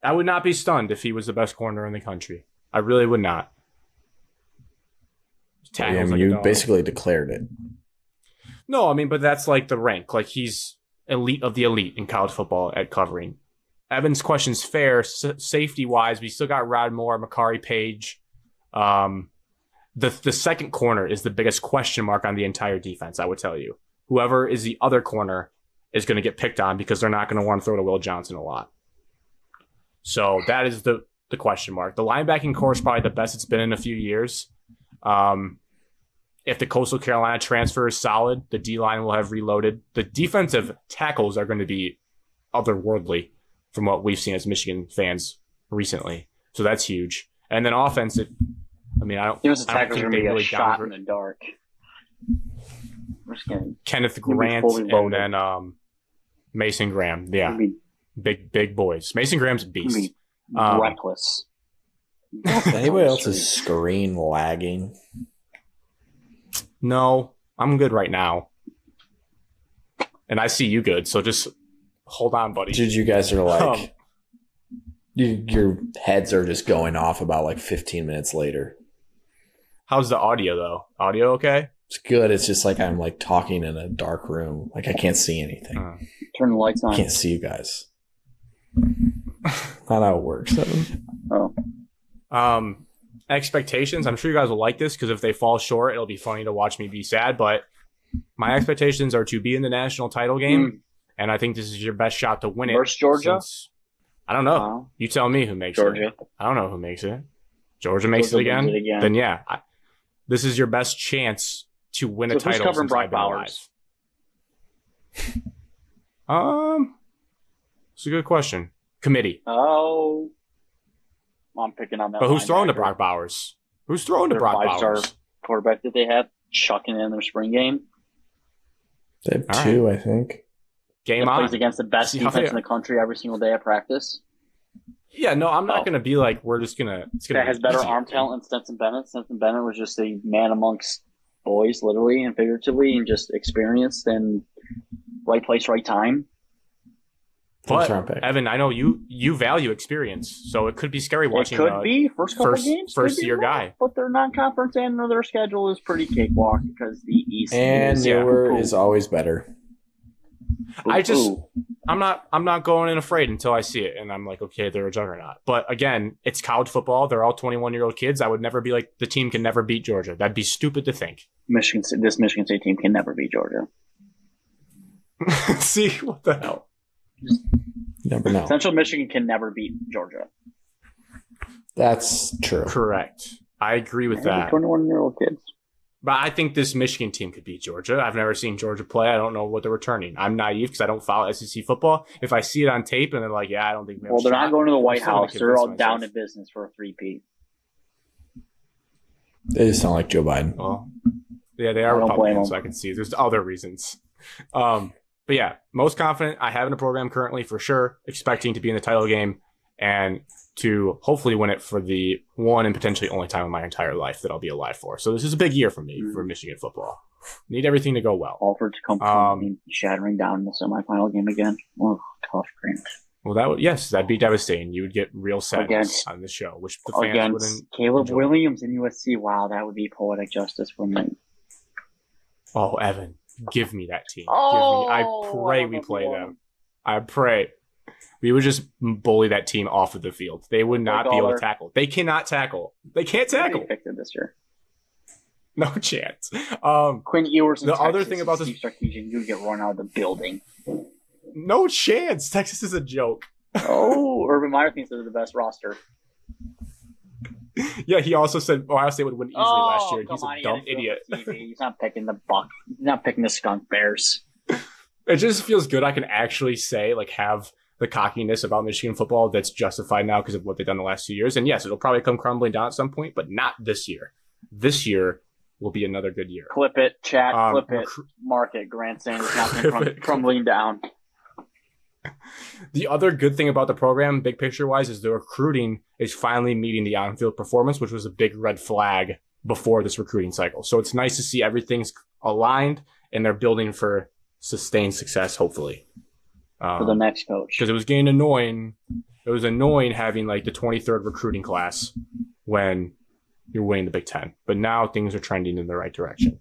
A: I would not be stunned if he was the best corner in the country. I really would not.
B: I
A: Tackles
B: mean,
A: like a
B: you
A: dog.
B: basically declared it.
A: No, I mean, but that's like the rank. Like he's elite of the elite in college football at covering. Evans' question's fair s- safety wise. We still got Rod Moore, Makari Page. Um, the the second corner is the biggest question mark on the entire defense. I would tell you, whoever is the other corner is going to get picked on because they're not going to want to throw to Will Johnson a lot. So that is the the question mark. The linebacking core is probably the best it's been in a few years. Um, if the Coastal Carolina transfer is solid, the D line will have reloaded. The defensive tackles are going to be otherworldly from what we've seen as Michigan fans recently. So that's huge. And then offensive, I mean, I don't,
C: He was
A: I don't
C: attackers
A: think
C: going
A: they
C: to get
A: really
C: shot in
A: downgrade
C: the dark. We're just going
A: Kenneth
C: be
A: Grant
C: fully
A: and
C: loaded.
A: then um, Mason Graham.
C: to
A: Yeah,
C: be
A: big big boys. Mason Graham's a beast.
C: be
A: Um,
C: reckless.
B: Is Anybody else's screen lagging?
A: No, I'm good right now, and I see you good. So just hold on, buddy.
B: Dude, you guys are
A: Um,
B: like, you, your heads are just going off about like 15 minutes later.
A: How's the audio though? Audio okay?
B: It's good. It's just like I'm like talking in a dark room. Like I can't see anything.
A: Uh.
C: Turn the lights
B: I
C: on.
B: can't see you guys. Not how it works.
C: Oh,
A: um expectations i'm sure you guys will like this because if they fall short it'll be funny to watch me be sad but my expectations are to be in the national title game and i think this is your best shot to win it
C: Hmm.
A: Oh,
C: Versus Georgia?
A: since- i don't know
C: Wow.
A: you tell me who makes it
C: Georgia.
A: i don't know who makes it georgia makes
C: Georgia
A: it again
C: wins it again.
A: then yeah I, this is your best chance to win a
C: So who's
A: title
C: covering
A: since I've
C: Brock
A: been alive.
C: Bowers?
A: um it's a good question committee
C: Oh, I'm picking on that.
A: but who's throwing to
C: linebacker.
A: Brock Bowers? Who's throwing to
C: Their
A: Brock
C: five-star
A: Bowers?
C: quarterback that they have chucking in their spring game.
B: They have
A: All
B: two, I think.
A: Game
C: that
A: on.
C: plays against the best
A: See how
C: defense
A: they-
C: in the country every single day at practice.
A: Yeah, no, I'm not
C: Oh.
A: gonna be like we're just gonna. It's gonna
C: That has
A: be
C: better
A: easy.
C: arm talent than Stenson Bennett. Stenson Bennett was just a man amongst boys, literally and figuratively, and just experienced and right place, right time.
B: First round
A: But
B: pick.
A: Evan, I know you you value experience, so it could be scary watching.
C: it could
A: uh,
C: be first couple
A: first-
C: games,
A: first
C: could be
A: year
C: rough,
A: guy.
C: but their non-conference and their schedule is pretty cakewalk because the East
B: And
C: is,
A: yeah,
B: newer
C: cool.
B: is always better.
A: I just-
C: Ooh,
A: I'm not I'm not going in afraid until I see it, and I'm like, okay, they're a juggernaut. But again, it's college football. They're all 21 year old kids. I would never be like the team can never beat Georgia. That'd be stupid to think.
C: Michigan State, this Michigan State team can never beat Georgia.
A: see what the hell?
B: You never know.
C: Central Michigan can never beat Georgia.
B: That's true.
A: Correct. I agree with that.
C: Twenty-one year old kids.
A: But I think this Michigan team could beat Georgia. I've never seen Georgia play. I don't know what they're returning. I'm naive because I don't follow SEC football. If I see it on tape and they're like, yeah, I don't think we have
C: Well,
A: a
C: they're
A: shot.
C: not going to the White
A: I'm still gonna
C: House. They're all
A: convince
C: down to
A: myself.
C: business for a three-peat.
B: They just sound like Joe Biden.
A: Well, yeah, they are
C: Mm-hmm. I don't blame
A: Republicans,
C: them.
A: so I can see there's other reasons. Um, but yeah, most confident I have in a program currently for sure, expecting to be in the title game and to hopefully win it for the one and potentially only time in my entire life that I'll be alive for. So this is a big year for me
C: Mm-hmm.
A: for Michigan football. Need everything to go well.
C: Alford to come
A: Um,
C: and shattering down in the semifinal game again. Oh, tough grant.
A: Well, that would yes, that'd be devastating. You would get real sadness
C: Against-
A: on the show, which the fans
C: Against
A: wouldn't.
C: Caleb
A: enjoy.
C: Williams in USC. Wow, that would be poetic justice, wouldn't it?
A: Oh, Evan, give me that team.
C: Oh,
A: give me, I pray we play them. I pray. we would just bully that team off of the field. They would not be able
C: Dollar.
A: to tackle. They cannot tackle. They can't tackle.
C: picked it this year.
A: No chance. Um,
C: Quinn Ewers. in
A: The other
C: Texas
A: thing
C: and
A: about this-
C: Steve Sarkisian, you get run out of the building.
A: no chance. Texas is a joke.
C: Oh, Urban Meyer thinks they're the best roster.
A: Yeah, he also said Ohio State would win easily
C: oh,
A: last year.
C: come
A: He's
C: on,
A: a
C: he
A: dumb
C: had to do
A: idiot.
C: it for TV. He's not picking the buck. He's not picking the skunk bears.
A: It just feels good. I can actually say like have the cockiness about Michigan football that's justified now because of what they've done the last two years. And yes, it'll probably come crumbling down at some point, but not this year. This year will be another good year.
C: Clip it, chat.
A: Um,
C: clip it, mark it. Grant saying it's not
A: Clip
C: going to
A: it.
C: crumbling down.
A: The other good thing about the program, big picture wise, is the recruiting is finally meeting the on field performance, which was a big red flag before this recruiting cycle. So it's nice to see everything's aligned and they're building for sustained success, hopefully.
C: for the
A: Um,
C: next coach.
A: because it was getting annoying. It was annoying having like the 23rd recruiting class when you're winning the Big Ten. But now things are trending in the right direction.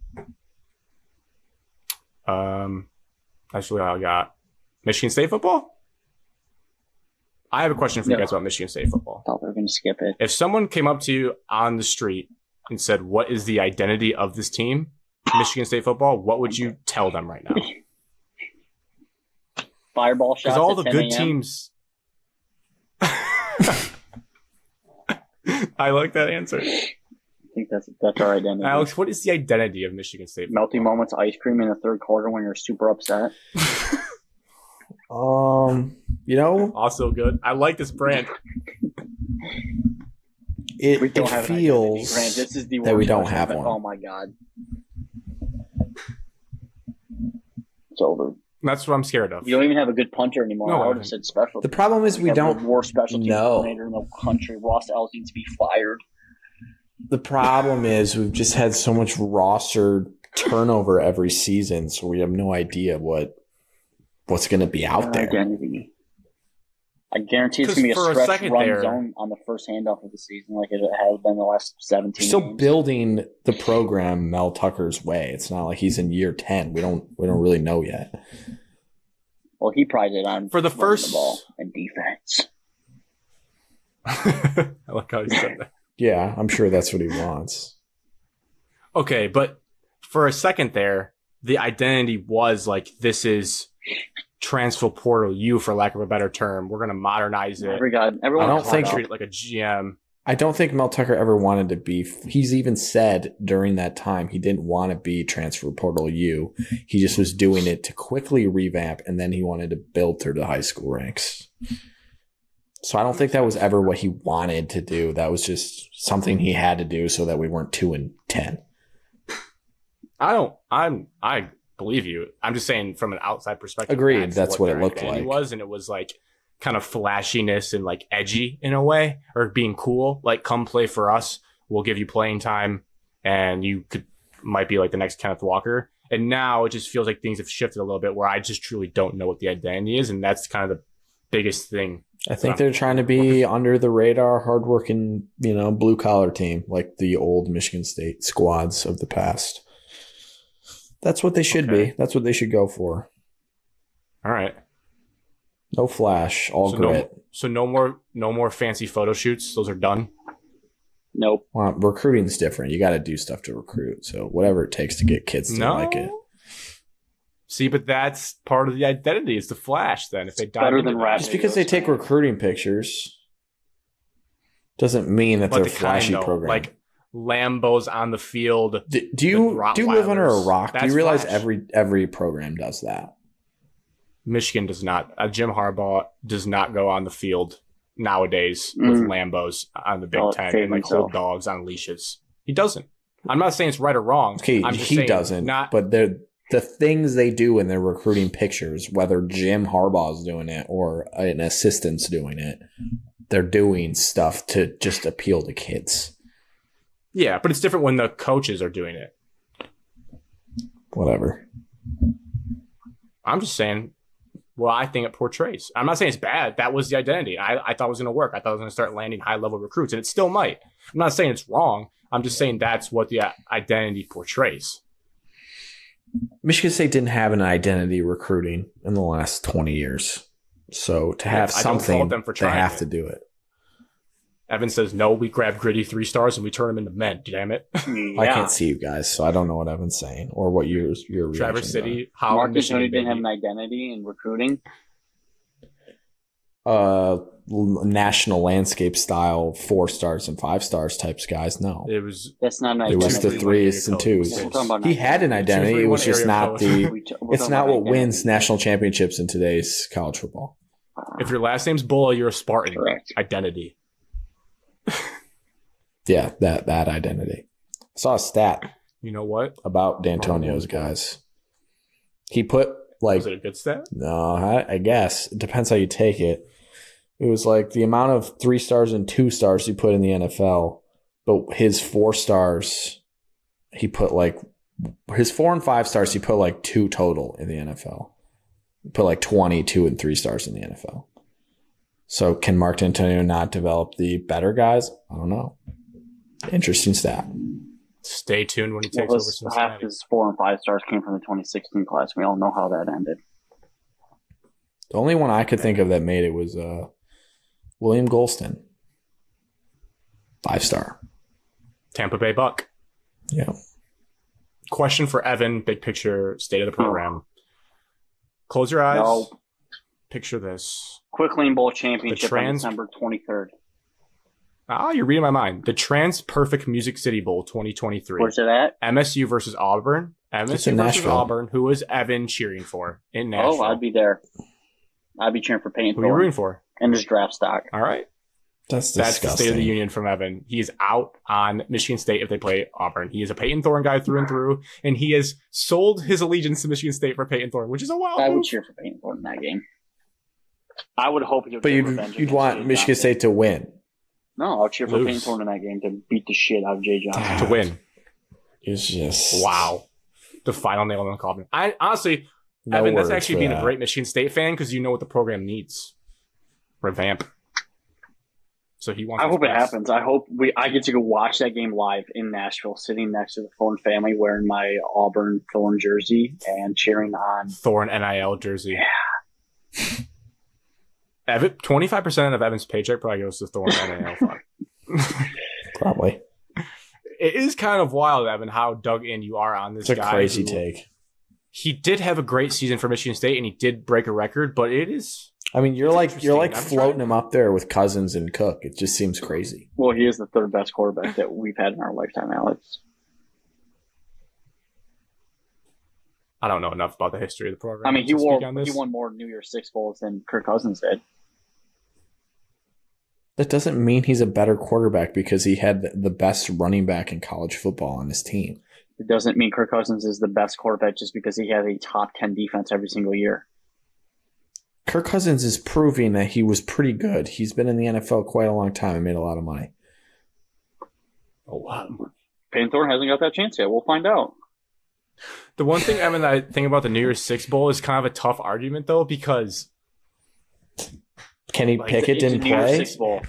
A: Um, that's really all I got. Michigan State football? I have a question for you
C: No.
A: guys about Michigan State football.
C: thought we were going to skip it.
A: If someone came up to you on the street and said, What is the identity of this team, Michigan State football, what would you tell them right now?
C: Fireball shots.
A: Because all
C: at
A: the
C: 10
A: good
C: a.m..
A: teams. I like that answer.
C: I think that's that's our identity.
A: Alex, what is the identity of Michigan State?
C: Melty moments, ice cream in the third quarter when you're super upset.
B: Um, you know,
A: Also good. I like this brand.
B: it,
C: We don't
B: it
C: have an identity.
B: feels
C: Grant, this is the
B: that we
C: worst
B: don't
C: question,
B: have
C: but-
B: one.
C: Oh my god, it's over.
A: That's what I'm scared of.
C: You don't even have a good punter anymore.
A: No,
C: I would
A: I-
C: have said special.
B: the problem is we
C: have
B: don't
C: the worst special teams
B: know.
C: coordinator in the country. Ross Ellis needs to be fired.
B: The problem is we've just had so much roster turnover every season, so we have no idea what what's going to be out
C: Our
B: there.
C: Identity. I guarantee it's
A: 'Cause
C: gonna be a
A: for a
C: stretch
A: second
C: run
A: there-
C: zone on the first handoff of the season, like it has been the last
B: We're
C: seventeen.
B: still
C: games.
B: building the program Mel Tucker's way. It's not like he's in year ten. We don't we don't really know yet.
C: Well, he pried it on
A: For the
C: running
A: first-
C: ball and defense.
A: I like how you said that.
B: Yeah, I'm sure that's what he wants.
A: Okay, but for a second there, the identity was like this is transfer portal you for lack of a better term. We're gonna modernize it.
C: Every guy, everyone.
B: I don't
C: caught
B: think-
C: up.
A: treat it like a GM.
B: I don't think Mel Tucker ever wanted to be. He's even said during that time he didn't want to be transfer portal U. He just was doing it to quickly revamp, and then he wanted to build through the high school ranks. So I don't think that was ever what he wanted to do. That was just something he had to do so that we weren't two and ten.
A: I don't. I'm. I believe you. I'm just saying from an outside perspective.
B: Agreed. That's what it
A: their
B: looked
A: identity
B: like.
A: Was and it was like kind of flashiness and like edgy in a way, or being cool. Like, come play for us. We'll give you playing time, and you could might be like the next Kenneth Walker. And now it just feels like things have shifted a little bit, where I just truly don't know what the identity is, and that's kind of the biggest thing.
B: I think they're trying to be under the radar, hardworking, you know, blue collar team like the old Michigan State squads of the past. That's what they should
A: Okay.
B: be. That's what they should go for.
A: All right.
B: No flash, all
A: So no-
B: grit.
A: So no more, no more fancy photo shoots. Those are done.
C: Nope.
B: Well, recruiting's different. You got to do stuff to recruit. So whatever it takes to get kids to
A: no.
B: like it.
A: See, but that's part of the identity. It's the flash. Then if they dive
C: better
A: into
C: than
A: that.
C: rap.
B: Just because they take recruiting pictures doesn't mean that
A: but
B: they're
A: the
B: flashy
A: kind though,
B: program.
A: like Lambos on the field.
B: do, do you
A: the
B: do you live under a
A: Rottweilers.
B: rock? do
A: That's
B: you realize
A: flash.
B: every every program does that?
A: Michigan does not. Uh, Jim Harbaugh does not go on the field nowadays with
C: Mm.
A: Lambos on the Big
C: Oh,
A: Ten
C: save
A: and like
C: himself.
A: hold dogs on leashes. He doesn't. I'm not saying it's right or wrong.
B: Okay,
A: I'm just
B: he
A: saying
B: doesn't.
A: Not
B: but they're the things they do in their recruiting pictures, whether Jim Harbaugh's doing it or an assistant's doing it, they're doing stuff to just appeal to kids.
A: yeah, but it's different when the coaches are doing it.
B: Whatever.
A: I'm just saying. Well, I think it portrays. I'm not saying it's bad. That was the identity. I, I thought it was going to work. I thought it was going to start landing high level recruits, and it still might. I'm not saying it's wrong. I'm just saying that's what the uh, identity portrays.
B: Michigan State didn't have an identity recruiting in the last 20 years. So to have
A: I don't fault
B: something,
A: them for
B: they
A: trying
B: have
A: it.
B: to do it.
A: Evan says, no, we grab gritty three stars and we turn them into men. Damn it.
B: I
C: Yeah.
B: can't see you guys, so I don't know what Evan's saying or what your your
A: Traverse
B: reaction
A: City, Holland,
C: Mark
A: Michigan.
C: Antonio didn't have
A: baby.
C: an identity in recruiting.
B: are. Uh, l- national landscape style four stars and five stars types guys. No,
A: It was
C: That's not an
B: It
C: identity.
B: was the threes and twos.
C: Yeah, we're talking about
B: he had an identity. It was just not the.
C: We t- we're
B: It's
C: talking
B: not
C: about
B: what wins
C: identity.
B: national championships in today's college football.
A: If your last name's Bull, you're a Spartan.
C: Ah, Correct.
A: Identity.
B: Yeah, that that identity. I saw a stat
A: You know what?
B: about D'Antonio's guys. He put like
A: Was it a good stat?
B: No, I, I guess it depends how you take it. It was like the amount of three stars and two stars he put in the NFL, but his four stars, he put like his four and five stars, he put like two total in the NFL. He put like 22 and three stars in the NFL. So can Mark D'Antonio not develop the better guys? I don't know. Interesting stat.
A: Stay tuned when he takes over
C: Well, his- half
A: Cincinnati.
C: his four and five stars came from the 2016 class. We all know how that ended.
B: The only one I could think of that made it was uh, William Golston. Five star.
A: Tampa Bay Buck.
B: Yeah.
A: Question for Evan, big picture, state of the program. Close your eyes.
C: No.
A: Picture this.
C: Quick Lean Bowl Championship
A: trans-
C: on December 23rd.
A: Ah, you're reading my mind. The Trans Perfect Music City Bowl 2023.
C: Where's it at?
A: MSU versus Auburn. MSU versus
B: in Nashville.
A: Auburn. Who is Evan cheering for in Nashville?
C: Oh, I'd be there. I'd be cheering for Peyton
A: Who are you
C: Thorne
A: rooting for?
C: and his draft stock.
A: All right.
B: That's
A: That's
B: disgusting.
A: the state of the union from Evan. He is out on Michigan State if they play Auburn. He is a Peyton Thorne guy through and through, and he has sold his allegiance to Michigan State for Peyton Thorne, which is a wild
C: I would
A: move.
C: cheer for Peyton Thorne in that game. I would hope he would
B: But
C: get
B: you'd
C: revenge
B: you'd
C: against
B: want
C: Jay
B: Michigan
C: Johnson.
B: State to win.
C: No, I'll cheer for
A: Lose.
C: Peyton Thorne in that game to beat the shit out of Jay Johnson.
A: to win.
B: It's just
A: Wow. The final nail in the coffin. I honestly,
B: no
A: Evan, that's
B: words
A: actually
B: for
A: being a
B: that.
A: great Michigan State fan because you know what the program needs. Revamp. So he wants
C: I
A: his
C: hope it
A: best.
C: happens. I hope we I get to go watch that game live in Nashville, sitting next to the Thorne family, wearing my Auburn Thorne jersey and cheering on.
A: Thorne NIL jersey. Evan, 25% of Evan's paycheck probably goes to Thorne NIL fund.
B: Probably.
A: it is kind of wild, Evan, how dug in you are on this
B: It's a
A: guy.
B: crazy
A: who-
B: take.
A: He did have a great season for Michigan State, and he did break a record, but it is
B: I mean, you're
A: It's
B: like you're like
A: interesting. I'm
B: floating
A: trying-
B: him up there with Cousins and Cook. It just seems crazy.
C: Well, he is the third best quarterback that we've had in our lifetime, Alex.
A: I don't know enough about the history of the program.
C: I mean, he
A: to speak
C: wore
A: on this.
C: he won more New Year's Six bowls than Kirk Cousins did.
B: That doesn't mean he's a better quarterback because he had the- the best running back in college football on his team.
C: It doesn't mean Kirk Cousins is the best quarterback just because he had a top ten defense every single year.
B: Kirk Cousins is proving that he was pretty good. He's been in the NFL quite a long time and made a lot of money.
A: a
B: Oh,
A: lot more.
C: Peyton Thorne hasn't got that chance yet. We'll find out.
A: The one thing, Evan, that I think about the New Year's Six Bowl is kind of a tough argument, though, because
B: Kenny
A: Like,
B: Pickett
C: It's a
B: didn't
C: New Year's
B: play.
C: Six bowl.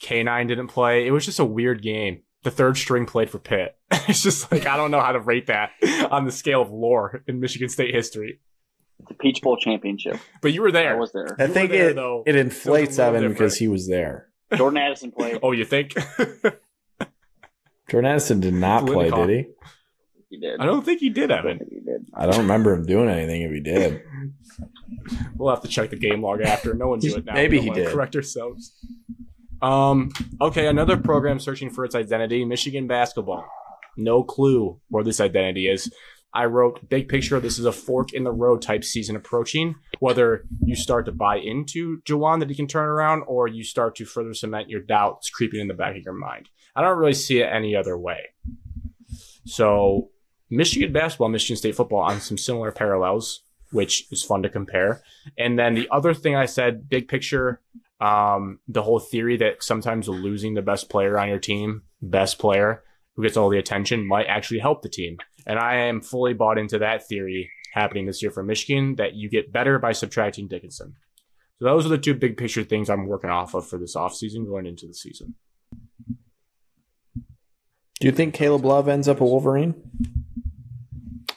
A: K9 didn't play. It was just a weird game. The third string played for Pitt. it's just like, I don't know how to rate that on the scale of lore in Michigan State history.
C: The Peach Bowl championship.
A: But you were
C: I
A: there.
C: was there.
B: I
A: You were
B: think
A: there,
B: it
A: though.
B: it inflates
A: little
B: Evan because
A: different.
B: he was there.
C: Jordan Addison played.
A: oh, you think?
B: Jordan Addison did not
A: It's
B: play,
A: Linehan.
B: did he?
C: He did.
A: I don't think you did,
C: I don't
A: Evan.
C: think he did.
B: I don't remember him doing anything if he did.
A: We'll have to check the game log after. No one do it now.
B: Maybe
A: We don't
B: he
A: wanna
B: did.
A: Correct ourselves. Um. Okay. Another program searching for its identity. Michigan basketball. No clue where this identity is. I wrote big picture. This is a fork in the road type season approaching. Whether you start to buy into Jawan that he can turn around, or you start to further cement your doubts creeping in the back of your mind. I don't really see it any other way. So, Michigan basketball, Michigan State football on some similar parallels, which is fun to compare. And then the other thing I said, big picture, um, the whole theory that sometimes losing the best player on your team, best player who gets all the attention, might actually help the team. And I am fully bought into that theory happening this year for Michigan that you get better by subtracting Dickinson. So those are the two big picture things I'm working off of for this offseason going into the season.
B: Do you think Caleb Love ends up a Wolverine?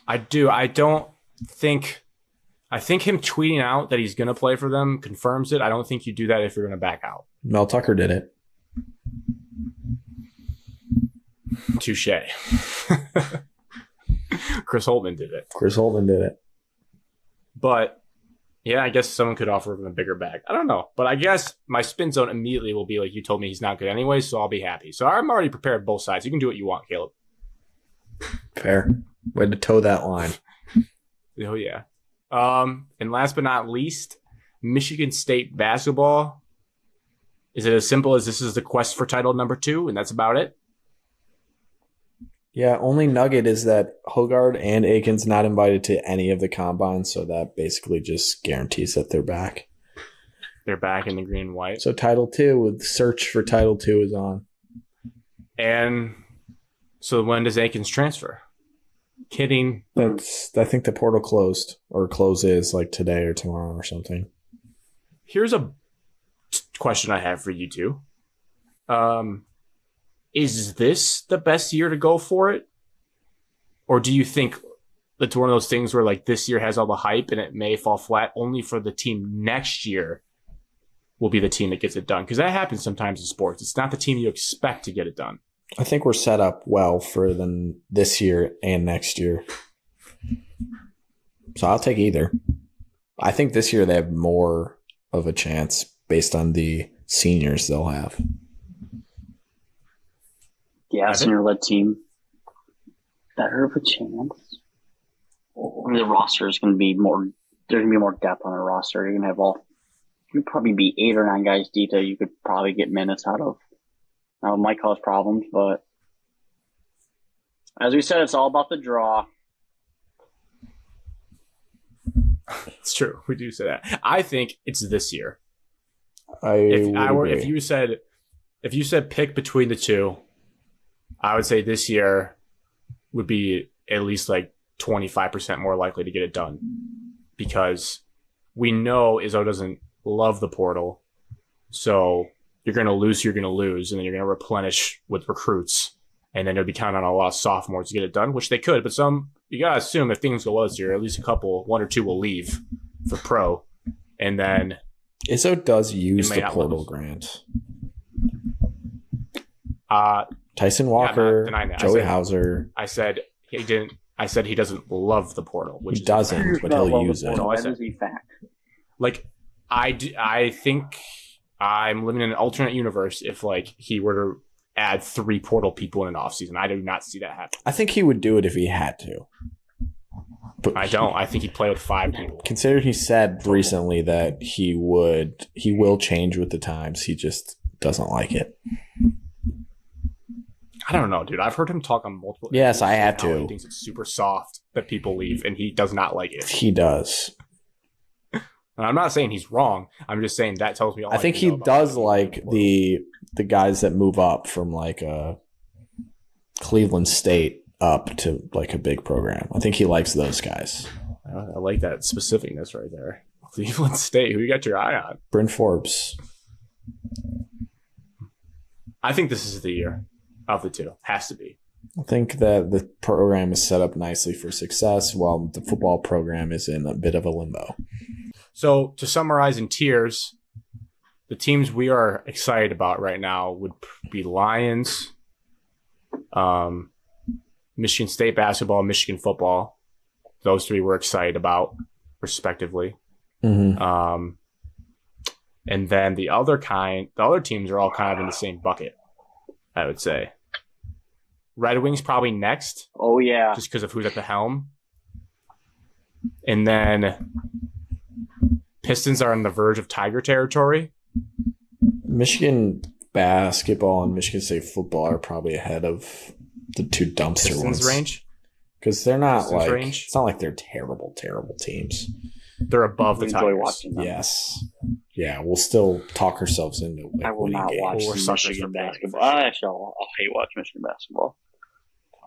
A: I do. I don't think. I think him tweeting out that he's going to play for them confirms it. I don't think you do that if you're going to back out.
B: Mel Tucker did it.
A: Touche. Chris Holtman did it.
B: Chris Holtman did it.
A: But yeah, I guess someone could offer him a bigger bag. I don't know. But I guess my spin zone immediately will be like, you told me he's not good anyway, so I'll be happy. So I'm already prepared both sides. You can do what you want, Caleb.
B: Fair. Way to toe that line.
A: Oh, yeah. Um, and last but not least, Michigan State basketball. Is it as simple as this is the quest for title number two, and that's about it?
B: Yeah, only nugget is that Hogard and Aiken's not invited to any of the combines, so that basically just guarantees that they're back.
A: They're back in the green and white.
B: So Title Two with search for Title Two is on.
A: And so when does Aikens transfer? Kidding.
B: That's I think the portal closed or closes like today or tomorrow or something.
A: Here's a question I have for you two. Um, is this the best year to go for it? Or do you think it's one of those things where like this year has all the hype and it may fall flat only for the team next year will be the team that gets it done? Because that happens sometimes in sports. It's not the team you expect to get it done.
B: I think we're set up well for the, this year and next year. So I'll take either. I think this year they have more of a chance based on the seniors they'll have.
A: I
C: Yeah,
A: think-
C: senior led team. Better of a chance. I mean, the roster is going to be more. There's going to be more depth on the roster. You're going to have all. You'd probably be eight or nine guys deep that you could probably get minutes out of. Now, it might cause problems, but as we said, it's all about the draw.
A: It's true. We do say that. I think it's this year.
B: I
A: If
B: would
A: I were, if
B: agree.
A: you said, if you said pick between the two, I would say this year would be at least like 25% more likely to get it done because we know Izzo doesn't love the portal. So you're going to lose, you're going to lose, and then you're going to replenish with recruits. And then you'll be counting on a lot of sophomores to get it done, which they could, but some, you got to assume if things go well this year, at least a couple, one or two will leave for pro. And then
B: Izzo does use
A: may
B: the
A: not
B: portal
A: lose.
B: grant.
A: uh,
B: Tyson
A: not
B: Walker,
A: denying that. I
B: Joey
A: said-
B: Hauser.
A: I said he didn't. I said he doesn't love the portal, which
B: He
A: is-
B: doesn't, but
C: Well,
B: he'll
C: well,
B: use it.
A: portal.
C: well,
A: I
C: That
A: said-
C: is a fact.
A: like I. d- I think I'm living in an alternate universe. If like he were to add three portal people in an offseason, I do not see that happen.
B: I think he would do it if he had to. But
A: I don't. I think he'd play with five people.
B: Considering he said recently that he would, he will change with the times. He just doesn't like it.
A: I don't know, dude. I've heard him talk on multiple.
B: Yes, I have
A: how He
B: to.
A: thinks it's super soft that people leave, and he does not like it.
B: He does.
A: And I'm not saying he's wrong. I'm just saying that tells me all.
B: I think
A: need
B: he
A: to know about
B: does
A: the
B: like
A: portal.
B: the the guys that move up from like a Cleveland State up to like a big program. I think he likes those guys.
A: Uh, I like that specificness right there. Cleveland State. Who you got your eye on?
B: Bryn Forbes.
A: I think this is the year of the two. Has to be.
B: I think that the program is set up nicely for success, while the football program is in a bit of a limbo.
A: So to summarize in tiers, the teams we are excited about right now would p- be Lions, um, Michigan State basketball, Michigan football. Those three we're excited about, respectively.
B: Mm-hmm.
A: Um, and then the other kind, the other teams are all kind of in the same bucket. I would say. Red Wings probably next.
C: Oh yeah,
A: just because of who's at the helm. And then Pistons are on the verge of Tiger territory.
B: Michigan basketball and Michigan State football are probably ahead of the two dumpster
A: Pistons
B: ones
A: range.
B: because they're not
A: Pistons
B: like
A: range.
B: it's not like they're terrible, terrible teams.
A: They're above
C: we
A: the
C: enjoy
A: Tigers.
C: watching them.
B: Yes. Yeah, we'll still talk ourselves into like,
C: I will
B: winning
C: not
B: games.
C: watch
A: Or suckers for Michigan,
C: Michigan basketball.
A: for sure.
C: I actually, I'll, I'll hate watch Michigan basketball.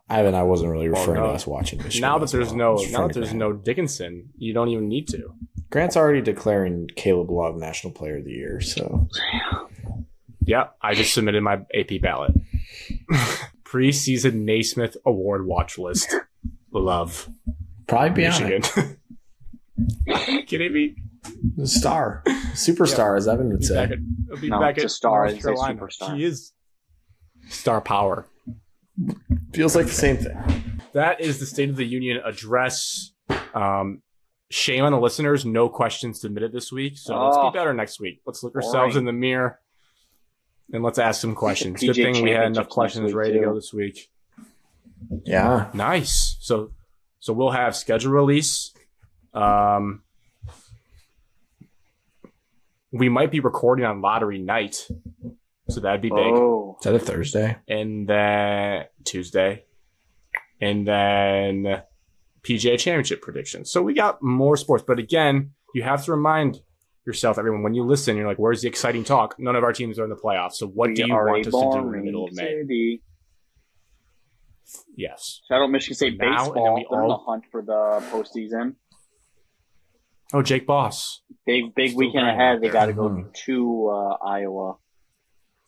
B: Ivan, I wasn't really
A: Well,
B: referring
A: Oh, no.
B: to us watching Michigan.
A: Now that there's
B: basketball. I
A: no
B: was
A: now
B: referring
A: that
B: to
A: there's
B: Grant.
A: no Dickinson, you don't even need to.
B: Grant's already declaring Caleb Love National Player of the Year, so
A: Yep, I just submitted my AP ballot. Preseason Naismith Award watch list. Love
B: probably be on it.
A: Michigan. Kidding me?
B: The star, superstar, as Evan would
A: Be
B: say.
A: back at, he'll be
C: No,
A: back
C: it's
A: at
C: a star.
A: North
C: It's a
A: Carolina.
C: superstar.
A: He is.
B: Star power feels like the same thing.
A: That is the State of the Union address. Um, shame on the listeners. No questions submitted this week. So let's
C: Oh.
A: be better next week. Let's look
C: Boring.
A: ourselves in the mirror and let's ask some questions.
C: PJ
A: Good thing we had
C: championships
A: enough
C: next
A: questions
C: week,
A: ready to
C: too.
A: go this week.
B: Yeah,
A: Nice. So so we'll have schedule release. Um we might be recording on lottery night. So that'd be big.
C: Oh,
B: is that a Thursday?
A: And then Tuesday. And then PGA championship predictions. So we got more sports. But again, you have to remind yourself, everyone, when you listen, you're like, where's the exciting talk? None of our teams are in the playoffs. So what
C: we
A: do you
C: are
A: want
C: a
A: us to do in the
C: boring
A: middle of May?
C: city.
A: Yes.
C: Shout out Michigan State
A: Now, and then
C: baseball.
A: we
C: They're in the
A: all-
C: hunt for the postseason.
A: Oh, Jake Boss.
C: Big big
A: Still
C: weekend
A: grinding out
C: ahead. They
A: there. Hmm.
C: got to go
B: Mhm.
C: to uh, Iowa.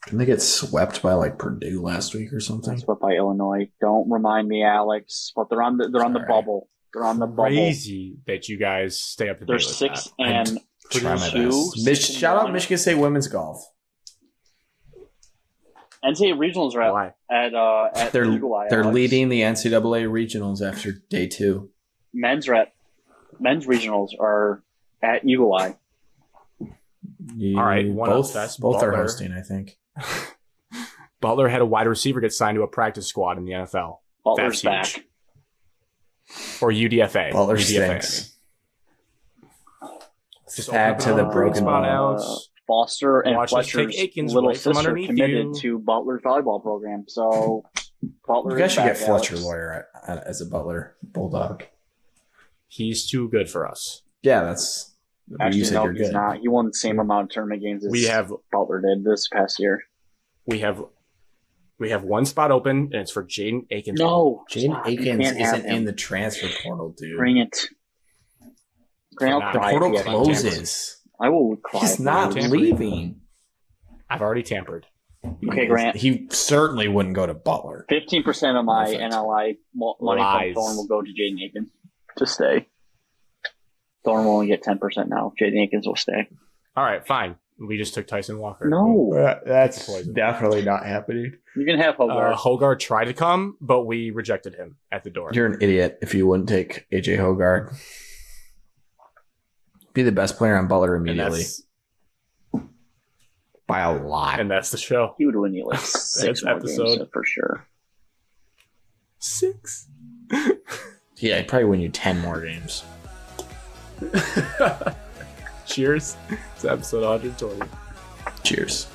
B: Didn't they get swept by like Purdue last week or something?
C: That's what by Illinois. Don't remind me, Alex. But they're on the they're on the
B: Sorry.
C: bubble. They're on the bubble.
A: crazy that you guys stay up to date
C: They're
A: with
C: six
A: that.
B: I'd
C: and
A: Pretty
B: Try my
A: much.
C: two,
B: best.
C: six
B: Mich-
C: and
B: shout out
C: one.
B: Michigan State women's golf.
C: NCAA regionals are at
A: Why?
C: at, uh, at
B: They're
C: Eagle Eye,
B: they're
C: Alex.
B: leading the NCAA regionals after day two.
C: Men's are at men's regionals are at Eagle Eye.
B: You-
A: All right, one
B: both
A: obsessed
B: both are
A: baller.
B: hosting, I think.
A: Butler had a wide receiver get signed to a practice squad in the NFL
C: Butler's
A: That's
C: back.
A: or UDFA.
B: Butler
A: UDFA, I mean.
B: stinks.
A: Just open
B: Add
A: up
B: to the
A: another
B: broken
A: spot,
B: ball.
A: Alex.
C: Foster and
A: Watch us take
C: Fletcher's
A: Aikens
C: little
A: right from
C: sister
A: underneath
C: committed
A: you.
C: to Butler's volleyball program. So Butler.
B: You guys
C: is
B: should
C: back,
B: get Fletcher
C: Alex.
B: Lawyer at- as a Butler Bulldog.
A: He's too good for us.
B: Yeah, that's. but
C: Actually,
B: you said
C: no,
B: you're
C: he's
B: good.
C: not. He won the same amount of tournament games as
A: We have
C: Butler did this past year.
A: we have we have one spot open, and it's for Jaden Aikens.
C: No,
B: Jaden
C: You
B: Akins
C: can't have
B: isn't
C: him.
B: in the transfer portal, dude.
C: Bring it. Grant, I'll
A: Nah,
B: the
C: cry if
B: portal
C: he had tampered.
B: closes.
C: I will cry. if
B: He's
C: he
B: not
C: had
A: Tampering.
B: leaving.
A: I've already tampered.
C: Okay, Grant.
B: He certainly wouldn't go to Butler.
C: Fifteen percent of my
B: Perfect.
C: NLI mo- money
A: Lies.
C: from Thorne will go to Jaden Aikens to stay. Thorne will only get ten percent now. Jaden Aikens will stay.
A: All right, fine. We just took Tyson Walker.
C: No,
B: That's
A: Poison.
B: definitely not happening.
C: you can have Hogarth.
A: Uh, Hogar tried to come, but we rejected him at the door.
B: You're an idiot if you wouldn't take AJ Hogard. Be the best player on Butler
A: and,
B: immediately
A: that's,
B: by a lot.
A: and that's the show.
C: he would win you like
A: That's
C: six more games
A: episode.
C: for sure.
A: Six.
B: yeah, he'd probably win you ten more games.
A: Cheers. It's episode 120.
B: Cheers.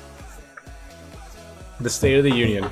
A: The State of the Union.